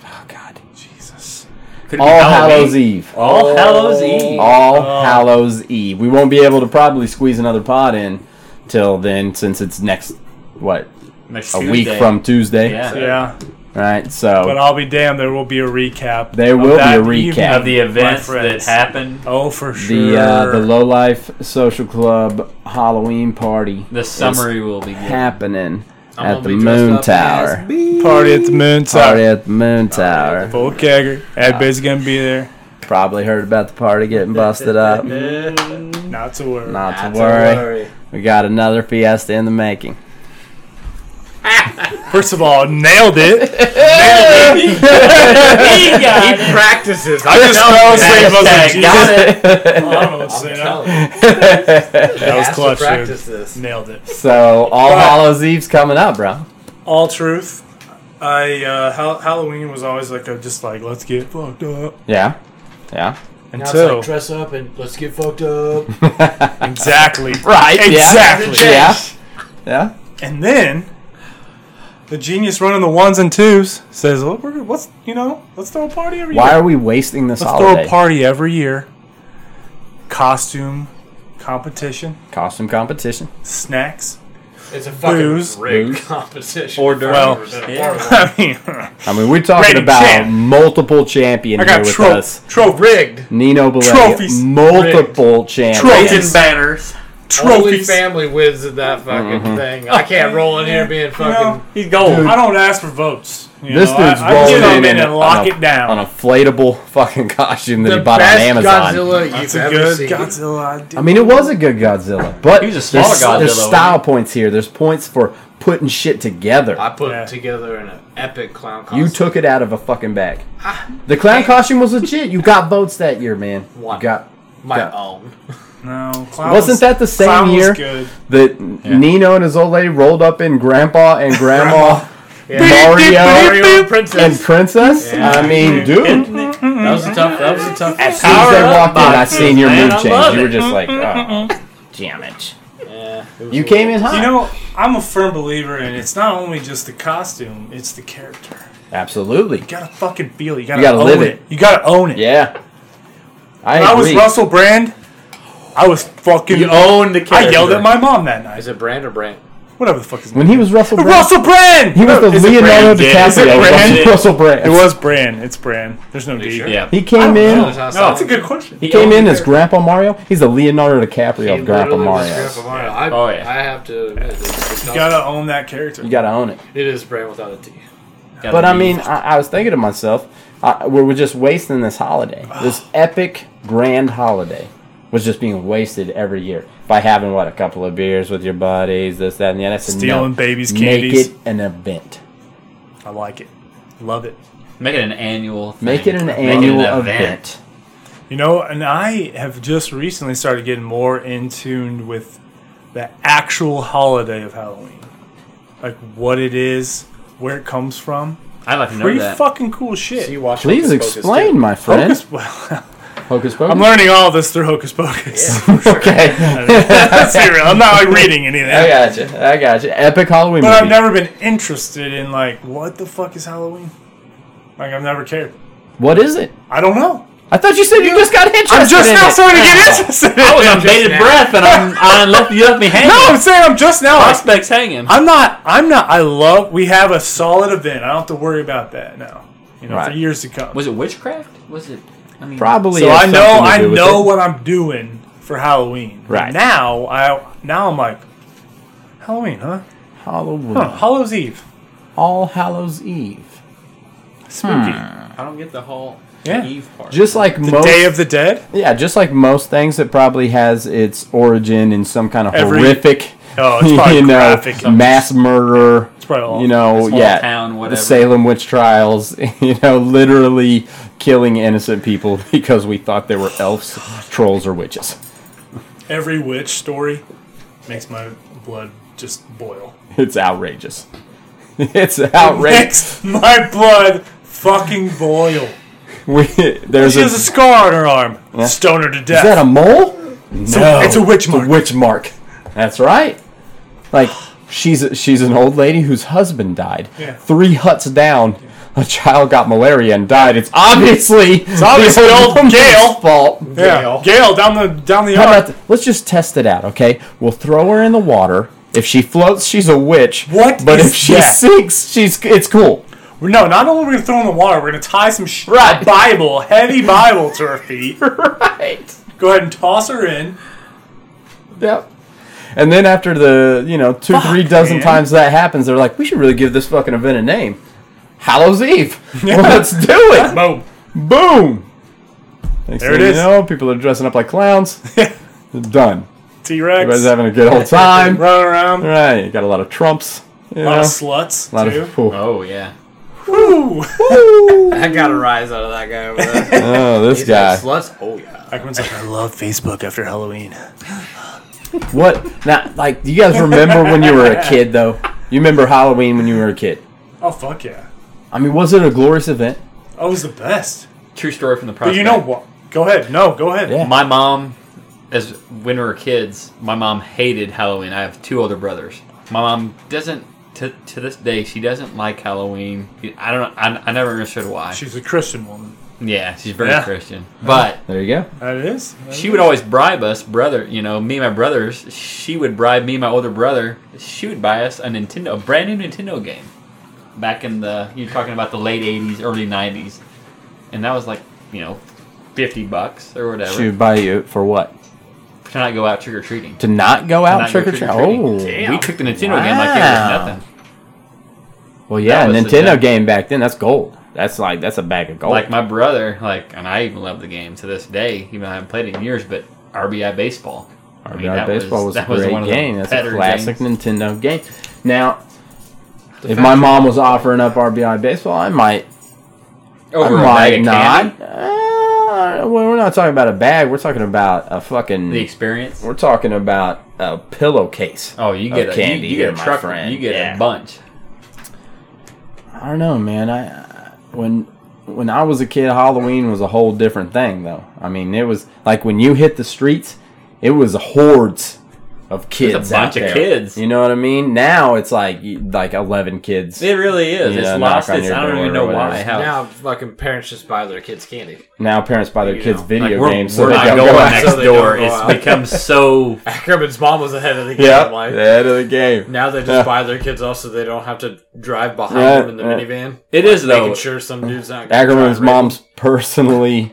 Speaker 3: Oh, God.
Speaker 1: Jesus.
Speaker 4: Could it be
Speaker 3: All
Speaker 4: Halloween?
Speaker 3: Hallows Eve.
Speaker 4: All Hallows Eve.
Speaker 3: All Hallows Eve. We won't be able to probably squeeze another pod in till then, since it's next what
Speaker 4: Next
Speaker 3: a week
Speaker 4: Tuesday.
Speaker 3: from Tuesday.
Speaker 4: yeah.
Speaker 1: Yeah,
Speaker 3: Right.
Speaker 1: but
Speaker 3: So
Speaker 1: I'll be damned. There will be a recap.
Speaker 3: There
Speaker 1: of
Speaker 3: will be
Speaker 1: that
Speaker 3: a recap.
Speaker 1: evening.
Speaker 4: of the events
Speaker 1: My
Speaker 4: that
Speaker 1: friends.
Speaker 4: happened.
Speaker 1: Oh, for sure.
Speaker 3: the uh, the low life social club Halloween party
Speaker 4: The summary will be good.
Speaker 3: happening
Speaker 5: gonna
Speaker 3: at the
Speaker 5: be dressed
Speaker 3: Moon
Speaker 5: up
Speaker 3: Tower.
Speaker 1: party at the moon
Speaker 3: Party
Speaker 1: tower.
Speaker 3: at the Moon Tower.
Speaker 1: Full kegger. Everybody's gonna be there.
Speaker 3: Probably heard about the party getting busted up.
Speaker 5: (laughs)
Speaker 1: Not to worry.
Speaker 3: Not to worry. We got another fiesta in the making.
Speaker 1: First of all, nailed
Speaker 3: (laughs)
Speaker 1: it.
Speaker 5: He practices.
Speaker 1: I just fell asleep. I
Speaker 3: (laughs)
Speaker 1: was like,
Speaker 4: Hashtag got
Speaker 1: Jesus.
Speaker 4: it.
Speaker 1: I don't know what to say now. That was clutch, dude.
Speaker 5: practice this.
Speaker 1: Nailed it.
Speaker 3: So all Hallows Eve's coming up, bro.
Speaker 1: All truth. I uh, Hal- Halloween was always like a just like let's get fucked up
Speaker 3: Yeah. Yeah.
Speaker 1: until
Speaker 5: dress up and let's get fucked up.
Speaker 1: exactly
Speaker 3: Right.
Speaker 1: exactly
Speaker 3: Yeah. Yeah.
Speaker 1: and then the genius running the ones and twos says look we're, what's you know let's throw a party every
Speaker 3: Why
Speaker 1: year
Speaker 3: are we wasting this
Speaker 1: let's
Speaker 3: holiday?
Speaker 1: throw a party every year costume competition
Speaker 3: Costume competition.
Speaker 1: snacks
Speaker 5: It's a fucking
Speaker 1: Booze.
Speaker 5: rig
Speaker 3: Booze.
Speaker 5: competition. Or
Speaker 1: well I mean
Speaker 3: I mean, we're talking
Speaker 1: Rated
Speaker 3: about
Speaker 1: champ.
Speaker 3: multiple champion
Speaker 1: I
Speaker 3: here
Speaker 1: got
Speaker 3: with
Speaker 1: tro-
Speaker 3: us.
Speaker 1: tro-
Speaker 5: rigged.
Speaker 3: Nino Belay,
Speaker 1: Trophies.
Speaker 3: multiple champion.
Speaker 1: trophies
Speaker 4: banners.
Speaker 5: Only
Speaker 1: (laughs) trophies
Speaker 5: family wins at that fucking thing. I can't roll in here being
Speaker 1: you know,
Speaker 5: fucking.
Speaker 4: He's gold.
Speaker 1: I don't ask for votes you
Speaker 3: This
Speaker 1: know,
Speaker 3: dude's
Speaker 1: I, I just
Speaker 3: rolling
Speaker 1: come
Speaker 3: in
Speaker 1: in
Speaker 3: an-
Speaker 1: and lock
Speaker 3: on a-
Speaker 1: it down
Speaker 3: An inflatable (laughs) fucking costume that
Speaker 5: The
Speaker 3: he bought on
Speaker 5: best
Speaker 3: Amazon.
Speaker 5: Godzilla
Speaker 1: That's
Speaker 5: you've
Speaker 1: a
Speaker 5: ever
Speaker 1: good
Speaker 5: seen.
Speaker 1: Godzilla idea.
Speaker 3: I mean, it was a good Godzilla, but
Speaker 4: He was a smaller
Speaker 3: there's,
Speaker 4: Godzilla,
Speaker 3: there's
Speaker 4: wasn't
Speaker 3: style points here. There's points for putting shit together.
Speaker 5: I put
Speaker 1: Yeah.
Speaker 5: together an epic clown costume.
Speaker 3: You took it out of a fucking bag. The clown costume was legit. You got votes that year, man.
Speaker 5: One.
Speaker 3: You got
Speaker 5: my
Speaker 3: yeah.
Speaker 5: own.
Speaker 1: Mm-hmm. No, clown
Speaker 3: Wasn't
Speaker 1: was-
Speaker 3: that the same
Speaker 1: clown
Speaker 3: year?
Speaker 1: Was good.
Speaker 3: that Nino and his old lady rolled up in Grandpa and (laughs) Grandma
Speaker 1: (laughs)
Speaker 3: Mario
Speaker 5: Mario Princess.
Speaker 3: and Princess. I mean, dude,
Speaker 5: That was a tough. That was a tough.
Speaker 3: as soon as they
Speaker 4: Power up
Speaker 3: walked in, I
Speaker 4: boxes,
Speaker 3: seen your
Speaker 4: man,
Speaker 3: mood
Speaker 4: I
Speaker 3: change.
Speaker 4: love
Speaker 3: You were
Speaker 4: it.
Speaker 3: just like, oh, damn it.
Speaker 5: Yeah, it was
Speaker 3: You
Speaker 5: a
Speaker 3: came in hot.
Speaker 1: You know, I'm a firm believer in it's not only just the costume; it's the character.
Speaker 3: Absolutely.
Speaker 1: You gotta fucking feel it. You gotta,
Speaker 3: gotta
Speaker 1: own
Speaker 3: live
Speaker 1: it.
Speaker 3: it.
Speaker 1: You gotta own it.
Speaker 3: Yeah. I
Speaker 1: When I was
Speaker 3: agree.
Speaker 1: Russell Brand. I was fucking.
Speaker 4: You own the
Speaker 1: I
Speaker 4: character.
Speaker 1: yelled at my mom that
Speaker 5: Is
Speaker 1: night.
Speaker 5: it brand or brand?
Speaker 1: Whatever the fuck is
Speaker 3: when he was Russell Brand,
Speaker 1: Russell Brand.
Speaker 3: he was the
Speaker 1: Is it
Speaker 3: Leonardo
Speaker 1: Brand? Yeah, is it
Speaker 3: DiCaprio
Speaker 1: Brand?
Speaker 3: of Russell Brand.
Speaker 1: It was Brand. It's Brand. There's no D.
Speaker 5: sure?
Speaker 4: Yeah.
Speaker 3: He came in.
Speaker 5: No,
Speaker 1: No, that's a good question.
Speaker 3: He came in as Grandpa Mario. He's the Leonardo DiCaprio of Grandpa Mario.
Speaker 5: Grandpa Mario. I,
Speaker 4: Oh, yeah.
Speaker 5: I have to admit, it's, it's
Speaker 1: You
Speaker 5: not,
Speaker 1: gotta own that character.
Speaker 3: You gotta own it.
Speaker 5: it is brand without a T.
Speaker 4: Gotta
Speaker 3: But I
Speaker 4: be-
Speaker 3: mean, I, I was thinking to myself, I, we're, we're just wasting
Speaker 1: (sighs)
Speaker 3: this holiday. This epic grand holiday was just being wasted every year by having what a couple of beers with your buddies, this, that, and the other. I said,
Speaker 1: Stealing
Speaker 3: no,
Speaker 1: babies'
Speaker 3: Make
Speaker 1: candies.
Speaker 3: it an event.
Speaker 1: I like it. Love it.
Speaker 4: make it an annual. Thing.
Speaker 3: Make it an
Speaker 4: Make
Speaker 3: annual
Speaker 4: an
Speaker 3: event.
Speaker 1: You know, and I have just recently started getting more in tune with the actual holiday of Halloween. Like what it is, where it comes from.
Speaker 4: I'd like to know
Speaker 1: Pretty
Speaker 4: that.
Speaker 1: fucking cool shit.
Speaker 6: watch
Speaker 3: Please
Speaker 6: Hocus Pocus,
Speaker 3: explain,
Speaker 6: too.
Speaker 3: my friend. Hocus,
Speaker 1: well, (laughs)
Speaker 3: pocus.
Speaker 1: I'm learning all this through Hocus (laughs) Pocus.
Speaker 3: (laughs) okay,
Speaker 1: That's real. I'm not like reading anything.
Speaker 4: Oh,
Speaker 3: I got you. I got you. Epic Halloween
Speaker 1: But I've
Speaker 3: movie.
Speaker 1: never been interested in like what the fuck is Halloween? Like I've never cared.
Speaker 3: what is it?
Speaker 1: I don't know.
Speaker 3: I thought you said you just got interested.
Speaker 1: I'm just
Speaker 3: in
Speaker 1: now
Speaker 3: it.
Speaker 1: starting to get interested. in
Speaker 4: I was
Speaker 1: it.
Speaker 4: on bated breath, and I'm, I left you left me (laughs) hanging.
Speaker 1: No, I'm saying I'm just now. I,
Speaker 4: prospects hanging.
Speaker 1: I'm not. I'm not. I love. We have a solid event. I don't have to worry about that now. You know,
Speaker 3: Right.
Speaker 1: for years to come.
Speaker 4: Was it witchcraft? Was it? I mean,
Speaker 3: Probably.
Speaker 1: so
Speaker 3: has
Speaker 1: I know.
Speaker 3: something to
Speaker 1: I
Speaker 3: do with
Speaker 1: know
Speaker 3: it.
Speaker 1: what I'm doing for Halloween.
Speaker 3: Right.
Speaker 1: now, I now I'm like Halloween, huh?
Speaker 3: Halloween.
Speaker 1: Huh, Hallow's Eve.
Speaker 3: All Hallows Eve.
Speaker 1: Spooky.
Speaker 3: Hmm.
Speaker 4: I don't get the whole
Speaker 1: Yeah.
Speaker 4: Eve part.
Speaker 3: Just like
Speaker 1: The
Speaker 3: most,
Speaker 1: Day of the Dead.
Speaker 3: yeah, just like most things, it probably has its origin in some kind of
Speaker 1: Every-
Speaker 3: horrific,
Speaker 1: Oh,
Speaker 3: (laughs)
Speaker 1: it's probably
Speaker 3: you know,
Speaker 1: graphic.
Speaker 3: mass murder. It's
Speaker 1: probably all-
Speaker 3: you know,
Speaker 4: small
Speaker 3: yeah,
Speaker 4: town,
Speaker 3: the
Speaker 4: whatever.
Speaker 3: Salem witch trials. (laughs) You know, literally killing innocent people (laughs) because we thought they were elves, trolls, or witches.
Speaker 1: Every witch story makes my blood just boil.
Speaker 3: It's outrageous. (laughs) It's outrageous.
Speaker 1: Makes my blood fucking boil.
Speaker 3: We, there's
Speaker 1: She has a scar on her arm. Stone her to
Speaker 3: Is that a
Speaker 1: death.
Speaker 3: mole?
Speaker 1: a-
Speaker 3: no,
Speaker 1: it's a witch mark.
Speaker 3: witch mark. That's right. Like she's a, she's an old lady whose husband died.
Speaker 1: Yeah.
Speaker 3: Three huts down, a child got malaria and died. It's
Speaker 1: (laughs)
Speaker 3: obviously it's
Speaker 1: obviously old Gail.
Speaker 3: fault.
Speaker 1: yeah. Gale down the down the
Speaker 3: How
Speaker 1: yard.
Speaker 3: about th- let's just test it out, okay? We'll throw her in the water. If she floats, she's a witch.
Speaker 1: What
Speaker 3: But
Speaker 1: is
Speaker 3: if she
Speaker 1: that?
Speaker 3: sinks, she's it's cool.
Speaker 1: No, not only are we gonna throw in the water, we're gonna tie some sh-
Speaker 3: Right.
Speaker 1: a Bible, heavy Bible to her (laughs) feet.
Speaker 3: Right.
Speaker 1: Go ahead and toss her in.
Speaker 3: Yep. And then after the you know two three dozen
Speaker 1: man.
Speaker 3: times that happens, they're like, we should really give this fucking event a name.
Speaker 1: (laughs)
Speaker 3: Hallows Eve. Let's do it.
Speaker 1: Boom.
Speaker 3: Boom. Next
Speaker 1: There
Speaker 3: thing
Speaker 1: it
Speaker 3: you
Speaker 1: is.
Speaker 3: know, people are dressing up like clowns. Done.
Speaker 1: T Rex.
Speaker 3: Everybody's having a good old time.
Speaker 1: Run around. A
Speaker 3: Right. Got a lot of trumps. You
Speaker 1: lot
Speaker 3: know?
Speaker 1: of sluts
Speaker 3: a lot (laughs)
Speaker 1: too.
Speaker 3: of. Ooh.
Speaker 4: oh yeah.
Speaker 1: Woo! (laughs)
Speaker 6: I got a rise out of that guy over there.
Speaker 3: Oh, this
Speaker 6: He's like,
Speaker 3: guy.
Speaker 6: Sluts? Oh, yeah.
Speaker 1: Ackman's like, I love Facebook after Halloween.
Speaker 3: What? Now, like, do you guys remember when you were a kid, though? You remember Halloween when you were a kid?
Speaker 1: Oh fuck yeah.
Speaker 3: I mean, was it a glorious event?
Speaker 1: Oh, it was the best.
Speaker 4: True story from the
Speaker 1: But
Speaker 4: prospect.
Speaker 1: you know what? Go ahead. No, go ahead.
Speaker 3: Yeah.
Speaker 4: my mom, as when we were kids, my mom hated Halloween. I have two older brothers. My mom doesn't to, to this day. She doesn't like Halloween. I don't. I, I never understood why.
Speaker 1: She's a Christian woman.
Speaker 4: yeah, she's very
Speaker 1: Yeah.
Speaker 4: Christian, but
Speaker 3: There you go.
Speaker 1: That is.
Speaker 4: she would always bribe us, brother. You know, me and my brothers. She would bribe me, and my older brother. She would buy us a Nintendo, a brand new Nintendo game. Back in the you're talking about the late '80s, early '90s, and that was like you know, fifty bucks or whatever.
Speaker 3: She would buy you for what?
Speaker 4: To not go out trick or treating.
Speaker 3: To not go out
Speaker 4: Not
Speaker 3: Oh, trick or
Speaker 4: go
Speaker 3: treat.
Speaker 4: trick-or-treating.
Speaker 3: Oh,
Speaker 4: we took the Nintendo game like it
Speaker 3: Wow.
Speaker 4: was nothing.
Speaker 3: well, yeah,
Speaker 4: That was the
Speaker 3: Nintendo
Speaker 4: def-
Speaker 3: game back then. That's gold. That's like that's a bag of gold.
Speaker 4: Like my brother, like, and I even love the game to this day, even though I haven't played it in years. But RBI baseball, I mean,
Speaker 3: Yeah,
Speaker 4: that
Speaker 3: baseball was,
Speaker 4: that
Speaker 3: a great
Speaker 4: one of the
Speaker 3: game. That's a
Speaker 4: better
Speaker 3: classic
Speaker 4: games.
Speaker 3: Nintendo game. Now, if my mom was offering up RBI baseball, I might. I
Speaker 4: Over a
Speaker 3: might
Speaker 4: bag of
Speaker 3: not.
Speaker 4: candy,
Speaker 3: Uh, well, we're not talking about a bag. We're talking about a fucking.
Speaker 4: the experience.
Speaker 3: We're talking about a pillowcase.
Speaker 4: Oh, you
Speaker 3: of
Speaker 4: get a
Speaker 3: candy
Speaker 4: You, you get a
Speaker 3: here, my
Speaker 4: truck.
Speaker 3: friend.
Speaker 4: You get
Speaker 3: Yeah.
Speaker 4: a bunch.
Speaker 3: I don't know, man. I I- when when I was a kid, Halloween was a whole different thing, though. I mean, it was like when you hit the streets, it was hordes of kids.
Speaker 4: bunch
Speaker 3: out
Speaker 4: of
Speaker 3: there.
Speaker 4: kids.
Speaker 3: You know what I mean? Now it's like you- like eleven kids.
Speaker 4: It really is.
Speaker 3: You
Speaker 4: it's
Speaker 3: know,
Speaker 4: lost.
Speaker 3: knock on
Speaker 4: It's,
Speaker 3: your
Speaker 4: I don't
Speaker 3: door
Speaker 4: even
Speaker 3: or
Speaker 4: know
Speaker 3: whatever.
Speaker 4: why. How
Speaker 6: Now, fucking parents just buy their kids candy.
Speaker 3: Now parents buy their
Speaker 6: You
Speaker 3: kids
Speaker 6: know,
Speaker 3: video
Speaker 4: like, we're,
Speaker 3: games, so
Speaker 4: we're not
Speaker 3: they don't
Speaker 4: going
Speaker 3: go out.
Speaker 4: next
Speaker 6: So they don't
Speaker 4: door.
Speaker 6: go
Speaker 4: It's
Speaker 6: out.
Speaker 4: become so.
Speaker 6: Ackerman's mom was ahead of the
Speaker 3: (laughs)
Speaker 6: game.
Speaker 3: Yeah,
Speaker 6: Like,
Speaker 3: head of the game.
Speaker 6: Now they just
Speaker 3: Yeah.
Speaker 6: buy their kids off so they don't have to drive behind
Speaker 3: Yeah,
Speaker 6: them in the
Speaker 3: yeah.
Speaker 6: minivan.
Speaker 4: It is
Speaker 6: Making
Speaker 4: though.
Speaker 6: sure some dude's not gonna
Speaker 3: Ackerman's
Speaker 6: drive right-
Speaker 3: mom's personally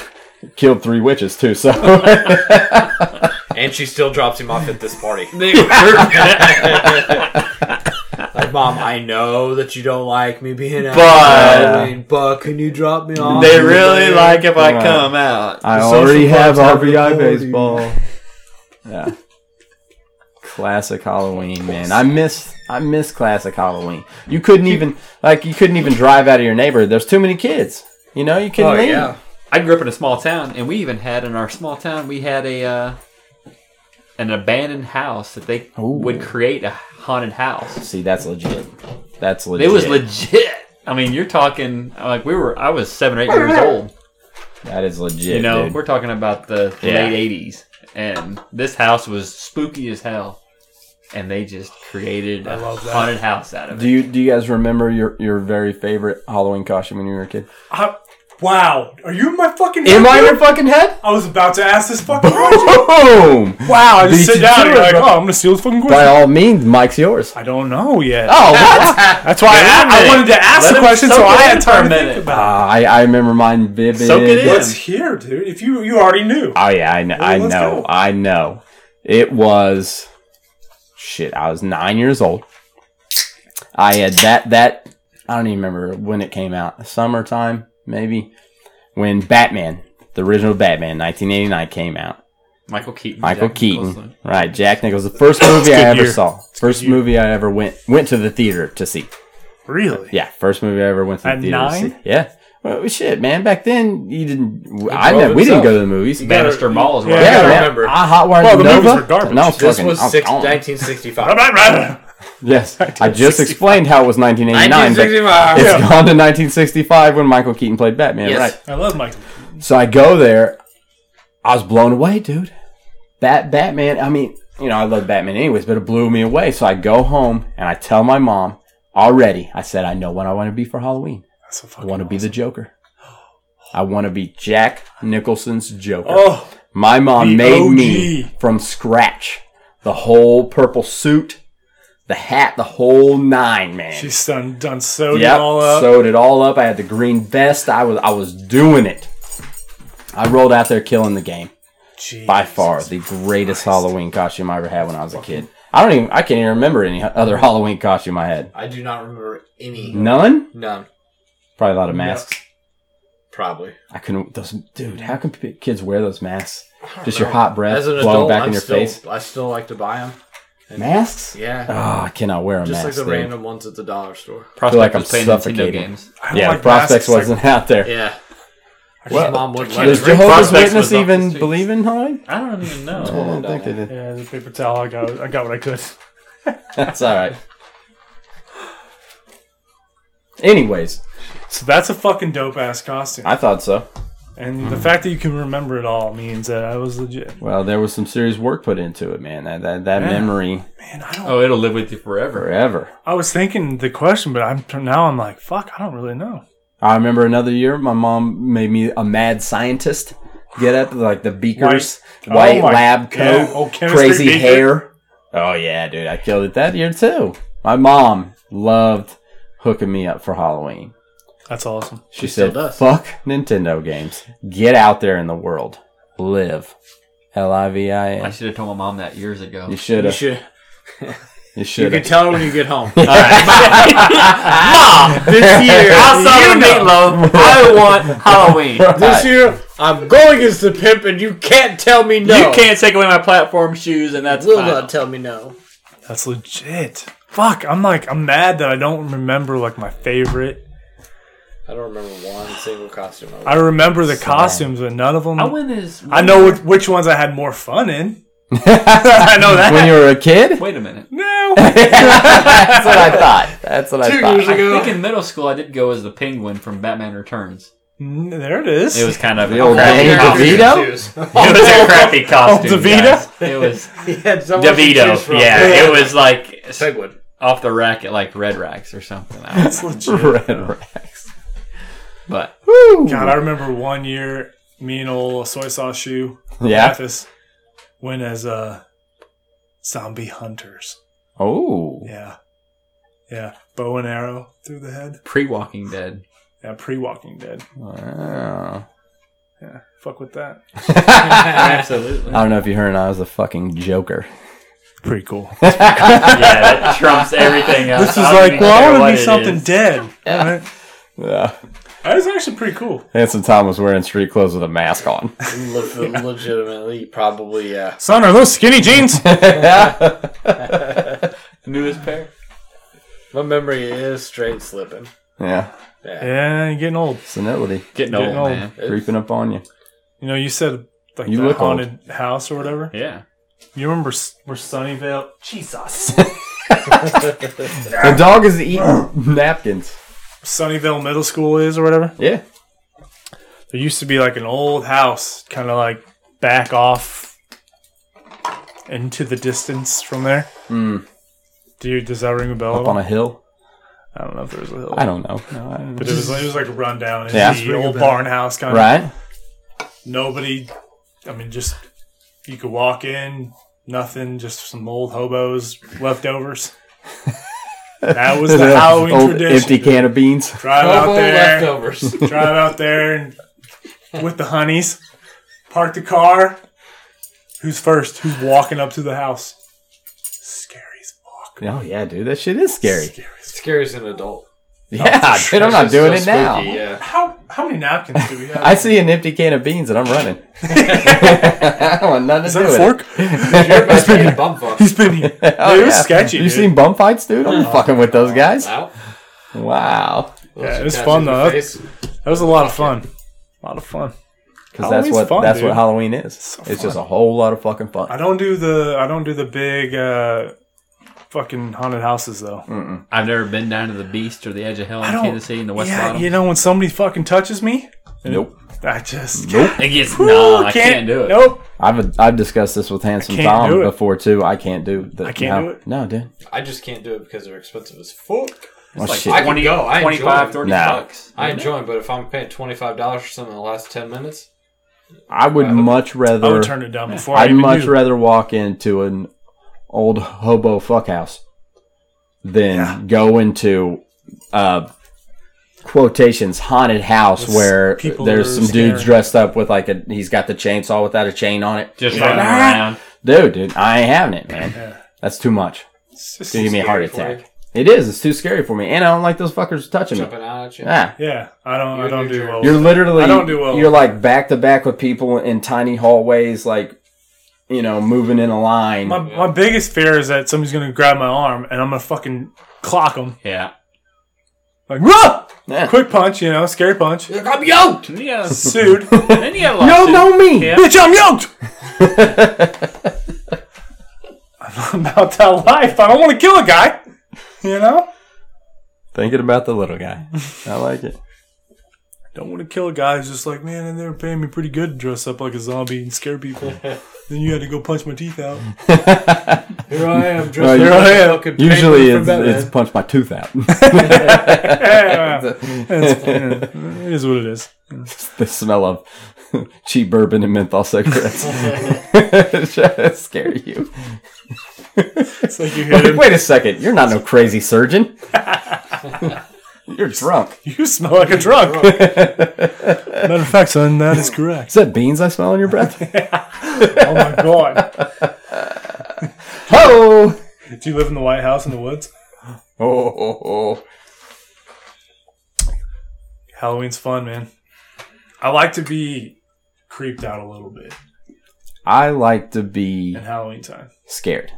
Speaker 3: (laughs) killed three witches too. So (laughs) (laughs)
Speaker 6: And she still drops him off at this party.
Speaker 4: Her-
Speaker 6: (laughs) like, Mom, I know that you don't like me being out,
Speaker 4: But-
Speaker 6: Halloween, but can you drop me off?
Speaker 4: They
Speaker 6: over
Speaker 4: really
Speaker 6: there?
Speaker 4: like if I
Speaker 3: Right.
Speaker 4: come out.
Speaker 3: I
Speaker 6: The
Speaker 3: already
Speaker 6: social
Speaker 3: have
Speaker 6: clubs have
Speaker 3: RBI
Speaker 6: recording.
Speaker 3: baseball. yeah. Classic Halloween, man. I miss I miss classic Halloween. You couldn't even like you couldn't even drive out of your neighborhood. There's too many kids. You know, you couldn't
Speaker 6: Oh
Speaker 3: leave.
Speaker 6: yeah,
Speaker 4: I grew up in a small town, and we even had in our small town we had a uh, an abandoned house that they
Speaker 3: Ooh.
Speaker 4: would create a haunted house.
Speaker 3: See, that's legit. That's legit.
Speaker 4: It was legit. I mean, you're talking like we were. I was seven or eight years
Speaker 3: (laughs)
Speaker 4: old.
Speaker 3: That is legit.
Speaker 4: You know,
Speaker 3: dude.
Speaker 4: we're talking about the
Speaker 3: Yeah.
Speaker 4: late '80s, and this house was spooky as hell. And they just created a haunted house out of
Speaker 3: Do
Speaker 4: it.
Speaker 3: you do you guys remember your, your very favorite Halloween costume when you were a kid?
Speaker 1: I, wow, are you in my fucking?
Speaker 3: Am
Speaker 1: head,
Speaker 3: I in
Speaker 1: dude?
Speaker 3: your fucking head?
Speaker 1: I was about to ask this fucking question.
Speaker 3: Boom!
Speaker 1: Wow, I just
Speaker 3: Beat
Speaker 1: sit
Speaker 3: you
Speaker 1: down
Speaker 3: to
Speaker 1: and you're
Speaker 3: it,
Speaker 1: like,
Speaker 3: bro.
Speaker 1: oh, I'm gonna steal this fucking
Speaker 3: By
Speaker 1: question.
Speaker 3: all means, Mike's yours.
Speaker 1: I don't know yet.
Speaker 3: Oh, what?
Speaker 1: (laughs) That's why I, I wanted to ask
Speaker 4: Let
Speaker 1: the
Speaker 4: him
Speaker 1: question,
Speaker 4: soak
Speaker 1: so
Speaker 4: it
Speaker 1: I
Speaker 4: in
Speaker 1: had
Speaker 4: for a
Speaker 1: time to think
Speaker 4: minute.
Speaker 1: about.
Speaker 3: Ah, I, I remember mine vivid.
Speaker 4: Soak it
Speaker 1: it.
Speaker 4: in.
Speaker 1: What's here, dude? If you you already knew,
Speaker 3: Oh yeah, I know. I
Speaker 1: Well, let's
Speaker 3: know.
Speaker 1: go.
Speaker 3: I know. It was shit. I was nine years old. I had that that I don't even remember when it came out. Summertime maybe when Batman, the original Batman, 1989 came out.
Speaker 4: Michael Keaton.
Speaker 3: Michael
Speaker 4: Jack
Speaker 3: Keaton,
Speaker 4: Nicholson.
Speaker 3: right? Jack Nicholson. The first movie I
Speaker 1: good
Speaker 3: ever
Speaker 1: year.
Speaker 3: saw. First movie I ever went went to the theater to see.
Speaker 1: really?
Speaker 3: Yeah, first movie I ever went to the
Speaker 1: At
Speaker 3: theater to
Speaker 1: nine?
Speaker 3: see. Yeah. Well, shit, man. Back then, you didn't. I
Speaker 6: drove
Speaker 3: never, we didn't
Speaker 6: himself.
Speaker 3: go to the movies.
Speaker 4: Bannister Mall is where
Speaker 1: Yeah,
Speaker 4: I
Speaker 1: I
Speaker 3: man.
Speaker 6: remember.
Speaker 3: I hotwired
Speaker 1: Well, the
Speaker 3: Nova.
Speaker 1: movies were garbage.
Speaker 3: No,
Speaker 6: this
Speaker 3: fucking-
Speaker 6: was
Speaker 3: I was
Speaker 6: six,
Speaker 3: gone.
Speaker 6: 1965.
Speaker 3: Yes, I just explained how it was 1989. But
Speaker 6: 1965.
Speaker 3: it's
Speaker 1: Yeah.
Speaker 3: gone to 1965 when Michael Keaton played Batman,
Speaker 4: Yes.
Speaker 3: right?
Speaker 1: I love Michael.
Speaker 3: So I go there. I was blown away, dude. Bat Batman. I mean, you know, I love Batman anyways, but it blew me away. So I go home and I tell my mom already. I said, I know what I want to be for Halloween.
Speaker 1: That's a
Speaker 3: I
Speaker 1: fucking.
Speaker 3: want to be the Joker. I want to be Jack Nicholson's Joker.
Speaker 1: Oh,
Speaker 3: My mom
Speaker 1: The
Speaker 3: made
Speaker 1: OG.
Speaker 3: me from scratch the whole purple suit, the hat, the whole nine, man.
Speaker 1: she's done done so
Speaker 3: Yep,
Speaker 1: all up.
Speaker 3: sewed it all up. I had the green vest. I was I was doing it. I rolled out there killing the game
Speaker 1: Jeez.
Speaker 3: by far. The greatest Halloween costume I ever had when I was a kid. I don't even I can't even remember any other (laughs) Halloween costume I had.
Speaker 6: I do not remember any.
Speaker 3: None.
Speaker 6: None.
Speaker 3: Probably a lot of masks.
Speaker 6: Probably.
Speaker 3: I couldn't. Those dude, how can p- kids wear those masks? Just your hot breath
Speaker 6: As an
Speaker 3: blowing
Speaker 6: adult,
Speaker 3: back
Speaker 6: I'm
Speaker 3: in your
Speaker 6: still,
Speaker 3: face.
Speaker 6: I still like to buy them.
Speaker 3: Masks?
Speaker 6: Yeah.
Speaker 3: Oh, I cannot wear a
Speaker 6: Just
Speaker 3: mask.
Speaker 6: like the
Speaker 3: dude.
Speaker 6: random ones at the dollar store.
Speaker 4: Prospect
Speaker 3: like I'm
Speaker 4: was playing Nintendo
Speaker 3: suffocating.
Speaker 4: games.
Speaker 1: I don't
Speaker 3: Yeah,
Speaker 1: like
Speaker 3: prospects
Speaker 1: masks. It's
Speaker 3: wasn't out
Speaker 5: (laughs)
Speaker 3: there.
Speaker 6: Yeah.
Speaker 3: Well,
Speaker 6: mom would let
Speaker 3: Does
Speaker 6: it
Speaker 4: Jehovah-
Speaker 6: rain.
Speaker 3: Jehovah's
Speaker 4: Prospects was
Speaker 3: Witness
Speaker 4: off the
Speaker 3: even
Speaker 4: streets.
Speaker 3: believe in Halloween?
Speaker 4: I don't even know.
Speaker 3: I don't think they
Speaker 1: like-
Speaker 3: did.
Speaker 1: Yeah, the paper towel. I got I got what I could.
Speaker 3: (laughs) That's all right. Anyways,
Speaker 1: So that's a fucking dope ass costume.
Speaker 3: I thought so.
Speaker 1: And the fact that you can remember it all means that I was legit.
Speaker 3: Well, there was some serious work put into it, man. That that, that
Speaker 1: Yeah.
Speaker 3: memory
Speaker 1: Man, I don't.
Speaker 4: Oh, it'll live with you forever.
Speaker 3: forever.
Speaker 1: I was thinking the question, but I'm now I'm like, fuck, I don't really know.
Speaker 3: I remember another year, my mom made me a mad scientist get up like the beakers,
Speaker 1: White-
Speaker 3: white,
Speaker 1: oh my-
Speaker 3: lab
Speaker 1: yeah,
Speaker 3: coat,
Speaker 1: old chemistry
Speaker 3: crazy
Speaker 1: beaker.
Speaker 3: hair. Oh yeah, dude, I killed it that year too. My mom loved hooking me up for Halloween.
Speaker 1: That's awesome.
Speaker 3: She said, "Fuck Nintendo games. Get out there in the world. Live." L I V I
Speaker 4: I
Speaker 3: N.
Speaker 4: should have told my mom that years ago.
Speaker 3: You should
Speaker 6: You
Speaker 3: have.
Speaker 6: should.
Speaker 3: You
Speaker 6: You
Speaker 3: should
Speaker 6: can
Speaker 3: have.
Speaker 6: tell when you get home. (laughs)
Speaker 3: This year,
Speaker 4: Outside of meatloaf, I want Halloween.
Speaker 6: This year, I'm going as the pimp, and you can't tell me no.
Speaker 4: You can't take away my platform shoes, and that's
Speaker 7: Will
Speaker 4: fine.
Speaker 7: not tell me no.
Speaker 1: That's legit. Fuck, I'm like, I'm mad that I don't remember like my favorite.
Speaker 6: I don't remember one single costume. I
Speaker 1: I remember the costumes, but none of them.
Speaker 4: I
Speaker 1: I,
Speaker 4: went as
Speaker 1: know which, which ones I had more fun
Speaker 4: (laughs)
Speaker 1: in. I know that.
Speaker 3: when you were a (laughs) kid.
Speaker 4: Wait a minute.
Speaker 1: (laughs)
Speaker 4: (laughs)
Speaker 1: no,
Speaker 3: That's what I thought. That's what I thought. (laughs)
Speaker 4: I think in middle school I did go as the Penguin from Batman Returns.
Speaker 1: Mm, there it is. (laughs)
Speaker 4: It was kind of
Speaker 3: The old Danny DeVito.
Speaker 6: (laughs)
Speaker 4: It was a crappy costume.
Speaker 1: Oh, DeVito?
Speaker 4: guys. It was
Speaker 6: choose
Speaker 4: DeVito.
Speaker 6: from.
Speaker 4: Yeah, it was like s-
Speaker 6: Pegwood.
Speaker 4: off the rack at like Red Racks or something. I don't know.
Speaker 3: Red Rex.
Speaker 4: (laughs) But
Speaker 1: God, I remember one year, me and old soy sauce shoe,
Speaker 3: Yeah.
Speaker 1: Mathis, went as uh, zombie hunters.
Speaker 3: Oh.
Speaker 1: Yeah, yeah, bow and arrow through the head.
Speaker 4: pre Walking Dead.
Speaker 1: Yeah, pre Walking Dead.
Speaker 3: Wow.
Speaker 1: Yeah, fuck with that.
Speaker 3: I
Speaker 4: Absolutely.
Speaker 1: (laughs)
Speaker 3: don't know if you heard, I was the fucking Joker.
Speaker 1: pretty cool.
Speaker 4: yeah, (laughs) that trumps everything else.
Speaker 1: This is
Speaker 4: I don't
Speaker 1: like,
Speaker 4: even
Speaker 1: well,
Speaker 4: care
Speaker 1: I want
Speaker 4: what
Speaker 1: to be
Speaker 4: it
Speaker 1: something
Speaker 4: is.
Speaker 1: dead. Right?
Speaker 3: Yeah.
Speaker 1: That is actually pretty cool.
Speaker 3: Handsome Tom was wearing street clothes with a
Speaker 1: (laughs)
Speaker 3: mask on.
Speaker 6: (laughs) Le- Legitimately, probably, yeah.
Speaker 1: Son, are those skinny
Speaker 3: (laughs)
Speaker 1: jeans?
Speaker 4: (laughs) Newest pair.
Speaker 6: My memory is straight slipping.
Speaker 3: yeah.
Speaker 1: yeah, you're getting old.
Speaker 3: Senility
Speaker 4: Getting old,
Speaker 1: Getting old.
Speaker 4: man.
Speaker 3: creeping up on you.
Speaker 1: You know, you said like
Speaker 3: You
Speaker 1: the
Speaker 3: look old.
Speaker 1: haunted house or whatever.
Speaker 4: Yeah.
Speaker 1: You remember S- where Sunnyvale?
Speaker 3: (laughs)
Speaker 1: Jesus.
Speaker 3: The dog is (coughs) eating napkins.
Speaker 1: Sunnyvale Middle School is or whatever.
Speaker 3: Yeah.
Speaker 1: There used to be like an old house, kind of like back off into the distance from there.
Speaker 3: Mm.
Speaker 1: Dude, does that ring a bell?
Speaker 3: Up
Speaker 1: At all?
Speaker 3: on a hill.
Speaker 1: I don't know if there was a hill,
Speaker 3: I don't know. No, I don't
Speaker 1: but
Speaker 3: know.
Speaker 1: it was it was like a rundown,
Speaker 3: Yeah.
Speaker 1: yeah, old barn house kind of.
Speaker 3: Right?
Speaker 1: Nobody, I mean, just you could walk in, nothing, just some old hobos leftovers. that
Speaker 3: (laughs)
Speaker 1: was the Halloween
Speaker 3: Old
Speaker 1: tradition.
Speaker 3: empty can of beans.
Speaker 1: Drive out
Speaker 6: Hobo
Speaker 1: there,
Speaker 6: (laughs) leftovers.
Speaker 1: drive out there and with the honeys, park the car. Who's first? Who's walking up to the house? Scary as fuck.
Speaker 3: Oh, yeah, dude. That shit is scary.
Speaker 1: as-
Speaker 6: Scary as an adult.
Speaker 1: Oh,
Speaker 3: Yeah, dude. I'm not
Speaker 6: It's
Speaker 3: doing
Speaker 6: so
Speaker 3: it now.
Speaker 6: spooky, Yeah.
Speaker 1: How how many napkins do we have?
Speaker 3: (laughs) I see an empty can of beans and I'm
Speaker 1: (laughs)
Speaker 3: running. (laughs) I don't want nothing
Speaker 1: Is
Speaker 3: to
Speaker 1: that
Speaker 3: do
Speaker 1: a
Speaker 3: with it.
Speaker 1: fork?
Speaker 6: You're
Speaker 4: (laughs)
Speaker 6: about to get bum fucked.
Speaker 1: He's
Speaker 3: (laughs)
Speaker 1: been here.
Speaker 3: Oh,
Speaker 1: Dude, it was
Speaker 3: yeah.
Speaker 1: sketchy.
Speaker 3: You
Speaker 1: dude. Oh.
Speaker 3: seen bum fights, dude? I'm fucking with those guys.
Speaker 6: Wow.
Speaker 3: Wow,
Speaker 1: Yeah, it was fun though. That
Speaker 6: Face.
Speaker 1: that was a lot of fun. A lot of fun.
Speaker 3: because that's
Speaker 1: Halloween's
Speaker 3: what
Speaker 1: fun,
Speaker 3: that's
Speaker 1: dude.
Speaker 3: what Halloween is.
Speaker 1: So
Speaker 3: it's just a
Speaker 1: fun.
Speaker 3: whole lot of fucking fun.
Speaker 1: I don't do the I don't do the big uh, fucking haunted houses though.
Speaker 4: I've never been down to the Beast or the Edge of Hell in
Speaker 1: I don't-
Speaker 4: Tennessee in the West
Speaker 1: yeah,
Speaker 4: Bottom.
Speaker 1: you know when somebody fucking touches me,
Speaker 3: Nope,
Speaker 1: I just
Speaker 3: Nope.
Speaker 4: it gets
Speaker 1: Whew,
Speaker 4: no. I can't, do it.
Speaker 1: Nope.
Speaker 3: I've I've discussed this with Handsome
Speaker 1: can't
Speaker 3: Tom
Speaker 1: do it.
Speaker 3: before too. I can't do that.
Speaker 1: I can't
Speaker 3: no.
Speaker 1: do it.
Speaker 3: No, dude.
Speaker 6: I just can't do it because they're expensive as fuck.
Speaker 3: Oh, shit.
Speaker 6: I can go. I enjoy
Speaker 4: 25,
Speaker 6: it.
Speaker 4: 30
Speaker 3: Nah.
Speaker 4: bucks.
Speaker 6: I enjoy it, but if I'm paying twenty five dollars for something in the last ten minutes,
Speaker 3: I would much rather.
Speaker 1: I would turn it down before I
Speaker 3: I'd
Speaker 1: even
Speaker 3: much
Speaker 1: knew.
Speaker 3: rather walk into an old hobo fuckhouse than go into uh quotations haunted house
Speaker 1: With
Speaker 3: where
Speaker 1: people
Speaker 3: there's
Speaker 1: that are
Speaker 3: some dudes
Speaker 1: scared.
Speaker 3: dressed up with like a he's got the chainsaw without a chain on it.
Speaker 4: Just
Speaker 1: Yeah.
Speaker 4: running around.
Speaker 3: Dude, dude, I ain't having it, man.
Speaker 1: Yeah.
Speaker 3: That's too much.
Speaker 1: It's just-
Speaker 3: It's gonna give me a heart
Speaker 6: Scary for
Speaker 3: attack. It is. It's too scary for me, and I don't like those fuckers touching me.
Speaker 6: jumping out at you.
Speaker 3: Yeah.
Speaker 1: Yeah, I don't. I
Speaker 6: You're
Speaker 1: don't
Speaker 6: New
Speaker 1: do
Speaker 6: Jersey.
Speaker 1: well.
Speaker 3: You're
Speaker 1: with that.
Speaker 3: literally.
Speaker 1: Oh, I don't do well.
Speaker 3: You're like back to back with people in tiny hallways, like you know, moving in a line.
Speaker 1: my my biggest fear is that somebody's gonna grab my arm and I'm gonna fucking clock them
Speaker 4: Yeah.
Speaker 1: like Whoa!
Speaker 3: Yeah.
Speaker 1: quick punch, you know, scary punch,
Speaker 6: I'm yoked.
Speaker 4: Then you got a-
Speaker 1: sued.
Speaker 4: then
Speaker 1: (laughs)
Speaker 4: you got a lot
Speaker 3: No,
Speaker 4: to-
Speaker 3: Oh, no, me.
Speaker 4: Yeah.
Speaker 1: Bitch, I'm (laughs) yoked. I'm not about that life. I don't want to kill a guy. You know,
Speaker 3: Thinking about the little guy. (laughs) I like it.
Speaker 1: don't want to kill a guy who's just like, man, and they were paying me pretty good to dress up like a zombie and scare (laughs) people. then you had to go punch my teeth (laughs) out.
Speaker 6: Here I am, dressed
Speaker 3: Well,
Speaker 6: like
Speaker 3: you're
Speaker 6: a fucking
Speaker 3: Usually,
Speaker 6: penguin
Speaker 3: it's, it's
Speaker 6: from Batman.
Speaker 3: punch my tooth out. (laughs)
Speaker 1: That's, yeah, it is what it is.
Speaker 3: the smell of (laughs) cheap bourbon and menthol cigarettes. Just (laughs) scare you.
Speaker 1: It's like you hear
Speaker 3: Like,
Speaker 1: them.
Speaker 3: (laughs) wait a second. You're not no crazy surgeon. You're drunk.
Speaker 1: (laughs) You smell like a (laughs) drunk. Matter of fact, son, that (laughs) is correct.
Speaker 3: Is that beans I smell in your (laughs) breath?
Speaker 1: Oh my god.
Speaker 3: oh!
Speaker 1: Do you live in the White House in the woods?
Speaker 3: Oh, oh, oh.
Speaker 1: Halloween's fun, man. I like to be creeped out a little bit
Speaker 3: I like to be
Speaker 1: in Halloween time.
Speaker 3: scared.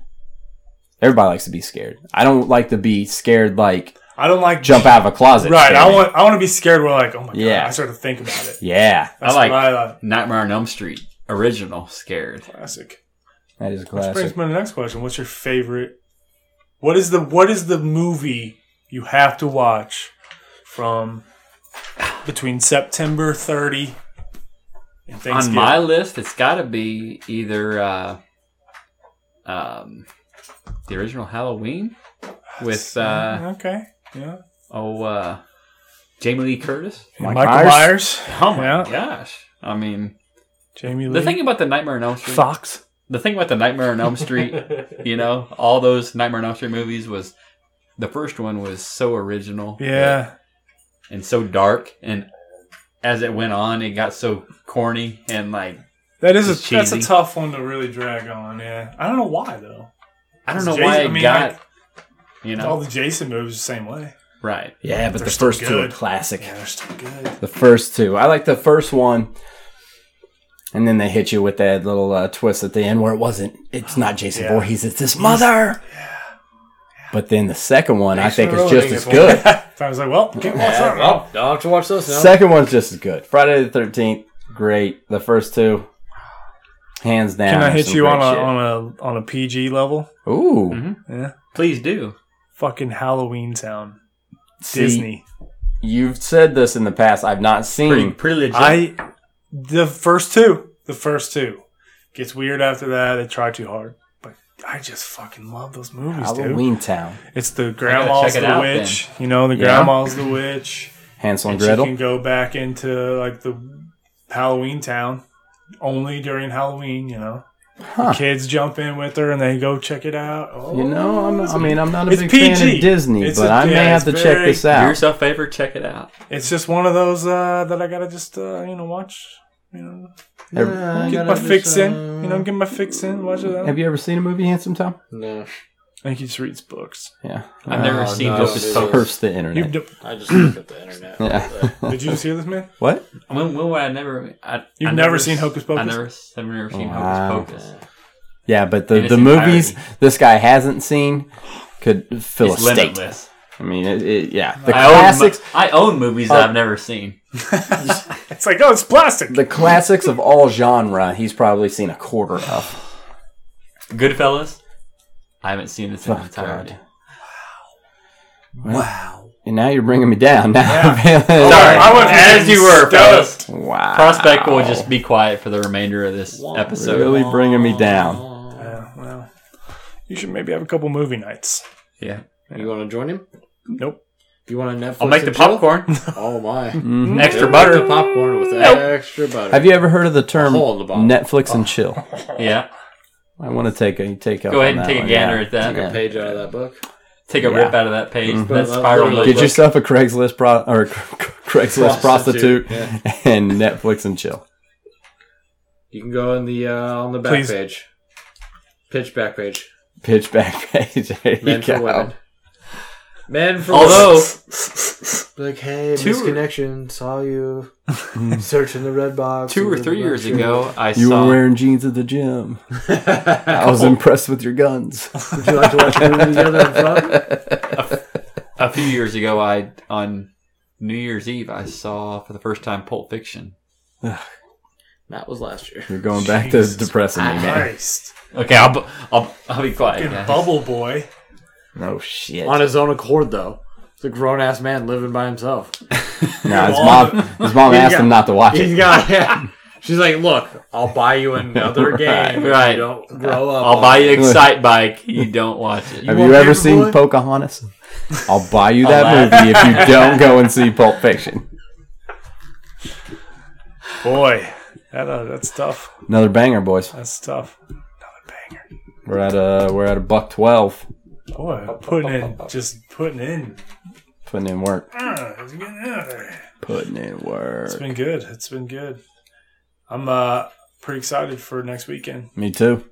Speaker 3: Everybody likes to be scared. I don't like to be scared like
Speaker 1: I don't like
Speaker 3: jump out of a closet.
Speaker 1: Right. I
Speaker 3: scary.
Speaker 1: want I want to be scared where like, oh my
Speaker 3: Yeah.
Speaker 1: god, I start to think about it.
Speaker 3: Yeah,
Speaker 1: That's
Speaker 4: like-
Speaker 1: what I love.
Speaker 4: Nightmare on Elm Street original scared.
Speaker 1: Classic.
Speaker 3: that is a
Speaker 1: Which
Speaker 3: classic.
Speaker 1: brings me to the next question. What's your favorite what is the what is the movie you have to watch from between September thirty and
Speaker 4: On
Speaker 1: Thanksgiving?
Speaker 4: my list, it's got to be either uh, um, the original Halloween with uh,
Speaker 1: okay. Yeah.
Speaker 4: oh uh, Jamie Lee Curtis.
Speaker 3: Mike
Speaker 1: Michael Myers.
Speaker 4: Oh my
Speaker 1: Yeah.
Speaker 4: gosh! I mean,
Speaker 1: Jamie Lee.
Speaker 4: the thing about the Nightmare on Elm Street.
Speaker 1: Fox.
Speaker 4: The thing about the Nightmare on Elm Street, (laughs) you know, all those Nightmare on Elm Street movies was the first one was so original.
Speaker 1: Yeah.
Speaker 4: and so dark and as it went on it got so corny and like
Speaker 1: That is a
Speaker 4: It's
Speaker 1: that's a
Speaker 4: cheesy.
Speaker 1: tough one to really drag on, yeah. I don't know why though.
Speaker 4: I don't
Speaker 1: It's
Speaker 4: know
Speaker 1: Jason-
Speaker 4: why
Speaker 1: I
Speaker 4: it
Speaker 1: mean,
Speaker 4: got. you know,
Speaker 1: All the Jason movies the same way.
Speaker 4: right?
Speaker 3: Yeah, but
Speaker 1: They're
Speaker 3: the
Speaker 1: still
Speaker 3: first two are
Speaker 1: good.
Speaker 3: classic.
Speaker 1: Yeah, they're still good.
Speaker 3: The first two. I like the first one. And then they hit you with that little uh, twist at the end where it wasn't, it's not Jason
Speaker 1: Yeah.
Speaker 3: Voorhees, it's his mother. But then the second one, I
Speaker 6: Thanks
Speaker 3: think,
Speaker 6: for
Speaker 3: is just
Speaker 6: ruining
Speaker 3: as
Speaker 6: it
Speaker 3: good.
Speaker 1: (laughs) So I was like, well, can't watch that. now.
Speaker 6: Oh, I'll have to watch those now.
Speaker 3: Second one's just as good. Friday the 13th, great. The first two, hands down.
Speaker 1: Can I hit
Speaker 3: some
Speaker 1: you
Speaker 3: great
Speaker 1: on a
Speaker 3: shit.
Speaker 1: on a on a Mm-hmm. PG level?
Speaker 3: Ooh.
Speaker 1: Yeah.
Speaker 4: Please do.
Speaker 1: Fucking Halloween Town.
Speaker 3: See,
Speaker 1: Disney.
Speaker 3: You've said this in the past. I've not
Speaker 4: Pretty,
Speaker 3: seen.
Speaker 4: pretty legit.
Speaker 1: I the first two. The first two. Gets weird after that. They try too hard. But I just fucking love those movies, dude.
Speaker 3: Halloween Town.
Speaker 1: It's the grandma's
Speaker 4: check it
Speaker 1: the
Speaker 4: out
Speaker 1: witch. You know, the
Speaker 3: Yeah.
Speaker 1: grandma's the witch.
Speaker 3: Hansel and
Speaker 1: And she
Speaker 3: Gretel.
Speaker 1: can go back into like the Halloween town only during Halloween, you know.
Speaker 3: Huh.
Speaker 1: Kids jump in with her and they go check it out. Oh,
Speaker 3: You know, I'm, I mean, I'm not a
Speaker 1: It's
Speaker 3: big fan
Speaker 1: PG.
Speaker 3: of Disney,
Speaker 1: It's
Speaker 3: but
Speaker 1: a-
Speaker 3: I may
Speaker 1: yeah,
Speaker 3: have to
Speaker 1: it's
Speaker 3: check
Speaker 1: very-
Speaker 3: this
Speaker 4: do
Speaker 3: out.
Speaker 4: yourself a favor, check it out.
Speaker 1: it's just one of those uh, that I gotta just uh, you know watch. You know,
Speaker 3: Have,
Speaker 1: get my fix in. You know, get my fix in. Watch it. Out.
Speaker 3: uh, have you ever seen a movie, Handsome Tom?
Speaker 6: (laughs) No,
Speaker 1: I think he just reads books.
Speaker 3: Yeah,
Speaker 4: I've never seen
Speaker 6: no,
Speaker 4: Hocus
Speaker 6: dude.
Speaker 4: Pocus.
Speaker 3: curse the
Speaker 1: You,
Speaker 3: internet.
Speaker 1: d-
Speaker 6: I just look at the internet.
Speaker 3: Yeah. (laughs)
Speaker 1: did you see this man? (laughs)
Speaker 3: what?
Speaker 4: When, when would I never? I,
Speaker 1: You've
Speaker 4: I
Speaker 1: never seen
Speaker 4: s-
Speaker 1: Hocus Pocus?
Speaker 4: I never, s- I've never seen
Speaker 3: Wow.
Speaker 4: Hocus Pocus.
Speaker 3: Yeah, but the,
Speaker 4: In its
Speaker 3: the movies this guy hasn't seen could fill
Speaker 4: It's
Speaker 3: a state.
Speaker 4: limitless.
Speaker 3: I mean, it, it, yeah, the
Speaker 4: I
Speaker 3: classics,
Speaker 4: Own, mo- I own movies that I've never seen.
Speaker 1: It's like, oh, it's plastic.
Speaker 3: the classics of all genre. He's probably seen a quarter of.
Speaker 4: Goodfellas. I haven't seen this in
Speaker 3: Oh,
Speaker 4: entirety.
Speaker 3: God. Wow. And now you're bringing me down. (laughs) Now,
Speaker 4: Oh, Sorry,
Speaker 1: I went
Speaker 4: as you were,
Speaker 1: stoked.
Speaker 4: fellas.
Speaker 3: wow.
Speaker 4: Prospect will just be quiet for the remainder of this episode.
Speaker 3: really bringing me down.
Speaker 1: Yeah, well, you should maybe have a couple movie nights.
Speaker 4: Yeah,
Speaker 6: (clears throat) You want to join him?
Speaker 1: Nope.
Speaker 6: You want to Netflix?
Speaker 4: I'll make the
Speaker 6: and chill?
Speaker 4: popcorn.
Speaker 6: Oh my!
Speaker 4: Extra
Speaker 5: (laughs)
Speaker 6: Make
Speaker 4: butter.
Speaker 6: the popcorn with extra butter.
Speaker 3: Mm-hmm. Have you ever heard of the term
Speaker 6: hole in the bottom.
Speaker 3: Netflix and chill?
Speaker 4: Yeah,
Speaker 3: I want to take a take up
Speaker 4: go ahead
Speaker 3: on
Speaker 4: and
Speaker 3: that
Speaker 4: take a
Speaker 3: one,
Speaker 4: gander
Speaker 3: yeah.
Speaker 4: at that.
Speaker 3: Yeah.
Speaker 6: page out of that book?
Speaker 4: Take a
Speaker 3: Yeah.
Speaker 4: rip out of that page.
Speaker 3: Mm-hmm.
Speaker 4: That
Speaker 6: But, uh,
Speaker 4: spiral.
Speaker 3: Get
Speaker 6: literally-
Speaker 4: notebook.
Speaker 3: yourself a Craigslist pro- or (laughs) Craigslist prostitute,
Speaker 6: Prostitute, yeah.
Speaker 3: and Netflix and chill.
Speaker 6: You can go on the uh, on the back
Speaker 1: Please.
Speaker 6: page, pitch back page,
Speaker 3: Pitch back (laughs) page. There
Speaker 6: men
Speaker 3: you
Speaker 6: for
Speaker 3: go.
Speaker 6: women, men for
Speaker 4: Although
Speaker 6: women. like hey,
Speaker 4: Two-
Speaker 6: misconnection, saw
Speaker 4: (laughs)
Speaker 6: you searching the red box.
Speaker 4: two or
Speaker 6: You
Speaker 4: three
Speaker 6: were
Speaker 4: years
Speaker 6: not
Speaker 4: ago, I
Speaker 3: You
Speaker 4: saw
Speaker 3: were wearing jeans at the gym. I was impressed with your guns.
Speaker 6: sure. Would you like to watch a movie together in front?
Speaker 4: a few years ago. I on New Year's Eve, I saw for the first time Pulp Fiction.
Speaker 6: That was last year.
Speaker 3: You're going back
Speaker 1: Jesus
Speaker 3: to depressing me, man.
Speaker 1: Christ.
Speaker 4: Okay, I'll bu- I'll, I'll be quiet.
Speaker 1: Fucking
Speaker 4: guys.
Speaker 1: Bubble Boy.
Speaker 3: Oh shit!
Speaker 6: On his own accord, though. It's a grown ass man living by himself.
Speaker 3: No, his mom. His mom asked him not to watch
Speaker 6: He's
Speaker 3: it.
Speaker 6: got. (laughs) Yeah. She's like, look, I'll buy you another game. if you
Speaker 4: Right.
Speaker 6: don't grow up.
Speaker 4: I'll
Speaker 6: on
Speaker 4: buy
Speaker 6: it."
Speaker 4: you Excite Bike. You don't watch it.
Speaker 3: Have
Speaker 6: want
Speaker 3: you ever
Speaker 6: Paperboy?
Speaker 3: seen Pocahontas? I'll buy you
Speaker 4: I'll
Speaker 3: that movie if you don't go and see Pulp Fiction.
Speaker 1: Boy. That, uh, that's tough.
Speaker 3: Another banger, boys.
Speaker 1: That's tough. Another banger.
Speaker 3: We're at a we're at a buck twelve.
Speaker 6: (laughs)
Speaker 1: Boy, putting in, just putting in.
Speaker 3: Putting in work.
Speaker 1: Uh, it's getting out there.
Speaker 3: Putting in work.
Speaker 1: It's been good. It's been good. I'm uh pretty excited for next weekend.
Speaker 3: Me too.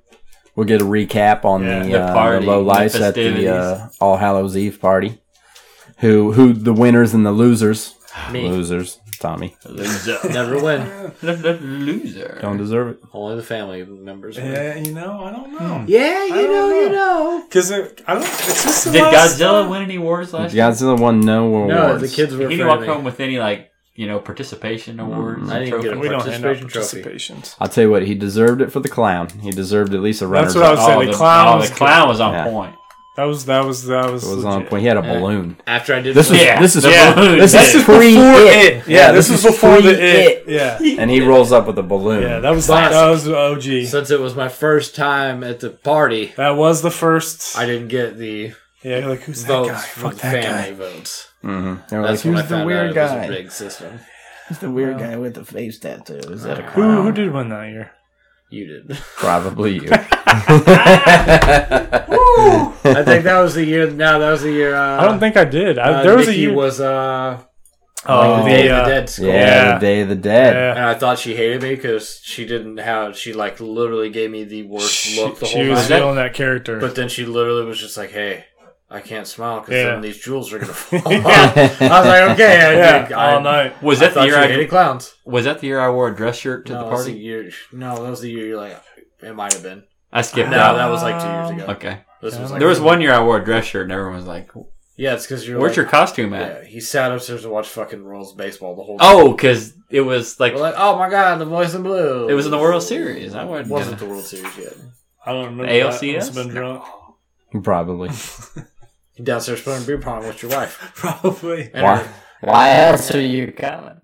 Speaker 3: We'll get a recap on
Speaker 1: Yeah,
Speaker 3: the,
Speaker 4: the
Speaker 3: uh,
Speaker 4: party,
Speaker 3: the low lights
Speaker 4: the
Speaker 3: at the uh,
Speaker 4: festivities.
Speaker 3: All Hallows Eve party. Who who the winners and the losers?
Speaker 6: Me.
Speaker 3: Losers. Tommy
Speaker 4: Loser.
Speaker 6: Never win.
Speaker 4: (laughs) Loser.
Speaker 3: don't deserve it.
Speaker 6: Only the family members. win.
Speaker 1: Yeah, you know, I don't know.
Speaker 6: Yeah, you
Speaker 1: I don't know, you
Speaker 6: know.
Speaker 1: Because I don't. It's just the
Speaker 4: Did
Speaker 1: last
Speaker 4: Godzilla
Speaker 1: time.
Speaker 4: win any awards last year?
Speaker 3: Godzilla won no awards.
Speaker 6: No, the kids were
Speaker 4: He
Speaker 6: afraid
Speaker 4: didn't walk
Speaker 6: of
Speaker 4: home
Speaker 6: me.
Speaker 4: with any like you know participation awards.
Speaker 6: I
Speaker 4: and
Speaker 6: didn't get
Speaker 4: trophies.
Speaker 1: We don't hand out
Speaker 6: Participation trophy.
Speaker 1: participations.
Speaker 3: I'll tell you what, he deserved it for the clown. He deserved at least a runner.
Speaker 1: That's what I was saying.
Speaker 4: Oh,
Speaker 1: The,
Speaker 4: the,
Speaker 1: clown.
Speaker 4: oh,
Speaker 1: was
Speaker 4: the clown was on
Speaker 3: Yeah.
Speaker 4: point.
Speaker 1: That was that was that was.
Speaker 3: was on
Speaker 1: legit.
Speaker 3: point. He had a balloon.
Speaker 6: After I did
Speaker 3: This was
Speaker 6: win.
Speaker 4: Yeah,
Speaker 3: this is
Speaker 4: the balloon.
Speaker 3: this
Speaker 4: This
Speaker 3: is
Speaker 4: is
Speaker 3: pre it.
Speaker 1: Yeah, this, was before the it.
Speaker 3: pre-It.
Speaker 1: Yeah,
Speaker 3: (laughs) And he rolls up with a balloon.
Speaker 1: yeah. That was
Speaker 6: Classic.
Speaker 1: that was OG.
Speaker 6: since it was my first time at the party,
Speaker 1: That was the first.
Speaker 6: I didn't get the
Speaker 1: yeah, you're like who's that guy?
Speaker 6: votes from
Speaker 1: Fuck
Speaker 6: the
Speaker 1: that
Speaker 6: family
Speaker 1: guy.
Speaker 6: votes.
Speaker 3: Mhm. They were like,
Speaker 6: That's when I
Speaker 3: who's the
Speaker 6: found
Speaker 3: weird
Speaker 6: out it was a
Speaker 3: guy?
Speaker 6: rigged system.
Speaker 7: It's the weird guy with the face tattoo. Is that a
Speaker 1: Who
Speaker 6: Um,
Speaker 1: who did win that year?
Speaker 6: You (laughs) did.
Speaker 3: Probably you. (laughs)
Speaker 6: I think that was the year. No, that was the year. Uh,
Speaker 1: I don't think I did. I,
Speaker 6: uh,
Speaker 1: there was a
Speaker 6: Nikki
Speaker 1: year.
Speaker 6: was uh,
Speaker 1: Oh,
Speaker 3: Oh,
Speaker 1: the,
Speaker 6: Day of
Speaker 1: uh,
Speaker 6: the Dead Skull.
Speaker 3: Yeah,
Speaker 1: Yeah.
Speaker 3: the Day of the Dead.
Speaker 1: yeah.
Speaker 6: And I thought she hated me because she didn't have. She like literally gave me the worst
Speaker 1: She,
Speaker 6: look the
Speaker 1: she
Speaker 6: whole
Speaker 1: was
Speaker 6: night.
Speaker 1: feeling that character. (laughs)
Speaker 6: But then she literally was just like, "Hey, I can't smile because
Speaker 1: Yeah.
Speaker 6: then these
Speaker 1: (laughs)
Speaker 6: jewels are gonna fall." off." I was like, "Okay, (laughs) I,
Speaker 1: yeah, Oh,
Speaker 6: think I,
Speaker 1: all night.
Speaker 4: Was
Speaker 6: I
Speaker 4: that the
Speaker 6: thought
Speaker 4: year
Speaker 6: you
Speaker 4: I
Speaker 6: hated clowns."
Speaker 4: was that the year I wore a dress shirt to
Speaker 6: no,
Speaker 4: the
Speaker 6: that's the
Speaker 4: party?
Speaker 6: year. No, that was the year you're like. It might have been.
Speaker 4: I skipped
Speaker 6: No,
Speaker 4: out.
Speaker 6: that was like two years ago.
Speaker 4: okay.
Speaker 6: This was like
Speaker 4: There was one year I wore a dress shirt and everyone was like,
Speaker 6: Yeah, it's because you're.
Speaker 4: "Where's
Speaker 6: like,
Speaker 4: your costume at?"
Speaker 6: Yeah, he sat upstairs to watch fucking Royals baseball the whole. time.
Speaker 4: Oh, because it was like
Speaker 6: We're like, oh my god, the voice in blue.
Speaker 4: it was in the World Series. I wasn't.
Speaker 6: It wasn't the
Speaker 4: gonna-
Speaker 6: World Series yet.
Speaker 1: I don't remember. That.
Speaker 4: ALCS?
Speaker 1: Must've been
Speaker 6: (laughs)
Speaker 1: drunk.
Speaker 3: (laughs) Probably.
Speaker 6: Downstairs playing beer pong with your wife.
Speaker 1: Probably.
Speaker 6: And her-
Speaker 3: Why else are you coming?